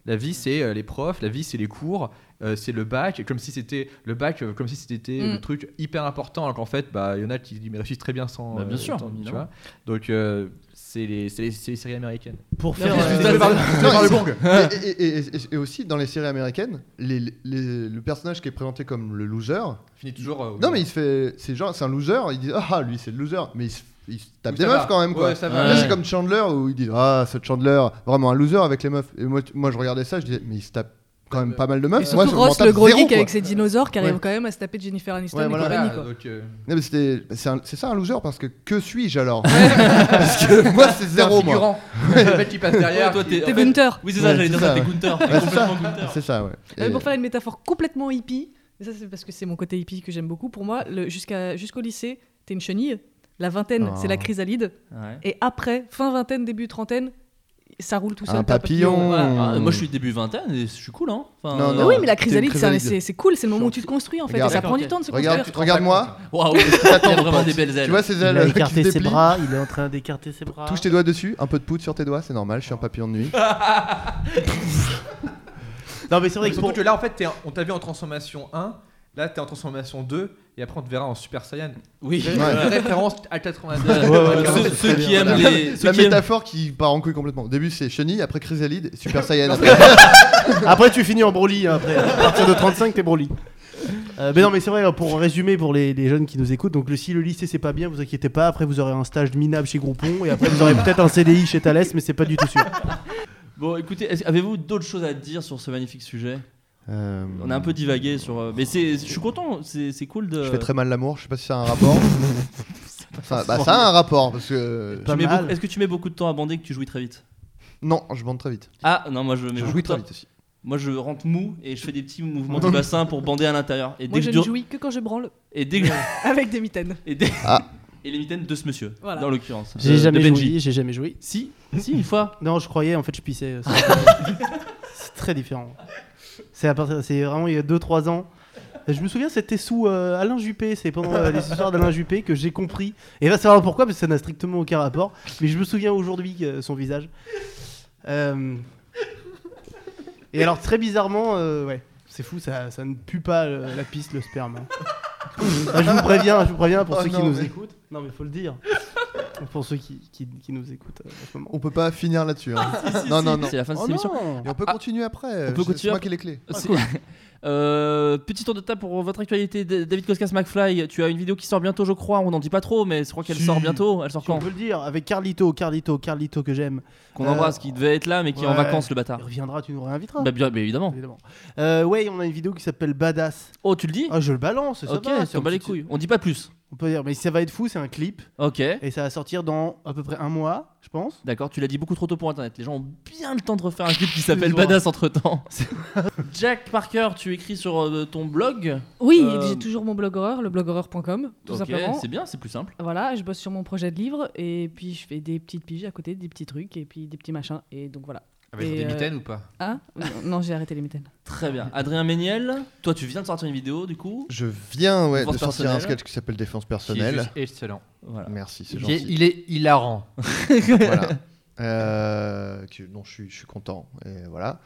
Speaker 5: La vie c'est euh, les profs, la vie c'est les cours, euh, c'est le bac, comme si c'était le bac, euh, comme si c'était
Speaker 4: Mm.
Speaker 5: le truc hyper important, alors qu'en fait, bah, il y en a qui y réussissent très bien sans.
Speaker 1: Bah, bien sûr,
Speaker 5: tant- tu
Speaker 1: évidemment.
Speaker 5: vois. Donc euh, c'est les, c'est les- c'est les séries américaines.
Speaker 3: Pour
Speaker 1: Non,
Speaker 3: faire.
Speaker 1: mais
Speaker 3: euh,
Speaker 1: je-
Speaker 2: Non,
Speaker 5: Par le
Speaker 2: c'est-
Speaker 5: bong.
Speaker 2: et, et- et- et- et aussi, dans les séries américaines, les- les- le personnage qui est présenté comme le loser,
Speaker 5: Finit toujours. euh, au-
Speaker 2: non mais il se fait, c'est genre, c'est un loser, il dit ah lui c'est le loser, mais il se, il se tape
Speaker 5: Ou
Speaker 2: des
Speaker 5: ça
Speaker 2: meufs
Speaker 5: va.
Speaker 2: quand même quoi.
Speaker 5: Ah Ouais, ça
Speaker 1: Ouais.
Speaker 5: va.
Speaker 2: Là, c'est comme Chandler où il dit Ah, ce Chandler, vraiment un loser avec les meufs. Et moi, tu- moi je regardais ça, je disais Mais il se tape quand même pas mal de meufs.
Speaker 4: Et
Speaker 2: moi,
Speaker 4: surtout
Speaker 2: je m'en
Speaker 4: Ross,
Speaker 2: tape
Speaker 4: le gros
Speaker 2: zéro,
Speaker 4: geek
Speaker 2: quoi.
Speaker 4: avec ses dinosaures qui
Speaker 2: Ouais.
Speaker 4: arrive quand même à se taper Jennifer Aniston
Speaker 2: Ouais,
Speaker 4: et
Speaker 2: voilà.
Speaker 4: compagnie,
Speaker 5: Voilà,
Speaker 4: quoi.
Speaker 5: donc, euh,
Speaker 2: Non, mais c'était, c'est, un, c'est ça un loser parce que que suis-je alors Parce que moi, c'est zéro,
Speaker 5: un
Speaker 2: moi.
Speaker 5: figurant. le mec qui passe derrière.
Speaker 1: Ouais, toi, t'es-
Speaker 5: qui-
Speaker 4: T'es
Speaker 1: en fait-
Speaker 4: Gunther.
Speaker 1: Oui, c'est ça,
Speaker 2: Ouais,
Speaker 1: j'allais
Speaker 2: c'est
Speaker 1: dire
Speaker 2: ça,
Speaker 1: ça, t'es
Speaker 2: ouais.
Speaker 1: Gunther. t'es
Speaker 2: Ouais, c'est,
Speaker 1: complètement
Speaker 2: ça.
Speaker 1: Gunther.
Speaker 2: c'est ça, ouais.
Speaker 4: Euh,
Speaker 2: Et-
Speaker 4: Pour faire une métaphore complètement hippie, et ça c'est parce que c'est mon côté hippie que j'aime beaucoup. Pour moi, le- jusqu'à- jusqu'au lycée, t'es une chenille. La vingtaine,
Speaker 2: Oh.
Speaker 4: c'est la chrysalide.
Speaker 1: Ouais.
Speaker 4: Et après, fin vingtaine, début trentaine, ça roule tout seul.
Speaker 2: Un
Speaker 4: t'as
Speaker 2: papillon.
Speaker 1: Voilà. Ah, moi, je suis début vingtaine et je suis cool, hein. Enfin,
Speaker 2: Non,
Speaker 4: Ah
Speaker 1: euh,
Speaker 2: non.
Speaker 4: oui, mais la
Speaker 2: T'es une
Speaker 4: chrysalide, c'est un-
Speaker 2: chrysalide.
Speaker 4: c'est c'est cool, c'est le moment où tu te construis en fait.
Speaker 2: Regarde.
Speaker 4: et ça prend du
Speaker 1: D'accord,
Speaker 4: temps de se construire.
Speaker 2: Regarde, regarde-moi.
Speaker 1: Waouh, il y a
Speaker 2: Attends,
Speaker 1: vraiment
Speaker 2: pote.
Speaker 1: des belles ailes.
Speaker 2: Tu vois ces
Speaker 3: Il
Speaker 2: ailes
Speaker 3: a
Speaker 2: qui se
Speaker 3: écarté ses
Speaker 2: déplient
Speaker 3: bras, il est en train d'écarter ses bras.
Speaker 2: Touche tes doigts dessus, un peu de poudre sur tes doigts, c'est normal, je suis un papillon de nuit.
Speaker 3: Ah, Non, mais c'est vrai que
Speaker 5: surtout
Speaker 3: pour-
Speaker 5: que là, en fait, t'es en- on t'a vu en transformation 1, là, t'es en transformation 2, et après, on te verra en Super Saiyan.
Speaker 1: oui.
Speaker 5: Une Référence à 82.
Speaker 1: Ouais,
Speaker 3: ouais,
Speaker 1: Ceux-
Speaker 3: ouais,
Speaker 1: ceux qui aiment
Speaker 2: Voilà.
Speaker 1: les. ceux
Speaker 2: La
Speaker 1: qui aiment-
Speaker 2: métaphore qui part en couille complètement. Au début, c'est chenille, après chrysalide, super saiyan. après.
Speaker 3: Après, tu finis en Broly. hein, après, à partir de 35, t'es Broly. Euh, mais non, mais c'est vrai, pour résumer pour les, les jeunes qui nous écoutent, donc le, si le lycée c'est pas bien, vous inquiétez pas, après vous aurez un stage minable chez Groupon et après vous aurez peut-être un CDI chez Thales, mais c'est pas du tout sûr.
Speaker 1: Bon, écoutez, est-ce- avez-vous d'autres choses à dire sur ce magnifique sujet
Speaker 2: Euh,
Speaker 1: On a un peu divagué sur. euh, Mais c'est, je suis content, c'est c'est cool de.
Speaker 2: Je fais très mal l'amour, je sais pas si ça a un rapport. ça, bah, ça a un rapport parce que.
Speaker 1: Tu
Speaker 3: Pas
Speaker 1: mets
Speaker 3: mal.
Speaker 1: beaucoup- Est-ce que tu mets beaucoup de temps à bander et que tu jouis très vite
Speaker 2: Non, je bande très vite.
Speaker 1: Ah non, moi je mets
Speaker 2: Je
Speaker 1: beaucoup
Speaker 2: jouis
Speaker 1: de
Speaker 2: très
Speaker 1: temps.
Speaker 2: vite aussi.
Speaker 1: Moi je rentre mou et je fais des petits mouvements du bassin pour bander à l'intérieur. Et
Speaker 4: Moi,
Speaker 1: dès
Speaker 4: je
Speaker 1: que
Speaker 4: ne
Speaker 1: je-
Speaker 4: jouis que quand je branle
Speaker 2: Euh.
Speaker 1: et dès que
Speaker 4: avec des mitaines.
Speaker 1: et dès-
Speaker 2: Ah.
Speaker 1: et les mitaines de ce monsieur
Speaker 4: Voilà.
Speaker 1: dans l'occurrence.
Speaker 3: J'ai
Speaker 1: Euh,
Speaker 3: jamais
Speaker 1: de Benji.
Speaker 3: joué, j'ai jamais joué.
Speaker 1: Si, si une fois.
Speaker 3: Non, je croyais, en fait, je pissais. euh, C'est c'est très différent. C'est à partir- c'est vraiment il y a 2-3 ans. Je me souviens, c'était sous euh, Alain Juppé. C'est pendant euh, les histoires d'Alain Juppé que j'ai compris. Et va savoir pourquoi, parce que ça n'a strictement aucun rapport. Mais je me souviens aujourd'hui euh, son visage. Euh, Et alors, très bizarrement, euh, ouais, c'est fou, ça, ça ne pue pas euh, la piste, le sperme. hein. Ah, je vous préviens, je vous préviens pour
Speaker 2: Oh
Speaker 3: ceux qui
Speaker 2: non,
Speaker 3: nous
Speaker 2: mais-
Speaker 3: écoutent. Non, mais faut le dire. Pour ceux qui, qui- qui nous écoutent euh, en ce moment.
Speaker 2: On peut pas finir là-dessus. hein.
Speaker 1: Si, si,
Speaker 2: Non,
Speaker 1: si.
Speaker 2: non, non.
Speaker 1: C'est la fin de
Speaker 3: Oh
Speaker 1: cette émission.
Speaker 3: non
Speaker 2: Et on peut
Speaker 1: Ah,
Speaker 2: continuer après.
Speaker 1: on peut
Speaker 2: c'est-
Speaker 1: continuer
Speaker 4: Ah,
Speaker 2: C'est moi qui ai les clés.
Speaker 1: C'est- Euh, petit tour de table pour votre actualité. D- David Koskas McFly, tu as une vidéo qui sort bientôt, je crois. On n'en dit pas trop, mais je crois qu'elle
Speaker 3: Si.
Speaker 1: sort bientôt. Elle sort
Speaker 3: Si on
Speaker 1: quand
Speaker 3: peut le dire, avec Carlito, Carlito, Carlito que j'aime.
Speaker 1: Qu'on
Speaker 3: Euh,
Speaker 1: embrasse, qui devait être là, mais qui est en
Speaker 3: ouais.
Speaker 1: vacances, le
Speaker 3: Il
Speaker 1: bâtard.
Speaker 3: reviendra, tu nous réinviteras.
Speaker 1: Ah. Bah, bien, mais évidemment.
Speaker 3: évidemment. Euh, ouais, on a une vidéo qui s'appelle Badass.
Speaker 1: Oh, tu le dis
Speaker 3: Ah, je le balance, ça
Speaker 1: Ok,
Speaker 3: va. c'est
Speaker 1: t'en
Speaker 3: un
Speaker 1: bats les
Speaker 3: petit-
Speaker 1: couilles. On dit pas plus.
Speaker 3: On peut dire, mais ça va être fou, c'est un clip.
Speaker 1: Ok.
Speaker 3: Et ça va sortir dans à peu près un mois, je pense.
Speaker 1: D'accord, tu l'as dit beaucoup trop tôt pour internet. Les gens ont bien le temps de refaire un clip qui s'appelle
Speaker 3: Excuse-moi.
Speaker 1: Badass entre temps. Jack Parker, tu écris sur euh, ton blog.
Speaker 4: Oui,
Speaker 1: Euh,
Speaker 4: j'ai toujours mon blog horreur, le bloghorreur.com, tout
Speaker 1: Ok,
Speaker 4: simplement.
Speaker 1: c'est bien, c'est plus simple.
Speaker 4: Voilà, je bosse sur mon projet de livre et puis je fais des petites piges à côté, des petits trucs et puis des petits machins. Et donc voilà.
Speaker 6: Avec
Speaker 4: Et,
Speaker 6: des
Speaker 4: euh,
Speaker 6: mitaines ou pas
Speaker 4: Hein Non, Non, j'ai arrêté les mitaines.
Speaker 1: Très bien. Adrien Méniel, toi tu viens de sortir une vidéo du coup.
Speaker 2: Je viens ouais, de
Speaker 1: Défense
Speaker 2: sortir un
Speaker 1: personnelle.
Speaker 2: sketch qui s'appelle Défense
Speaker 6: Qui est
Speaker 2: personnelle.
Speaker 6: juste excellent.
Speaker 1: Voilà.
Speaker 2: Merci, c'est
Speaker 6: Qui est-
Speaker 2: gentil.
Speaker 6: il est hilarant.
Speaker 2: voilà. Euh, que- non, je suis, je suis content. Et voilà.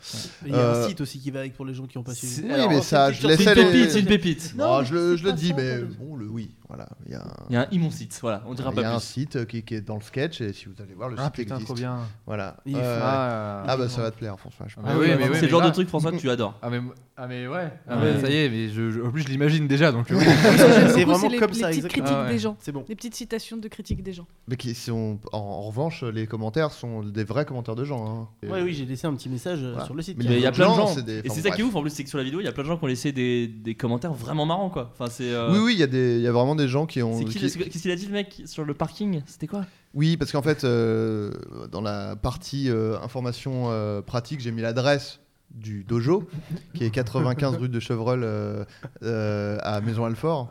Speaker 3: Il y a
Speaker 2: Euh,
Speaker 3: un site aussi qui va avec pour les gens qui n'ont pas suivi.
Speaker 2: Oui,
Speaker 1: Alors,
Speaker 2: mais ça, je laissais
Speaker 1: C'est une pépite, c'est
Speaker 2: les.
Speaker 1: une pépite.
Speaker 3: Non,
Speaker 2: Oh, je le, je le
Speaker 3: pas
Speaker 2: dis,
Speaker 3: ça,
Speaker 2: mais
Speaker 3: pas de-
Speaker 2: bon, le oui. Voilà. Il y a un,
Speaker 1: Il y a un immense site, voilà, on dira
Speaker 2: il y a
Speaker 1: pas
Speaker 2: un
Speaker 1: plus.
Speaker 2: site euh, qui, qui est dans le sketch et si vous allez voir, le
Speaker 5: Ah
Speaker 2: site
Speaker 5: putain,
Speaker 2: existe.
Speaker 5: trop bien.
Speaker 2: Voilà.
Speaker 3: Il
Speaker 2: Euh,
Speaker 3: faut-
Speaker 5: Ah,
Speaker 2: ah bah ça va te plaire, François. je
Speaker 5: Ah,
Speaker 2: pense.
Speaker 5: bah oui, mais oui,
Speaker 1: c'est
Speaker 5: mais
Speaker 1: le genre de
Speaker 5: là-
Speaker 1: truc, François, que tu adores.
Speaker 5: Ah mais, ah mais ouais, Ah
Speaker 1: Ouais.
Speaker 5: mais ça y est, mais je, je- en plus je l'imagine déjà donc. euh,
Speaker 3: c'est
Speaker 4: Beaucoup,
Speaker 3: vraiment
Speaker 4: les,
Speaker 3: comme
Speaker 4: les
Speaker 3: ça,
Speaker 4: petites
Speaker 3: exactement.
Speaker 4: critiques
Speaker 5: Ah ouais.
Speaker 4: des gens.
Speaker 3: C'est bon.
Speaker 4: Les petites citations de critiques des gens.
Speaker 2: Mais qui sont, en, en revanche, les commentaires sont des vrais commentaires de gens. hein.
Speaker 3: Ouais, oui, j'ai laissé un petit message euh,
Speaker 2: Voilà.
Speaker 3: sur le site.
Speaker 2: Mais
Speaker 1: Mais il y a
Speaker 2: les
Speaker 1: plein de
Speaker 2: gens,
Speaker 1: gens.
Speaker 2: c'est des-
Speaker 1: Et
Speaker 2: enfin,
Speaker 1: c'est ça qui est
Speaker 2: bref.
Speaker 1: ouf en plus, c'est que sur la vidéo, il y a plein de gens qui ont laissé des, des commentaires vraiment marrants quoi. Enfin, c'est. euh,
Speaker 2: Oui, oui, il y, a des- il y a vraiment des gens qui ont.
Speaker 1: c'est qui-
Speaker 2: qui-
Speaker 1: Qu'est-ce qu'il a dit le mec sur le parking C'était quoi
Speaker 2: Oui, parce qu'en fait, euh, dans la partie euh, information euh, pratique, j'ai mis l'adresse du dojo, qui est 95 rue de Chevreul euh, euh, à Maison Alfort.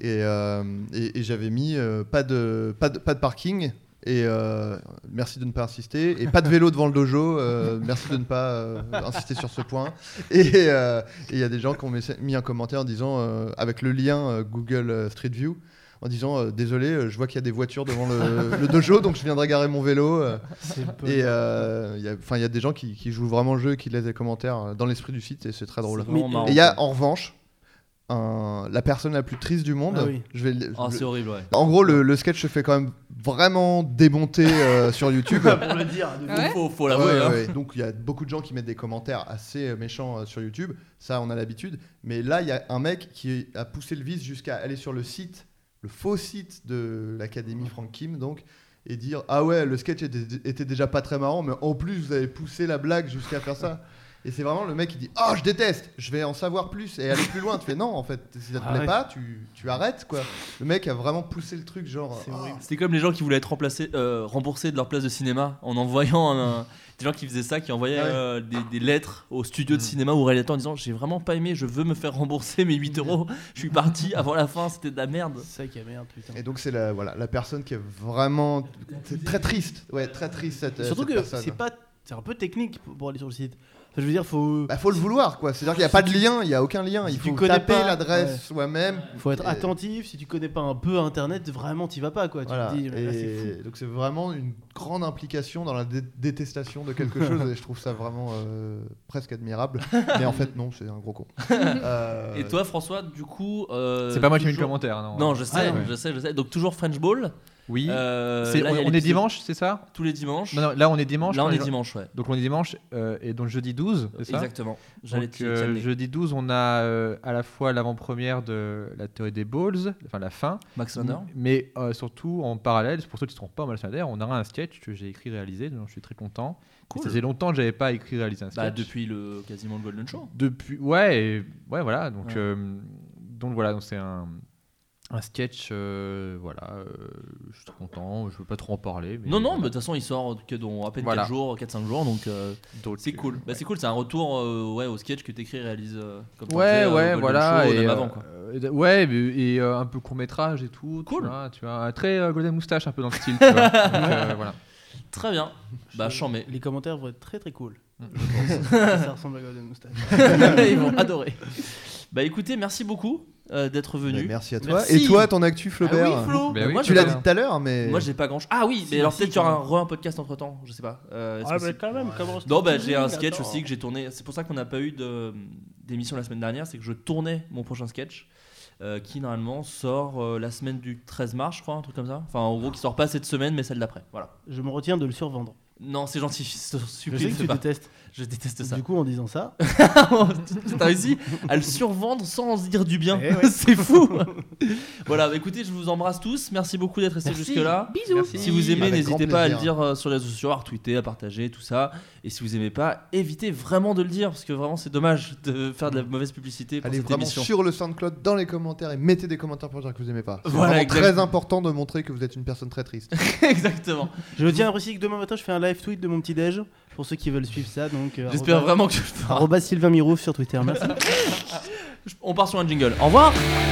Speaker 2: Et, euh, et- et j'avais mis euh, pas, de, pas, de, pas de parking. Et euh, merci de ne pas insister. Et pas de vélo devant le dojo. euh, merci de ne pas euh, insister sur ce point. Et euh, et il y a des gens qui ont mis- mis un commentaire en disant, euh, avec le lien euh, Google euh, Street View, en disant euh, désolé euh, je vois qu'il y a des voitures devant le, le dojo donc je viendrai garer mon vélo euh. et euh, il y a- enfin il y a des gens qui, qui jouent vraiment le jeu qui laissent des commentaires euh, dans l'esprit du site et c'est très drôle
Speaker 1: C'est vraiment
Speaker 3: Mais-
Speaker 1: marrant.
Speaker 2: et il y a
Speaker 1: quoi.
Speaker 2: en revanche un- la personne la plus triste du monde
Speaker 3: Ah oui.
Speaker 2: je vais le-
Speaker 1: Ah,
Speaker 2: le-
Speaker 1: c'est horrible, ouais.
Speaker 2: en gros le, le sketch se fait quand même vraiment démonter euh, sur YouTube
Speaker 3: Pour le dire. de-
Speaker 4: Ouais.
Speaker 1: Faut, faut
Speaker 2: Ouais,
Speaker 1: l'avouer. hein.
Speaker 2: ouais. Donc il y a beaucoup de gens qui mettent des commentaires assez euh, méchants euh, sur YouTube, ça on a l'habitude. Mais là il y a un mec qui a poussé le vice jusqu'à aller sur le site, le faux site de l'académie Frank Kim donc, et dire ah ouais le sketch était, était déjà pas très marrant, mais en plus vous avez poussé la blague jusqu'à faire ça. Et c'est vraiment le mec qui dit ah je déteste, je vais en savoir plus et aller plus loin. tu fais non en fait si ça
Speaker 1: Ah
Speaker 2: te plaît
Speaker 3: Arrête.
Speaker 2: pas tu, tu arrêtes quoi. Le mec a vraiment poussé le truc genre.
Speaker 3: C'est
Speaker 2: Ah,
Speaker 3: horrible.
Speaker 1: C'était comme les gens qui voulaient être remplacés, euh, remboursés de leur place de cinéma en envoyant un- des gens qui faisaient ça, qui envoyaient
Speaker 2: Ah ouais.
Speaker 1: euh, des, des lettres au studio de
Speaker 5: Mm.
Speaker 1: cinéma ou au réalisateur en disant j'ai vraiment pas aimé, je veux me faire rembourser mes 8 euros, je suis parti avant la fin, c'était de la merde.
Speaker 3: C'est ça qui est merde, putain.
Speaker 2: Et donc c'est la voilà la personne qui est vraiment c'est très triste, ouais très triste cette, euh,
Speaker 3: Surtout
Speaker 2: cette
Speaker 3: que
Speaker 2: personne.
Speaker 3: c'est pas. C'est un peu technique pour pour aller sur le site. Enfin, je veux dire, faut.
Speaker 2: Bah, faut le vouloir quoi, c'est-à-dire qu'il n'y a pas de lien, il n'y a aucun lien,
Speaker 3: Si
Speaker 2: il
Speaker 3: tu
Speaker 2: faut
Speaker 3: connais
Speaker 2: taper
Speaker 3: pas,
Speaker 2: l'adresse
Speaker 3: ouais. Bah,
Speaker 2: soi-même.
Speaker 3: Faut être
Speaker 2: Et-
Speaker 3: attentif, si tu connais pas un peu internet, vraiment t'y vas pas quoi. Tu
Speaker 2: Voilà.
Speaker 3: te dis, mais là, c'est fou.
Speaker 2: Et donc c'est vraiment une grande implication dans la dé- détestation de quelque chose et je trouve ça vraiment euh, presque admirable. Mais en fait non, c'est un gros con. Euh,
Speaker 1: Et toi, François, du coup. euh,
Speaker 5: C'est pas moi qui ai mis le
Speaker 1: toujours-
Speaker 5: commentaire non.
Speaker 1: Non, je sais,
Speaker 3: Ah, ouais.
Speaker 1: je sais, je sais. Donc toujours French Ball.
Speaker 5: Oui.
Speaker 1: Euh,
Speaker 5: C'est-
Speaker 1: là,
Speaker 5: on
Speaker 1: il y a
Speaker 5: on est
Speaker 1: l'épisode
Speaker 5: dimanche, c'est ça
Speaker 1: Tous les dimanches.
Speaker 5: non, non, là on est dimanche.
Speaker 1: là, on
Speaker 5: par
Speaker 1: est
Speaker 5: exemple.
Speaker 1: dimanche, ouais.
Speaker 5: Donc on est dimanche euh, et donc jeudi 12, c'est ça
Speaker 1: Exactement. J'allais
Speaker 5: Donc,
Speaker 1: te
Speaker 5: euh,
Speaker 1: t'y amener.
Speaker 5: jeudi 12, on a euh, à la fois l'avant-première de la théorie des balls, enfin la fin,
Speaker 1: Max Lander.
Speaker 5: mais euh, surtout en parallèle, c'est pour ceux qui ne seront pas au Malsalaire, on aura un sketch que j'ai écrit réalisé, donc je suis très content.
Speaker 1: Cool.
Speaker 5: Ça faisait longtemps que j'avais pas écrit réalisé un sketch.
Speaker 1: Bah, depuis le, quasiment le Golden Show.
Speaker 5: Depuis, ouais, et- ouais, voilà. Donc,
Speaker 1: Ouais.
Speaker 5: euh, donc voilà, donc c'est un, un sketch. euh, voilà, euh, je suis très content. Je veux pas trop en parler. mais
Speaker 1: Non, non, mais de
Speaker 5: voilà.
Speaker 1: toute façon, il sort que dans à peine
Speaker 5: Voilà.
Speaker 1: 4 jours, 4-5 jours, donc euh,
Speaker 5: Donc,
Speaker 1: c'est
Speaker 5: euh,
Speaker 1: cool. Bah, c'est cool, c'est un retour euh, ouais, au sketch que t'écris et réalises euh, comme t'en faisais,
Speaker 5: Ouais,
Speaker 1: euh, au
Speaker 5: ouais,
Speaker 1: Golden
Speaker 5: voilà.
Speaker 1: Show,
Speaker 5: et,
Speaker 1: même
Speaker 5: euh,
Speaker 1: avant, quoi.
Speaker 5: euh, d- ouais, mais- et euh, un peu court métrage et tout.
Speaker 1: Cool.
Speaker 5: Tu vois, tu vois, un très euh, Golden Moustache, un peu dans le style. tu vois. Donc, euh, voilà.
Speaker 1: Très bien. Bah,
Speaker 3: Je-
Speaker 1: chambé.
Speaker 3: Les commentaires vont être très très cool.
Speaker 5: Mm.
Speaker 3: Je pense. ça ressemble à Golden Moustache.
Speaker 1: Ils vont adorer. Bah, écoutez, merci beaucoup euh, d'être
Speaker 2: mais
Speaker 1: venu.
Speaker 2: merci à toi.
Speaker 1: Merci.
Speaker 2: Et toi ton actu
Speaker 1: Ah
Speaker 2: Flaubert
Speaker 1: oui, Flo.
Speaker 5: Bah
Speaker 1: Bah,
Speaker 5: oui,
Speaker 1: moi,
Speaker 2: Tu
Speaker 1: je-
Speaker 2: l'as dit tout à l'heure mais
Speaker 1: Moi, j'ai pas grand chose. Ah oui, mais
Speaker 3: Si,
Speaker 1: alors
Speaker 3: si,
Speaker 1: peut-être qu'il y
Speaker 3: quand
Speaker 1: aura un,
Speaker 3: même.
Speaker 1: re- un podcast entre temps, je sais pas. Euh, est-ce
Speaker 3: Ah,
Speaker 1: que
Speaker 3: mais
Speaker 1: c'est-
Speaker 3: quand même, comment
Speaker 1: Non, bah, j'ai un sketch aussi que j'ai tourné. C'est pour ça qu'on n'a pas eu de- euh, d'émission la semaine dernière, c'est que je tournais mon prochain sketch. euh, qui normalement sort euh, la semaine du 13 mars, je crois, un truc comme ça. Enfin, en gros, qui sort pas cette semaine, mais celle d'après. Voilà.
Speaker 3: Je me retiens de le survendre.
Speaker 1: Non, c'est gentil, c'est
Speaker 3: Je sais
Speaker 1: stupide,
Speaker 3: que
Speaker 1: fais
Speaker 3: tu
Speaker 1: pas.
Speaker 3: détestes.
Speaker 1: Je déteste ça.
Speaker 3: Du coup, en disant ça,
Speaker 1: T'as réussi à le survendre sans se dire du bien.
Speaker 3: Eh ouais.
Speaker 1: c'est fou. voilà, bah, écoutez, je vous embrasse tous. Merci beaucoup d'être restés
Speaker 3: Merci.
Speaker 1: jusque-là.
Speaker 4: Bisous.
Speaker 5: Merci.
Speaker 1: Si vous aimez,
Speaker 2: Avec
Speaker 1: n'hésitez
Speaker 2: grand
Speaker 1: pas à le
Speaker 2: plaisir.
Speaker 1: dire euh, sur les réseaux sociaux, à retweeter, à partager, tout ça. Et si vous aimez pas, évitez vraiment de le dire parce que vraiment c'est dommage de faire de la mauvaise publicité pour
Speaker 2: Allez
Speaker 1: cette
Speaker 2: vraiment
Speaker 1: émission.
Speaker 2: sur le SoundCloud dans les commentaires et mettez des commentaires pour dire que vous aimez pas. C'est
Speaker 1: Voilà,
Speaker 2: vraiment
Speaker 1: exact.
Speaker 2: très important de montrer que vous êtes une personne très triste.
Speaker 1: Exactement.
Speaker 3: je tiens à préciser que demain matin, je fais un live tweet de mon petit déj pour ceux qui veulent suivre ça. Donc,
Speaker 2: Bah,
Speaker 3: euh,
Speaker 1: J'espère
Speaker 3: arroba-
Speaker 1: vraiment que je ferai.
Speaker 3: arroba Sylvain Mirouf sur Twitter. Merci.
Speaker 1: On part sur un jingle. Au revoir.
Speaker 2: Au